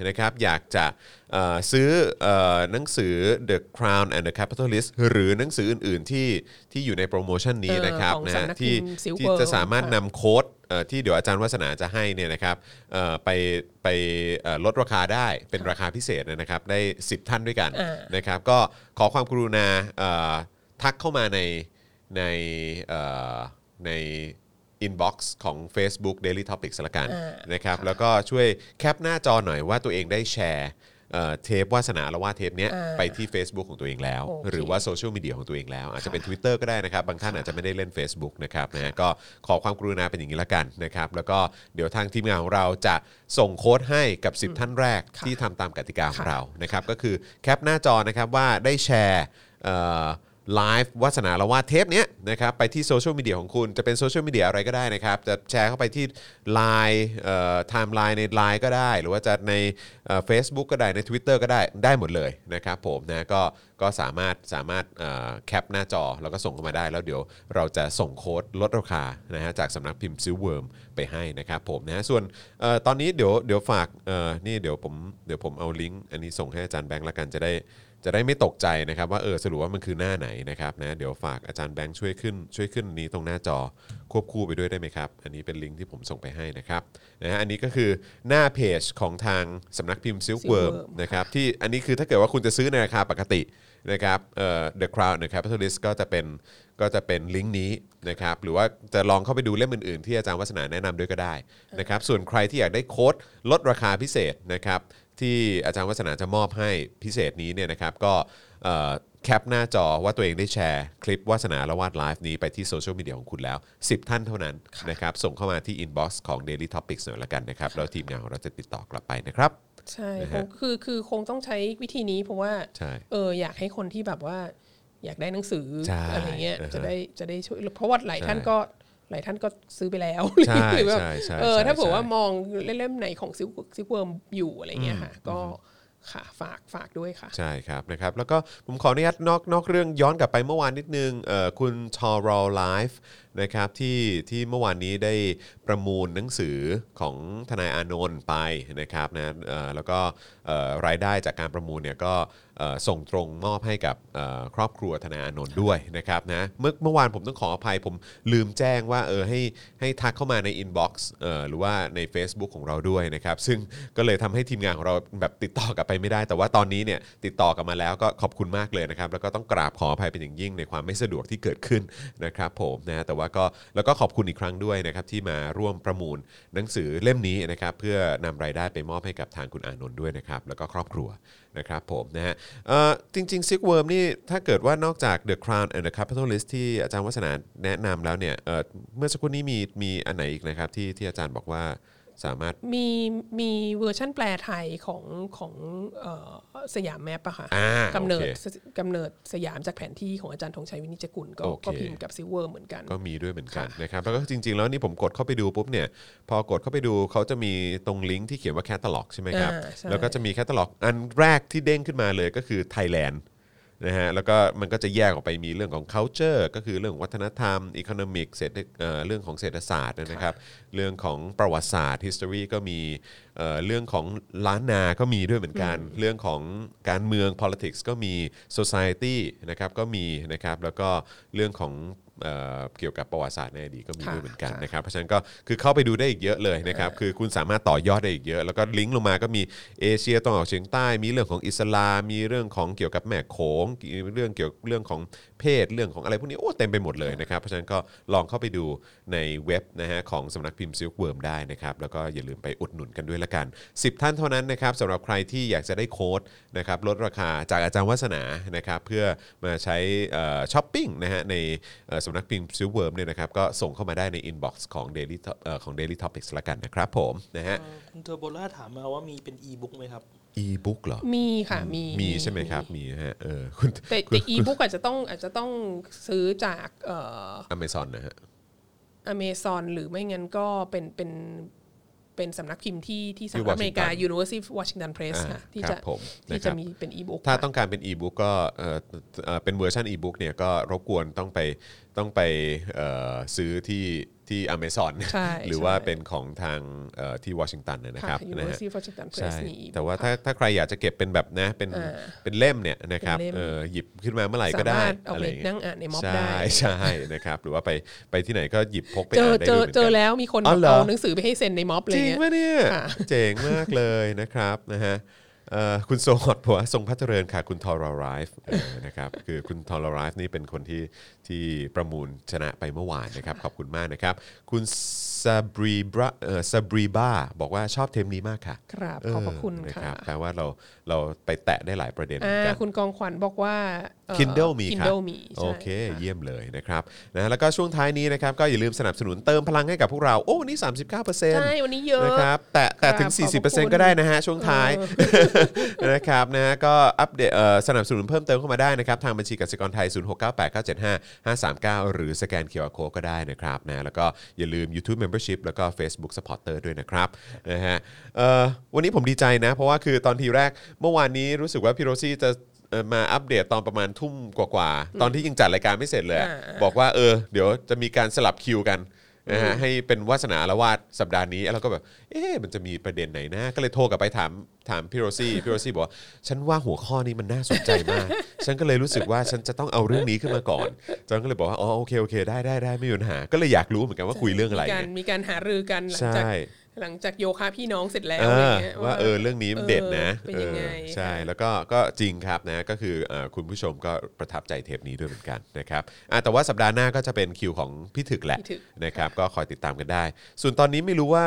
[SPEAKER 2] นะครับอยากจะเอ่อซื้อเอ่อหนังสือ The Crown and the Capitalist หรือหนังสืออื่น ๆ ที่ที่อยู่ในโปรโมชั่นนี้นะครับ
[SPEAKER 3] เออของ
[SPEAKER 2] นะ
[SPEAKER 3] สำ
[SPEAKER 2] ฮะ
[SPEAKER 3] นักพิ
[SPEAKER 2] ที่
[SPEAKER 3] มพ์ Silk
[SPEAKER 2] ที่จะ
[SPEAKER 3] Worm
[SPEAKER 2] สามารถ
[SPEAKER 3] ค่ะ
[SPEAKER 2] นำ นำโค้ด อ่อที่เดี๋ยวอาจารย์วัฒนาจะให้เนี่ยนะครับเอ่อไปไปเอ่อลดราคาได้เป็นราคาพิเศษนะครับได้ 10 ท่านด้วยกัน
[SPEAKER 3] อ่าน
[SPEAKER 2] นะครับ ก็ขอความกรุณาเอ่อทักเข้ามาในในเอ่อในอินบ็อกซ์ของ Facebook Daily Topics ละกัน
[SPEAKER 3] อ่า
[SPEAKER 2] นะครับแล้วก็ช่วยแคปหน้าจอหน่อยว่าตัวเองได้แชร์เอ่อเทปวาสนาละว่าเทปเนี้ย
[SPEAKER 3] อ่า
[SPEAKER 2] ไปที่ Facebook ของตัวเองแล้ว
[SPEAKER 3] โอเค
[SPEAKER 2] หรือว่าโซเชียลมีเดียของตัวเองแล้ว อาจจะเป็น Twitter ก็ได้นะครับ บางท่านอาจจะไม่ได้เล่น Facebook นะครับนะฮะก็ขอความกรุณาเป็นอย่างนี้ละกันนะครับ แล้วก็เดี๋ยวทางทีมงานของเราจะส่งโค้ดให้กับ 10 ท่านแรก
[SPEAKER 3] ค่ะ
[SPEAKER 2] ที่ทำตามกติกาของ
[SPEAKER 3] ค่ะ
[SPEAKER 2] เรานะครับก็คือแคปหน้าจอนะครับว่าได้แชร์เอ่อ ไลฟ์วาสนาละว่าดเทปเนี้ยนะครับไปที่โซเชียลมีเดียของคุณจะเป็นโซเชียลมีเดียอะไรก็ได้นะครับ จะแชร์เข้าไปที่ Line เอ่อไทม์ไลน์ใน Line ก็ได้ หรือว่าจะในเฟซบุ๊กก็ได้ใน Twitter ก็ได้ได้หมดเลยนะครับผมนะก็ก็สามารถสามารถเอ่อแคปหน้าจอแล้วก็ส่งเข้ามาได้ แล้วเดี๋ยวเราจะส่งโค้ดลดราคานะฮะจากสำนักพิมพ์ซิวเวิร์มไปให้นะครับผมนะฮะส่วนเอ่อตอนนี้เดี๋ยวเดี๋ยวฝากเอ่อนี่เดี๋ยวผมเดี๋ยวผมเอาลิงก์อันนี้ส่งให้อาจารย์แบงค์ละกันจะได้ จะได้ไม่ตกใจนะครับว่าเออสรุปว่ามันคือหน้าไหนนะครับนะเดี๋ยวฝากอาจารย์แบงค์ช่วยขึ้น ช่วยขึ้นนี้ตรงหน้าจอควบคู่ไปด้วยได้ไหมครับ อันนี้เป็นลิงก์ที่ผมส่งไปให้นะครับนะฮะอันนี้ก็คือหน้าเพจของทางสำนักพิมพ์ซิลเวิร์ม
[SPEAKER 3] Silkworm
[SPEAKER 2] นะครับที่อันนี้คือถ้าเกิดว่าคุณจะซื้อในราคาปกตินะครับเอ่อ The Crown The Capitalist ก็จะเป็นก็จะเป็นลิงก์นี้นะครับหรือว่าจะลองเข้าไปดูเล่มอื่นๆ ที่อาจารย์วัฒนาแนะนำด้วยก็ได้นะครับส่วนใครที่อยากได้โค้ดลดราคาพิเศษนะครับที่อาจารย์วัฒนาจะมอบให้พิเศษนี้เนี่ยนะครับก็เอ่อแคปหน้าจอว่าตัวเองได้แชร์คลิปวาสนาละวาดไลฟ์นี้ไปที่โซเชียลมีเดียของคุณแล้ว 10 ท่านเท่านั้นนะครับส่งเข้ามาที่อินบ็อกซ์ของ Daily Topics หน่อยละกันนะครับแล้วทีมงานของเราจะติดต่อกลับไปนะครับ
[SPEAKER 3] ใช่
[SPEAKER 2] นะ
[SPEAKER 3] ค
[SPEAKER 2] ฮะ
[SPEAKER 3] งคือคือคงต้องใช้วิธีนี้เพราะว่า
[SPEAKER 2] ใช่
[SPEAKER 3] เอออยากให้คนที่แบบว่า อยากได้หนังสือ
[SPEAKER 2] ใช่
[SPEAKER 3] อะไรเงี้ย
[SPEAKER 2] อ่าฮะ
[SPEAKER 3] จะได้จะได้ช่วยเพราะว่าหลาย
[SPEAKER 2] ใช่
[SPEAKER 3] ท่านก็หลายท่านก็ซื้อไปแล้ว [LAUGHS]
[SPEAKER 2] ใช่
[SPEAKER 3] หรือแบบ
[SPEAKER 2] ใช่ใช่
[SPEAKER 3] เออ
[SPEAKER 2] ใช่
[SPEAKER 3] ถ้าเผื่อว่า
[SPEAKER 2] ใช่
[SPEAKER 3] มองเล่มๆไหนของซิลซิลเวิร์มอยู่อะไรเงี้ยค่ะ ก็ค่ะฝากฝากด้วยค่ะ
[SPEAKER 2] ใช่ครับนะครับแล้วก็ผมขออนุญาตนอกนอกเรื่องย้อนกลับไปเมื่อวานนิดนึงเอ่อคุณทอรอลไลฟ์นะครับที่ที่เมื่อวานนี้ได้ประมูลหนังสือของทนายอานนท์ไปนะครับนะเอ่อแล้วก็เอ่อรายได้จากการประมูลเนี่ยก็เอ่อส่งตรงมอบให้กับเอ่อครอบครัวทนายอานนท์ด้วยนะครับนะเมื่อเมื่อวานผมต้องขออภัยผมลืมแจ้งว่าเออให้ให้ทักเข้ามาในอินบ็อกซ์หรือว่าใน Facebook ของเราด้วยนะครับซึ่งก็เลยทำให้ทีมงานของเราแบบติดต่อกลับไปไม่ได้ แต่ว่าตอนนี้เนี่ยติดต่อกลับมาแล้วก็ขอบคุณมากเลยนะครับแล้วก็ต้องกราบขออภัยเป็นอย่างยิ่งในความไม่สะดวกที่เกิดขึ้นนะครับผมนะแต่ว่าก็แล้วก็ขอบคุณอีกครั้งด้วยนะครับที่มาร่วมประมูลหนังสือเล่มนี้นะครับเพื่อนำรายได้ไปมอบให้กับทางคุณอานนท์ด้วยนะครับแล้วก็ครอบครัวนะครับผมนะฮะเอ่อจริงๆซิกเวิร์มนี่ถ้าเกิดว่านอกจาก The Crown and the Capitalist ที่อาจารย์วัฒนาแนะนำแล้วเนี่ยเอ่อเมื่อสักครู่นี้มีมีอันไหนอีกนะครับที่ที่อาจารย์บอกว่าสามารถ
[SPEAKER 3] มีมีเวอร์ชั่นแปลไทยของของเอ่อสยามแมปอะค่ะ
[SPEAKER 2] อ่าก
[SPEAKER 3] ำเนิด
[SPEAKER 2] โอเค
[SPEAKER 3] กำเนิดสยามจากแผนที่ของอาจารย์ธงชัยวินิจฉัยกุลก็
[SPEAKER 2] โอเค
[SPEAKER 3] ก็พิมพ์กับซิลเวอร์เหมือนกัน
[SPEAKER 2] ก็มีด้วยเหมือนกัน
[SPEAKER 3] ค่ะ
[SPEAKER 2] นะครับแล้วก็จริง ๆ แล้วนี่ผมกดเข้าไปดูปุ๊บเนี่ยพอกดเข้าไปดูเขาจะมีตรงลิงก์ที่เขียนว่าแคตตาล็อกใช่ไหมครับ
[SPEAKER 3] อ่าใช่
[SPEAKER 2] แล้วก็จะมีแคตตาล็อกอันแรกที่เด้งขึ้นมาเลยก็คือไทยแลนด์นะฮะแล้วก็มันก็จะแยกออกไปมีเรื่องของ culture ก็คือเรื่องวัฒนธรรม economic เศรษฐเอ่อเรื่องของเศรษฐศาสตร์นะครับเรื่องของประวัติศาสตร์ history ก็มีเอ่อเรื่องของล้านนาก็มีด้วยเหมือนกัน เรื่องของการเมือง politics ก็มี society นะครับก็มีนะครับแล้วก็เรื่องของ เอ่อเกี่ยวกับประวัติศาสตร์ในอดีตก็มี
[SPEAKER 3] ค่ะ
[SPEAKER 2] ด้วยเหมือนกัน
[SPEAKER 3] ค่ะ
[SPEAKER 2] นะครับเพราะฉะนั้นก็คือเข้าไปดูได้อีกเยอะเลยนะครับคือคุณสามารถต่อยอดได้อีกเยอะ แล้วก็ลิงก์ลงมาก็มีเอเชียตะวันออกเฉียงใต้ มีเรื่องของอิสลาม มีเรื่องของเกี่ยวกับแม่โขงมีเรื่องเกี่ยวกับเรื่องของเพศเรื่องของอะไรพวกนี้โอ้เต็มไปหมดเลยนะครับเพราะฉะนั้นก็ลองเข้าไปดูในเว็บนะฮะของสำนักพิมพ์ซิลเวิร์มได้นะครับแล้วก็อย่าลืมไปอุดหนุนกันด้วยละกัน 10 ท่านเท่านั้นนะครับสำหรับใครที่อยากจะได้โค้ดนะครับลดราคาจากอาจารย์วัฒนานะครับเพื่อมาใช้เอ่อช้อปปิ้งนะฮะใน เอ่อสำนักพิมพ์ซิลเวิร์มเนี่ยนะครับก็ส่งเข้ามาได้ในอินบ็อกซ์ของ Daily To- เอ่อของ Daily Topics ละกันนะครับผมนะฮะ
[SPEAKER 4] เอ่อคุณเทอร์โบล่าถามมาว่ามีเป็นอีบุ๊กไหมครับ
[SPEAKER 2] อีบุ๊กเหรอ
[SPEAKER 3] มีค่ะมี
[SPEAKER 2] มีใช่ไหมครับ มีฮะเออคุณ
[SPEAKER 3] แต่
[SPEAKER 2] [LAUGHS]
[SPEAKER 3] แต่อีบุ๊กอาจจะต้องอาจจะต้องซื้อจากเอ่อ
[SPEAKER 2] อเมซอนนะฮะ
[SPEAKER 3] อเมซอนหรือไม่งั้นก็เป็นเป็นเป็นสำนักพิมพ์ที่ที่สห
[SPEAKER 2] ที่
[SPEAKER 3] รัฐอเมริกา
[SPEAKER 2] Washington
[SPEAKER 3] University of Washington Press
[SPEAKER 2] อ่า
[SPEAKER 3] ค่ะที่
[SPEAKER 2] ครั
[SPEAKER 3] จะ
[SPEAKER 2] บผม
[SPEAKER 3] ที่
[SPEAKER 2] นะครั
[SPEAKER 3] จะ
[SPEAKER 2] บ
[SPEAKER 3] มีเป็นอีบุ๊ก
[SPEAKER 2] ถ้าต้องการเป็นอีบุ๊กก็เอ่อเอ่อเป็นเวอร์ชันอีบุ๊กเนี่ยก็รบกวนต้องไป ต้องไปเอ่อซื้อที่ที่อเมซอน
[SPEAKER 3] ใช่
[SPEAKER 2] [LAUGHS] หรือว่า
[SPEAKER 3] ใช่
[SPEAKER 2] เป็นของทางเอ่อที่วอชิงตันนะนะ
[SPEAKER 3] ค่ะ
[SPEAKER 2] ครับ
[SPEAKER 3] University of Washington
[SPEAKER 2] ใช่
[SPEAKER 3] Press มี
[SPEAKER 2] แต่ว่าถ้าถ้าใครอยากจะเก็บเป็นแบบนะเป็น
[SPEAKER 3] อ่า
[SPEAKER 2] เป็นเล่มเนี่ยนะครับ
[SPEAKER 3] เป็นเล่ม
[SPEAKER 2] เออหยิบขึ้นมาเมื่อไหร่ก็
[SPEAKER 3] สา
[SPEAKER 2] ได้
[SPEAKER 3] มารถเอาไป
[SPEAKER 2] อะไรย่ย
[SPEAKER 3] นั่งอ่านในม็อบ
[SPEAKER 2] ใช่
[SPEAKER 3] ได้
[SPEAKER 2] ใช่นะครับหรือว่าไปไปที่ไหนก็หยิบพกไป
[SPEAKER 3] เจอ
[SPEAKER 2] อ่านได้
[SPEAKER 3] เจ
[SPEAKER 2] ด้
[SPEAKER 3] อ
[SPEAKER 2] วยหมืนกัน
[SPEAKER 3] เจอแล้วมีคน
[SPEAKER 2] อ๋อเหรอ
[SPEAKER 3] เอาหนังสือไปให้เซ็นในม็อบอะไร
[SPEAKER 2] จริง
[SPEAKER 3] เงี้ย
[SPEAKER 2] ปะเนี่ย
[SPEAKER 3] ค่ะ
[SPEAKER 2] เจ๋งมากเลยนะครับ [LAUGHS] นะฮะเอ่อคุณโซฮอดผัวทรงพัฒเจริญค่ะ คุณทอร์ไรฟ์นะครับ [LAUGHS] คือคุณทอร์ไรฟ์นี่เป็นคนที่ที่ประมูลชนะไปเมื่อวานนะครับ ขอบคุณมากนะครับ คุณซาบรีบาซาบรีบาบอกว่าชอบเทมนี้มากค่ะ
[SPEAKER 3] กราบขอบพระคุณ
[SPEAKER 2] เนะ
[SPEAKER 3] ค่ะ
[SPEAKER 2] รับแปลว่าเราเราไปแตะได้หลายประเด็นเหมื
[SPEAKER 3] อ่า
[SPEAKER 2] อนกัน
[SPEAKER 3] คุณกองขวัญบอกว่าเอ่อ
[SPEAKER 2] Kindle มีครับ
[SPEAKER 3] Kindle มีใช่
[SPEAKER 2] โอเค
[SPEAKER 3] ค่ะ
[SPEAKER 2] เยี่ยมเลยนะครับนะแล้วก็ช่วงท้ายนี้นะครับก็อย่าลืมสนับสนุนเติมพลังให้กับพวกเราโอ้นี่ 39%
[SPEAKER 3] ใช่วันนี้เยอะ
[SPEAKER 2] นะครับแต่แต่ถึง
[SPEAKER 3] ครับขอบพระคุณ
[SPEAKER 2] 40%ก็ได้นะฮะช่วงท้ายนะครับนะฮะก็อัปเดตเอ่อสนับสนุนเพิ่มเติมเข้ามาได้นะครับ ทางบัญชีกสิกรไทย 0698975539 หรือสแกนเคอร์โคก็ได้นะครับนะแล้วก็อย่าลืม YouTube Membership แล้วก็ Facebook Supporter ด้วยนะครับนะฮะเอ่อวันนี้ผมดีใจนะ เพราะว่าคือตอนทีแรกเมื่อวานนี้รู้สึกว่าพี่โรซี่จะเอ่อมาอัปเดตตอนประมาณทุ่มกว่าๆ ตอนที่ยังจัดรายการไม่เสร็จเลยอะ
[SPEAKER 3] อ่า
[SPEAKER 2] บอกว่าเออเดี๋ยวจะมีการสลับคิวกันนะฮะให้เป็นวาสนาละวาดสัปดาห์นี้แล้วเราก็แบบ เอ๊ะมันจะมีประเด็นไหนนะก็เลยโทรกลับไปถามถามพี่โรซี่พี่โรซี่บอกว่าฉันว่าหัวข้อนี้มันน่าสนใจมาก [LAUGHS] ฉันก็เลยรู้สึกว่าฉันจะต้องเอาเรื่องนี้ขึ้นมาก่อนจันก็เลยบอกว่าอ๋อโอเคโอเคได้ได้ได้ไม่มีปัญหาก็เลยอยากรู้เหมือนกันว่าคุยเรื่องอะไร
[SPEAKER 3] มีการ
[SPEAKER 2] เนี่ย
[SPEAKER 3] มีการหารือกันหลัง
[SPEAKER 2] ใช่
[SPEAKER 3] จากหลังจากโยคะพี่น้องเสร็จแล้ว
[SPEAKER 2] เอ
[SPEAKER 3] อะไร
[SPEAKER 2] อ
[SPEAKER 3] เงี้ย
[SPEAKER 2] ว่าเออเรื่องนี้มันเด็ดนะ
[SPEAKER 3] เออเป็นยังไง
[SPEAKER 2] เออใช่แล้วก็ก็จริงครับนะก็คือเอ่อคุณผู้ชมก็ประทับใจเทปนี้ด้วยเหมือนกันนะครับอ่ะแต่ว่าสัปดาห์หน้าก็จะเป็นคิวของพี่ถึกแหละ
[SPEAKER 3] พี่ถึก
[SPEAKER 2] นะครับก็คอยติดตามกันได้ ส่วนตอนนี้ไม่รู้ว่า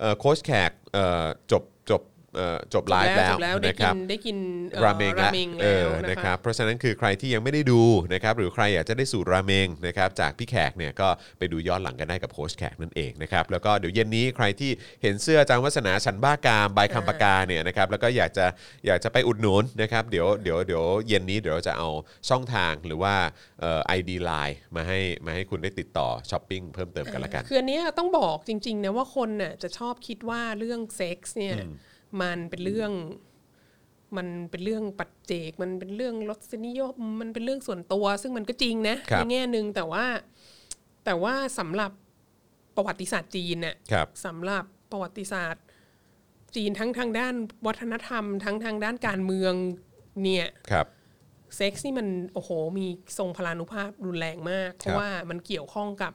[SPEAKER 2] เอ่อโค้ชแขกเอ่อจบจบเอ่อจบไลฟ์แล้ว
[SPEAKER 3] จบแล้วได้
[SPEAKER 2] นะค
[SPEAKER 3] กิ
[SPEAKER 2] รับ
[SPEAKER 3] นได้กินอ่อ
[SPEAKER 2] ราเมงละเอ
[SPEAKER 3] แล้
[SPEAKER 2] อ
[SPEAKER 3] ว
[SPEAKER 2] นะ
[SPEAKER 3] นะ
[SPEAKER 2] ค
[SPEAKER 3] ค
[SPEAKER 2] รั
[SPEAKER 3] รั
[SPEAKER 2] บบ เพราะฉะนั้นคือใครที่ยังไม่ได้ดูนะครับหรือใครอยากจะได้สูตรราเมงนะครับจากพี่แขกเนี่ยก็ไปดูย้อนหลังกันได้กับโค้ชแขกนั่นเองนะครับแล้วก็เดี๋ยวเย็นนี้ใครที่เห็นเสื้ออาจารย์วัฒนาฉันบ้ากามใบคำปากกาเนี่ยนะครับแล้วก็อยากจะอยากจะไปอุดหนุนนะครับเดี๋ยวเดี๋ยวเดี๋ยวเย็นนี้เดี๋ยวเราจะเอาช่องทางหรือว่าเอ่อ ID Line มาให้มาให้คุณได้ติดต่อช้อปปิ้งเพิ่มเติมกันละกัน
[SPEAKER 3] คืออันเนี้ยต้องบอกจริงๆนะว่าคนน่ะจะชอบคิดว่าเรื่องเซ็กส์เนี่ยมันเป็นเรื่อง มันเป็นเรื่องปัจเจก มันเป็นเรื่องรสนิยม มันเป็นเรื่องส่วนตัว ซึ่งมันก็จริงนะครับ ในแง่หนึ่งแต่ว่า แต่ว่าสำหรับประวัติศาสตร์จีนน่ะ
[SPEAKER 2] ครับ
[SPEAKER 3] สำหรับประวัติศาสตร์ จีนทั้งทางด้านวัฒนธรรม ทั้งทางด้านการเมืองเนี่ย
[SPEAKER 2] ครับ
[SPEAKER 3] เซ็กซ์นี่มันโอ้โหมีทรงพลานุภาพรุนแรงมาก เพ
[SPEAKER 2] ครั
[SPEAKER 3] ราะ
[SPEAKER 2] บ
[SPEAKER 3] ว่ามันเกี่ยวข้องกับ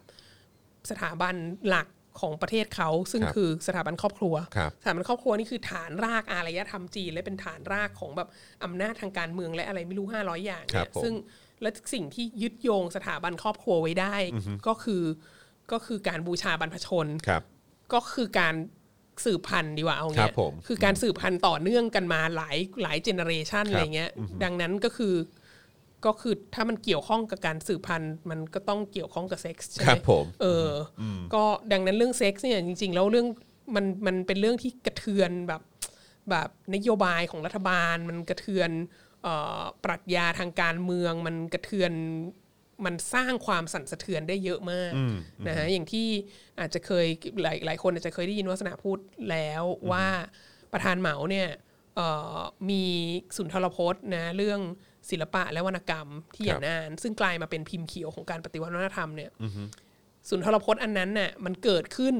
[SPEAKER 3] สถาบันหลักของประเทศเขา ซึ่ง
[SPEAKER 2] ครับ
[SPEAKER 3] คือสถาบันครอบครัว
[SPEAKER 2] ครับ
[SPEAKER 3] สถาบันครอบครัวนี่คือฐานรากอารยธรรมจีน และเป็นฐานรากของแบบอำนาจทางการเมืองและอะไรไม่รู้ 500 อย่าง
[SPEAKER 2] ครั
[SPEAKER 3] เนี่
[SPEAKER 2] บ
[SPEAKER 3] ย
[SPEAKER 2] ผม
[SPEAKER 3] ซึ่งและสิ่งที่ยึดโยงสถาบันครอบครัวไว้ได้ก็คือก็คือการบูชาบรรพชน
[SPEAKER 2] ครับ
[SPEAKER 3] ก็คือการสืบพันธุ์ดีกว่าเอา
[SPEAKER 2] ครั
[SPEAKER 3] เงี้
[SPEAKER 2] บ
[SPEAKER 3] ย
[SPEAKER 2] ผม
[SPEAKER 3] คือการสืบพันธุ์ต่อเนื่องกันมาหลายหลายเจเนอเรชัน
[SPEAKER 2] ครับ
[SPEAKER 3] อะไรเงี้ย ดังนั้นก็คือก็คือถ้ามันเกี่ยวข้องกับการสืบพันธุ์มันก็ต้องเกี่ยวข้องกับเซ็กส์ใช่ไห
[SPEAKER 2] ครับผม
[SPEAKER 3] เอออก็ดังนั้นเรื่องเซ็กส์เนี่ยจริง ๆ แล้วเรื่องมันมันเป็นเรื่องที่กระเทือนแบบแบบนโยบายของรัฐบาล มันกระเทือนเอ่อปรัชญาทางการเมือง มันกระเทือน มันสร้างความสั่นสะเทือนได้เยอะมากนะฮะอย่างที่อาจจะเคยหลายหลายคนอาจจะเคยได้ยินวัสนาพูดแล้วว่าประธานเหมาเนี่ยเอ่อมีสุนทรพจน์นะเรื่องศิลปะและวรรณกรรมที่อ
[SPEAKER 2] ครั
[SPEAKER 3] ย่าง
[SPEAKER 2] บ
[SPEAKER 3] นาน ซึ่งกลายมาเป็นพิมพ์เขียวของการปฏิวัติวัฒนธรรมเนี่ยสุนทรพจน์อันนั้นน่ะมันเกิดขึ้น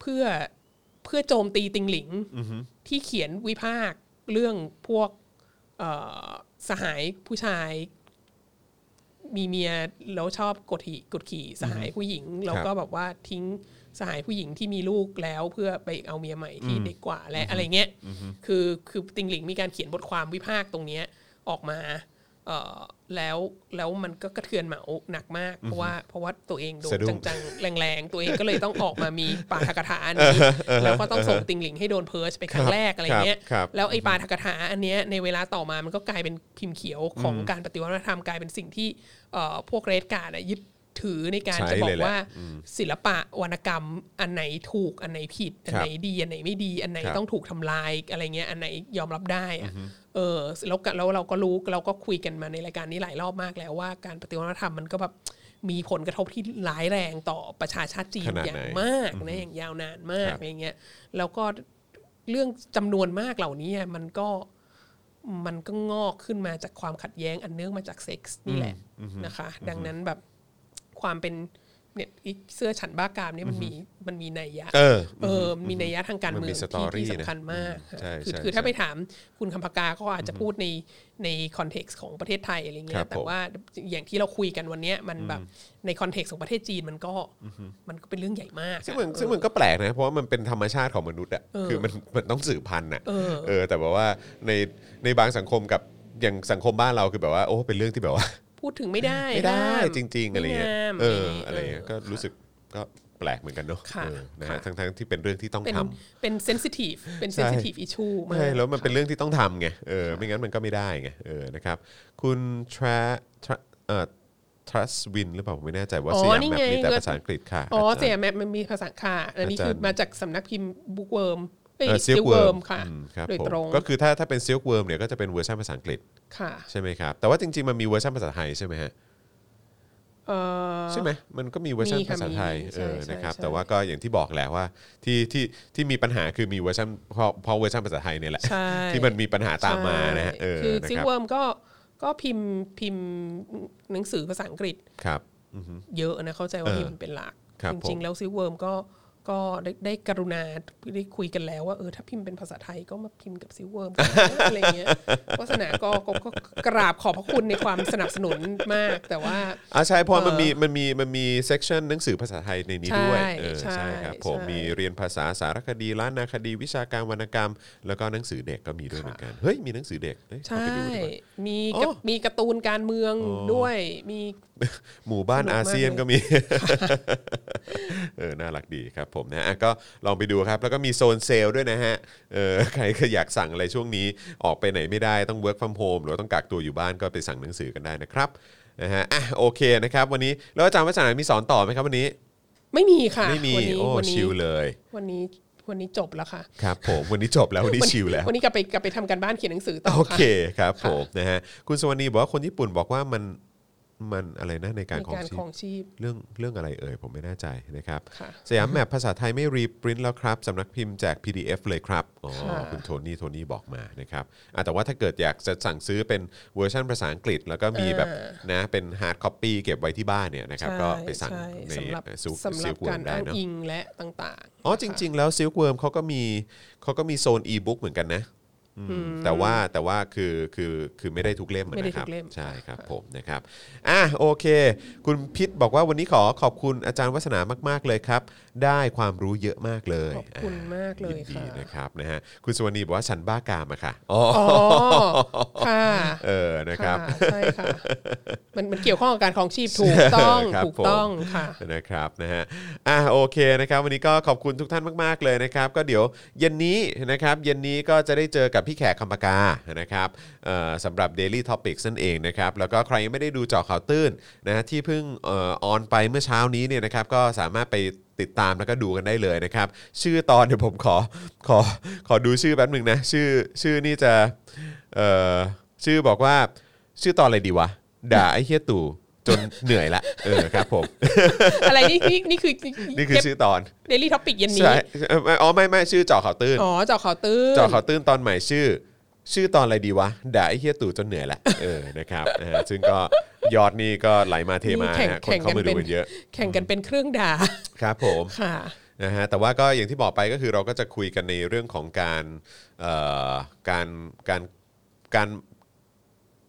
[SPEAKER 3] เพื่อเพื่อโจมตีติงหลิงที่เขียนวิพากษ์เรื่องพวกเอ่อสหายผู้ชาย มีเมียแล้วชอบกดขี่กดขี่สหายผู้หญิงแล้วก็แบบว่าทิ้งสหายผู้หญิงที่มีลูกแล้วเพื่อไปเอาเมียใหม่ที่เด็กกว่าและอะไรเงี้ยคือคือติงหลิงมีการเขียนบทความวิพากษ์ตรงเนี้ยออกมาเอ่อแล้วแล้วมันก็กระเทือนเหมาหนักมาก เพราะว่าเพราะว่าตัวเองโดน
[SPEAKER 2] สะดุ้ง
[SPEAKER 3] จังๆ แรงๆ ตัวเองก็เลยต้องออกมามีปาทกถาอันนี้แล้วก็ต้องส่งติงหลิงให้โดนเพิร์ชไปครั้งแรกอะไรเงี้ย
[SPEAKER 2] ครับ
[SPEAKER 3] แล้วไอ้ปาทกถาอันเนี้ยในเวลาต่อมามันก็กลายเป็นพิมพ์เขียวของการปฏิวัติวัฒนธรรมกลายเป็นสิ่งที่เอ่อพวกเรสการ์ดอะยึดถือในการ
[SPEAKER 2] ใช้
[SPEAKER 3] จะบอ
[SPEAKER 2] เลย
[SPEAKER 3] ก
[SPEAKER 2] แหละ
[SPEAKER 3] ว่าศิลปะวรรณกรรม อันไหนถูกอันไหนผิด อันไหนดี อันไหนไม่ดี อันไหน
[SPEAKER 2] ครับ
[SPEAKER 3] ต้องถูกทำลายอะไรเงี้ยอันไหนยอมรับได้อะเออแล้วก็แล้วเราก็รู้เราก็คุยกันมาในรายการนี้หลายรอบมากแล้วว่าการปฏิวัติวัฒนธรรมมันก็แบบมีผลกระทบที่ร้ายแรงต่อประชาชาติจีน
[SPEAKER 2] ขนาด
[SPEAKER 3] อย่าง
[SPEAKER 2] ไหน
[SPEAKER 3] มากนะอย่างยาวนานมาก
[SPEAKER 2] ครับ
[SPEAKER 3] อะไรเงี้ยแล้วก็ เรื่องจำนวนมากเหล่านี้มันก็มันก็งอกขึ้นมาจากความขัดแย้งอันเนื่องมาจากเซ็กส์นี่แหละนะคะ ดังนั้นแบบ ความเป็นเนี่ยไอ้เสื้อฉันบ้ากามเนี่ยมันมีมันมีนัยยะ
[SPEAKER 2] เออ
[SPEAKER 3] เออมันมีนัยยะทางการ
[SPEAKER 2] มันมี
[SPEAKER 3] เมือง
[SPEAKER 2] สตอ
[SPEAKER 3] ที่
[SPEAKER 2] รี่
[SPEAKER 3] ที่
[SPEAKER 2] นะ
[SPEAKER 3] สำคัญมากค่ะ
[SPEAKER 2] ใช่
[SPEAKER 3] คือ
[SPEAKER 2] ใช่
[SPEAKER 3] คือถ้า
[SPEAKER 2] ใช่
[SPEAKER 3] ไปถามคุณคำพกาก็อาจจะพูดในในคอนเท็กซ์ของประเทศไทยอะไรเงี้
[SPEAKER 2] ครั
[SPEAKER 3] ย
[SPEAKER 2] บผม
[SPEAKER 3] แต่ว่าอย่างที่เราคุยกันวันเนี้ยมันแบบในคอนเท็กซ์ของประเทศจีนมันก็มันก็เป็นเรื่องใหญ่มาก
[SPEAKER 2] ซึ่งมัน
[SPEAKER 3] อะ
[SPEAKER 2] ซึ่งมันก็แปลกนะ เพราะว่ามันเป็นธรรมชาติของมนุษย์อ่ะ
[SPEAKER 3] เออ
[SPEAKER 2] คือมันมันต้องสืบพันธุ์อ่ะ
[SPEAKER 3] เออ
[SPEAKER 2] เออแต่แบบว่าในในบางสังคมกับอย่างสังคมบ้านเราคือแบบว่าโอ้เป็นเรื่องที่แบบว่า
[SPEAKER 3] พูดถึงไม่ได้
[SPEAKER 2] ไม่ได้
[SPEAKER 3] ห้าม
[SPEAKER 2] จริง ๆ อะไรเงี้ย
[SPEAKER 3] ม่ห้าม
[SPEAKER 2] เอออะไรเงี้ย
[SPEAKER 3] ออ
[SPEAKER 2] ก็รู้สึกก็แปลกเหมือนกันเนาะ
[SPEAKER 3] ค่ะ
[SPEAKER 2] เออนะฮะ
[SPEAKER 3] ค่ะ
[SPEAKER 2] ทั้งทั้งที่เป็นเรื่องที่ต้อง
[SPEAKER 3] เป็น
[SPEAKER 2] ทำ
[SPEAKER 3] เป็นเซนซิทีฟเป็น
[SPEAKER 2] ใช่
[SPEAKER 3] เซนซิทีฟอิชูมาก
[SPEAKER 2] ใช่แล้วมันเป็นเรื่องที่ต้องทำไงเออไม่งั้นมันก็ไม่ได้ไงเออนะครับคุณทราเอ่อทรัสวินหรือเปล่าผมไม่แน่ใจว่าสยามแบบมีแต่ภาษาอังกฤษค่ะ
[SPEAKER 3] อ๋อ
[SPEAKER 2] อาจารย์
[SPEAKER 3] เสียแมปมันมีภาษาค่ะอันนี้คือมาจากสำนักพิมพ์บุ๊กเวิร์ม
[SPEAKER 2] เออซิล
[SPEAKER 3] ซิล
[SPEAKER 2] เวิ
[SPEAKER 3] เวิ
[SPEAKER 2] ร์
[SPEAKER 3] ร์
[SPEAKER 2] ม
[SPEAKER 3] มค่ะ
[SPEAKER 2] ครับ
[SPEAKER 3] โดย
[SPEAKER 2] ผม
[SPEAKER 3] ตรง
[SPEAKER 2] ก็คือถ้าถ้าเป็นซิลเวิร์มเนี่ยก็จะเป็นเวอร์ชันภาษาอังกฤษ
[SPEAKER 3] ค่ะ
[SPEAKER 2] ใช่ไหมครับ แต่ว่าจริงๆ มันมีเวอร์ชันภาษาไทยใช่ไหมฮะ
[SPEAKER 3] เอ่อ
[SPEAKER 2] ใช่ไหมมันก็มีเวอร์ชัน
[SPEAKER 3] มีค่ะ
[SPEAKER 2] ภาษาไทย
[SPEAKER 3] มี
[SPEAKER 2] เออ
[SPEAKER 3] ใช่
[SPEAKER 2] นะครับ
[SPEAKER 3] ใช่
[SPEAKER 2] แต่ว่าก็อย่างที่บอกแหละว่าที่ที่ที่มีปัญหาคือมีเวอร์ชันเพราะเพราะเวอร์ชันภาษาไทยเนี่ยแหละ
[SPEAKER 3] ใช่
[SPEAKER 2] ที่มันมีปัญหาตามมานะฮะเออ
[SPEAKER 3] คือ
[SPEAKER 2] นะ
[SPEAKER 3] ซิ
[SPEAKER 2] ครับ
[SPEAKER 3] เวิร์มก็ก็พิมพ์พิมพ์หนังสือภาษาอังกฤษ
[SPEAKER 2] ครับอือฮึ
[SPEAKER 3] เยอะนะเข้าใจว่า
[SPEAKER 2] เออ
[SPEAKER 3] พิมพ์เป็นหลัก
[SPEAKER 2] ครับ
[SPEAKER 3] จ
[SPEAKER 2] ผ
[SPEAKER 3] ริ
[SPEAKER 2] ม
[SPEAKER 3] ง ๆ แล้วซิเวิร์มก็ก็ได้ได้กรุณาได้คุยกันแล้วว่าเออถ้าพิมพ์เป็นภาษาไทยก็มาพิมพ์กับซิเวิร์มกันนะ [LAUGHS] อะไรเงี้ยวาสนาก็ก็ก็กราบขอบพระคุณในความสนับสนุนมากแต่ว่า
[SPEAKER 2] อ่าใช่เพราะ
[SPEAKER 3] เออ
[SPEAKER 2] มันมีมันมีมันมีเซกชันหนังสือภาษาไทยในนี้ด้วย
[SPEAKER 3] ใช่
[SPEAKER 2] เออ
[SPEAKER 3] ใช่
[SPEAKER 2] ใช่ครับผม
[SPEAKER 3] ใช่
[SPEAKER 2] มีเรียนภาษาสารคดีล้านนาคดีวิชาการวรรณกรรม แล้วก็หนังสือเด็กก็มีด้วยเหมือนกันเฮ้ยมีหนังสือเด็กเอ้ยเข้าไปดู
[SPEAKER 3] ใช่
[SPEAKER 2] ดีกว่า
[SPEAKER 3] มี
[SPEAKER 2] อ๋อ
[SPEAKER 3] กับมีการ์ตูนการเมืองด้วยมี
[SPEAKER 2] หมู่บ้าน
[SPEAKER 3] สนุก
[SPEAKER 2] อาเซียน
[SPEAKER 3] มากเลย
[SPEAKER 2] ก็มี [LAUGHS] เออ น่ารักดีครับผมนะอ่ะก็ลองไปดูครับ แล้วก็มีโซนเซลล์ด้วยนะฮะ เออ ใครก็อยากสั่งอะไรช่วงนี้ ออกไปไหนไม่ได้ต้อง work from home หรือว่าต้องกักตัวอยู่บ้านก็ไปสั่งหนังสือกันได้นะครับ นะฮะ อ่ะ โอเคนะครับ วันนี้ แล้วอาจารย์วัฒนามีสอนต่อไหมครับวันนี้
[SPEAKER 3] ไม่มีค่ะ
[SPEAKER 2] ไม่มี
[SPEAKER 3] วันนี้
[SPEAKER 2] โอ้
[SPEAKER 3] วัน
[SPEAKER 2] ชิ
[SPEAKER 3] นี้
[SPEAKER 2] ลเลย
[SPEAKER 3] วันนี้วันนี้จบแล้วค่ะ
[SPEAKER 2] ครับผม วันนี้จ
[SPEAKER 3] [LAUGHS]
[SPEAKER 2] บแล้ว วันนี้ชิลแล้ว
[SPEAKER 3] วันนี้กลับไปกลับไปทำการบ้านเขียนหนังสือต่อ
[SPEAKER 2] โอ
[SPEAKER 3] ค่ะ
[SPEAKER 2] เคครับผมนะฮะ คุณสวนีบอกว่าคนญี่ปุ่นบอกว่ามัน มันอะไรนะในการ
[SPEAKER 3] ใน
[SPEAKER 2] ของ
[SPEAKER 3] การ
[SPEAKER 2] ชีพ
[SPEAKER 3] ของชีพ
[SPEAKER 2] เรื่องเรื่องอะไรเอ่ยผมไม่แน่ใจนะครับ
[SPEAKER 3] ค่ะ
[SPEAKER 2] สยามแมปภาษาไทยไม่รีปริ้นแล้วครับสำนักพิมพ์แจก PDF เลยครับอ๋อคุณโทนี่โทนี่บอกมานะครับอ่ะแต่ว่าถ้าเกิดอยากจะสั่งซื้อเป็นเวอร์ชันภาษาอังกฤษ แล้วก็มีแบบนะเป็นฮาร์ดคอปปี้เก็บไว้ที่บ้านเนี่ยนะครับ
[SPEAKER 3] ใช่
[SPEAKER 2] ก็ไปสั่ง
[SPEAKER 3] ช่
[SPEAKER 2] ใน
[SPEAKER 3] สำหรับ
[SPEAKER 2] ซู
[SPEAKER 3] สำห
[SPEAKER 2] ซิ
[SPEAKER 3] รั
[SPEAKER 2] ล
[SPEAKER 3] บ
[SPEAKER 2] เวิ
[SPEAKER 3] กา
[SPEAKER 2] ร์
[SPEAKER 3] ร
[SPEAKER 2] มได้
[SPEAKER 3] อ้าง
[SPEAKER 2] เนาะ
[SPEAKER 3] อิงและต่างๆ
[SPEAKER 2] อ๋อจริง ๆ แล้วซิลเวิร์มเขาก็มีเขาก็มีโซนอีบุ๊กเหมือนกันนะอืมแต่ว่าแต่ว่าคือคือคือไม่ได้ทุกเล่มอะ
[SPEAKER 3] ไม่ได้
[SPEAKER 2] นะค
[SPEAKER 3] ถู
[SPEAKER 2] รับ
[SPEAKER 3] กเล่ม
[SPEAKER 2] ใช่ครับ ครับผมนะครับอ่ะโอเค คุณพิษบอกว่าวันนี้ขอขอบคุณอาจารย์วัฒนามาก ๆ เลยครับ ได้ความรู้เยอะมากเลย
[SPEAKER 3] ขอบคุณมากเลย
[SPEAKER 2] นดี
[SPEAKER 3] ค่ะ
[SPEAKER 2] นะครับนะฮะคุณสวนีบอกว่าฉันบ้ากามอะค่ะอ๋อ
[SPEAKER 3] อ๋อค่ะ
[SPEAKER 2] เออนะครับ
[SPEAKER 3] ะใช่ค่ะ มันมันเกี่ยวข้องกับการของชีพถูกต้อง
[SPEAKER 2] ครับ
[SPEAKER 3] ถูก
[SPEAKER 2] ผม
[SPEAKER 3] ต้องค่ะ
[SPEAKER 2] นะครับนะฮะอ่ะโอเคนะครับ วันนี้ก็ขอบคุณทุกท่านมาก ๆ เลยนะครับ ก็เดี๋ยวเย็นนี้นะครับ เย็นนี้ก็จะได้เจอกับพี่แขกคำปากานะครับเอ่อสำหรับ Daily Topics นั่นเองนะครับ แล้วก็ใครยังไม่ได้ดูเจอข่าวตื้นนะฮะที่เพิ่งเออออนไปเมื่อเช้านี้เนี่ยนะครับ ก็สามารถไปติดตามแล้วก็ดูกันได้เลยนะครับ ชื่อตอนเดี๋ยวผมขอขอขอดูชื่อแป๊บหนึ่งนะชื่อชื่อนี่จะเอ่อชื่อบอกว่าชื่อตอนอะไรดีวะด่าไอ้เฮียตู่จนเหนื่อยละเออครับผม
[SPEAKER 3] อะไรนี่นี่นี่คือ
[SPEAKER 2] นี่คือชื่อตอน
[SPEAKER 3] เดลี่ท็อปิกเย็นนี้
[SPEAKER 2] ใช่เอ่ออ๋อไม่ไม่ชื่อเจาะข่าวตื้น
[SPEAKER 3] อ๋อเจาะข่าวตื้น
[SPEAKER 2] เจาะข่าวตื้นตอนใหม่ชื่อ ชื่อตอนอะไรดีวะด่าไอ้เฮียตู่จนเหนื่อยละเออนะครับนะฮะซึ่งก็ยอดนี่ก็ไหลมาเทมา
[SPEAKER 3] แข่ง
[SPEAKER 2] นะคน
[SPEAKER 3] แข่ง
[SPEAKER 2] เข้า
[SPEAKER 3] กัน
[SPEAKER 2] มาดู
[SPEAKER 3] เป็น
[SPEAKER 2] กันเยอะ
[SPEAKER 3] แข่งกันเป็นเครื่องด่า
[SPEAKER 2] ครับผม
[SPEAKER 3] ค่ะ
[SPEAKER 2] นะฮะแต่ว่าก็อย่างที่บอกไปก็คือเราก็จะคุยกันในเรื่องของการเอ่อการการการ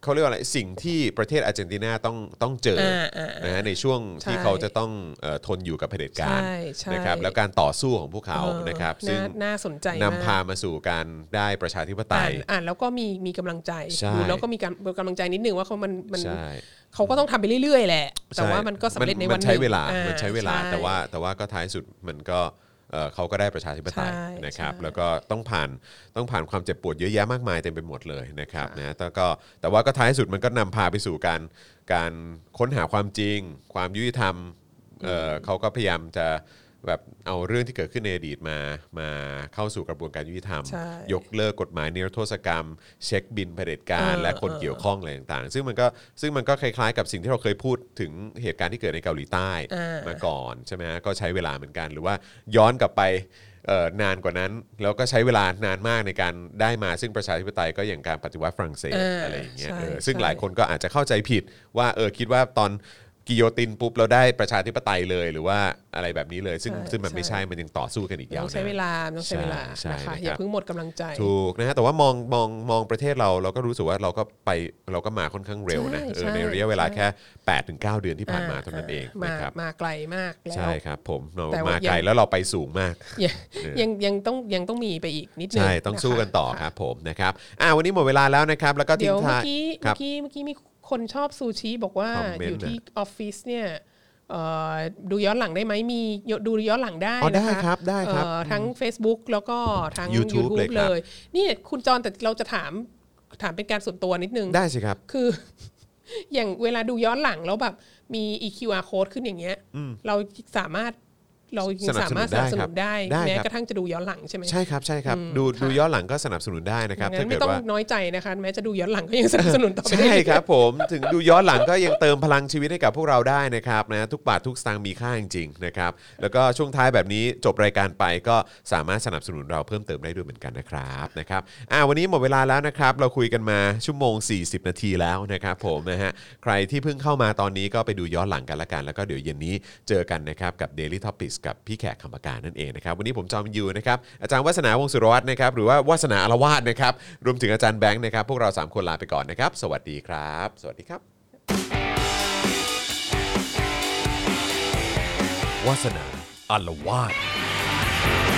[SPEAKER 2] เขาเรียกว่าอะไรสิ่งที่ประเทศอาร์เจนตินาต้องต้องเจอ
[SPEAKER 3] เออเออ
[SPEAKER 2] นะฮะในช่วงที่
[SPEAKER 3] ใช่
[SPEAKER 2] เขาจะต้องเอ่อทนอยู่กับเผด็จการ
[SPEAKER 3] ใช่ใช่
[SPEAKER 2] นะครับแล้วการต่อสู้ของพวกเขานะครับ
[SPEAKER 3] เออ
[SPEAKER 2] ซึ่ง
[SPEAKER 3] น่าน่าสนใจมาก
[SPEAKER 2] นำพามาสู่การได้ประชาธิปไต
[SPEAKER 3] อ่าย นอ่านแล้วก็มีมีกำลังใจ
[SPEAKER 2] ใช่
[SPEAKER 3] ดูแล้วก็มีการกำลังใจนิดนึงว่าเขามันมัน
[SPEAKER 2] ใช่
[SPEAKER 3] เขาก็ต้องทำไปเรื่อยๆ แหละ แต่ว่ามันก็สำเร็จในวันห
[SPEAKER 2] มั
[SPEAKER 3] นึ่ง
[SPEAKER 2] ใช้เวลา
[SPEAKER 3] อ่
[SPEAKER 2] มันใช้เวลา
[SPEAKER 3] ใช่
[SPEAKER 2] แต่ว่าแต่ว่าก็ท้ายสุดมันก็เอ่อเขาก็ได้ประชาธิปไตย
[SPEAKER 3] ใช่
[SPEAKER 2] นะครับ
[SPEAKER 3] ใช่
[SPEAKER 2] แล้วก็ต้องผ่านต้องผ่านความเจ็บปวดเยอะแยะมากมายเต็มไปหมดเลยนะครับ
[SPEAKER 3] ค่ะ
[SPEAKER 2] นะแต่ก็แต่ว่าก็ท้ายสุดมันก็นำพาไปสู่การการค้นหาความจริง ความยุติธรรมเอ่อเขาก็พยายามจะแบบเอาเรื่องที่เกิดขึ้นในอดีตมามาเข้าสู่กระบวนการยุติธรรม
[SPEAKER 3] ใช่
[SPEAKER 2] ยกเลิกกฎหมายนิรโทษกรรม เช็คบินเผด็จการ และคนเกี่ยวข้องอะไรต่างๆ ซึ่งมันก็ซึ่งมันก็คล้ายๆกับสิ่งที่เราเคยพูดถึงเหตุการณ์ที่เกิดในเกาหลีใต้
[SPEAKER 3] อ่าม
[SPEAKER 2] มาก่อนใช่ไหมฮะก็ใช้เวลาเหมือนกันหรือว่าย้อนกลับไปเอ่อนานกว่านั้น แล้วก็ใช้เวลานานมากในการได้มาซึ่งประชาธิปไตยก็อย่างการปฏิวัติฝรั่งเศส
[SPEAKER 3] อ่า
[SPEAKER 2] อะไรอย่างเงี้ย
[SPEAKER 3] ใช่
[SPEAKER 2] เออซึ่ง
[SPEAKER 3] ใช่
[SPEAKER 2] หลายคนก็อาจจะเข้าใจผิดว่าเออคิดว่าตอน กิโยตินปุ๊บเราได้ประชาธิปไตยเลยหรือว่าอะไรแบบนี้เลย ซึ่ง
[SPEAKER 3] ใช่
[SPEAKER 2] ซึ่งมันไม่
[SPEAKER 3] ใช่
[SPEAKER 2] ใช่มันยังต่อสู้กันอีกยาว
[SPEAKER 3] ต้องใช้
[SPEAKER 2] นาน
[SPEAKER 3] เวลาต้องใช้เวลา
[SPEAKER 2] ใช่
[SPEAKER 3] นะ
[SPEAKER 2] ใช่นะค
[SPEAKER 3] คะ
[SPEAKER 2] รับ
[SPEAKER 3] อย่าเพิ่งหมดกำลังใจ
[SPEAKER 2] ถูกนะฮะแต่ว่ามองมองมองประเทศเราเราก็รู้สึกว่าเราก็ไปเราก็มาค่อนข้างเร็วนะเออ
[SPEAKER 3] ใช่ใช่
[SPEAKER 2] ในระยะเวลา
[SPEAKER 3] ใช่
[SPEAKER 2] แค่8ปดถึงเเดือนที่ผ่านมาเท่านั้นเอง
[SPEAKER 3] มา
[SPEAKER 2] นะครับ
[SPEAKER 3] มาไกลมากแล้ว
[SPEAKER 2] ใช่ครับผมเรา
[SPEAKER 3] แต่ว่า
[SPEAKER 2] มา
[SPEAKER 3] ยัง
[SPEAKER 2] ไกลแล้วเราไปสูงมาก
[SPEAKER 3] ยังยังยังต้องยังต้องมีไปอีกนิดนึง
[SPEAKER 2] ใช่ต้อง
[SPEAKER 3] ะคะ
[SPEAKER 2] สู้กันต่อค
[SPEAKER 3] ค่ะ
[SPEAKER 2] รับผมนะครับอ่าวันนี้หมดเวลาแล้วนะครับ แล้วก็ทิ้
[SPEAKER 3] เดี๋ย
[SPEAKER 2] ง
[SPEAKER 3] วเมื่
[SPEAKER 2] ท้า
[SPEAKER 3] อย กี้
[SPEAKER 2] ค
[SPEAKER 3] เมื่
[SPEAKER 2] รั
[SPEAKER 3] อบ กี้เมื่อกี้มีคนชอบซูชิบอกว่า
[SPEAKER 2] คอมเมนต์
[SPEAKER 3] อยู่ที่
[SPEAKER 2] นะ
[SPEAKER 3] ออฟฟิศเนี่ยเอ่อดูย้อนหลังได้ไหมมีดูย้อนหลังได้
[SPEAKER 2] อ๋อ
[SPEAKER 3] นะ
[SPEAKER 2] ได้
[SPEAKER 3] คะ
[SPEAKER 2] ครับได้ครับ
[SPEAKER 3] เอ่อทั้ง Facebook แล้วก็ทั้ง
[SPEAKER 2] YouTube
[SPEAKER 3] YouTube
[SPEAKER 2] เลยครั
[SPEAKER 3] เล
[SPEAKER 2] บ
[SPEAKER 3] ยนี่คุณจรแต่เราจะถามถามเป็นการส่วนตัวนิดนึง
[SPEAKER 2] ได้สิครับ
[SPEAKER 3] คือ [LAUGHS] อย่างเวลาดูย้อนหลังแล้วแบบมี EQR code ขึ้นอย่างเงี้ยเราสามารถเรายังสามารถสนับสนุนได้
[SPEAKER 2] ได้ครับ
[SPEAKER 3] แม้กระทั่งจะดูย้อนหลังใช่ไหม
[SPEAKER 2] ใช่ครับใช่ครับ
[SPEAKER 3] อืม
[SPEAKER 2] ดู
[SPEAKER 3] ค่ะ
[SPEAKER 2] ดูย้อนหลังก็สนับสนุนได้นะครับ
[SPEAKER 3] งั้
[SPEAKER 2] ถ้านเกิ
[SPEAKER 3] ไม่
[SPEAKER 2] ด
[SPEAKER 3] ต้อง
[SPEAKER 2] ว่า
[SPEAKER 3] น้อยใจนะคะแม้จะดูย้อนหลังก็ยังสนับสนุนต่อไปได้
[SPEAKER 2] ใช่
[SPEAKER 3] เอยๆ
[SPEAKER 2] ครับผมถึงดูย้อนหลังก็ยังเติมพลังชีวิตให้กับพวกเราได้นะครับนะทุกบาททุกสตางค์มีค่าจริงๆนะครับแล้วก็ช่วงท้ายแบบนี้จบรายการไปก็สามารถสนับสนุนเราเพิ่มเติมได้ด้วยเหมือนกันนะครับนะครับอ่าวันนี้หมดเวลาแล้วนะครับ เราคุยกันมาชั่วโมง 40 นาทีแล้วนะครับผมนะฮะใครที่เพิ่งเข้ามาตอนนี้ก็ไปดูย้อนหลังกันละกัน แล้วก็เดี๋ยวเย็นนี้เจอกันนะครับกับ Daily Topics กับพี่แขกคำปากานั่นเองนะครับวันนี้ผมจอมยูนะครับอาจารย์วัฒนาวงศ์สุรวัตรนะครับหรือว่าวาสนาอารวาสนะครับรวมถึงอาจารย์แบงค์นะครับพวกเราสามคนลาไปก่อนนะครับสวัสดีครับ สวัสดีครับ
[SPEAKER 1] วาสนาอารวาส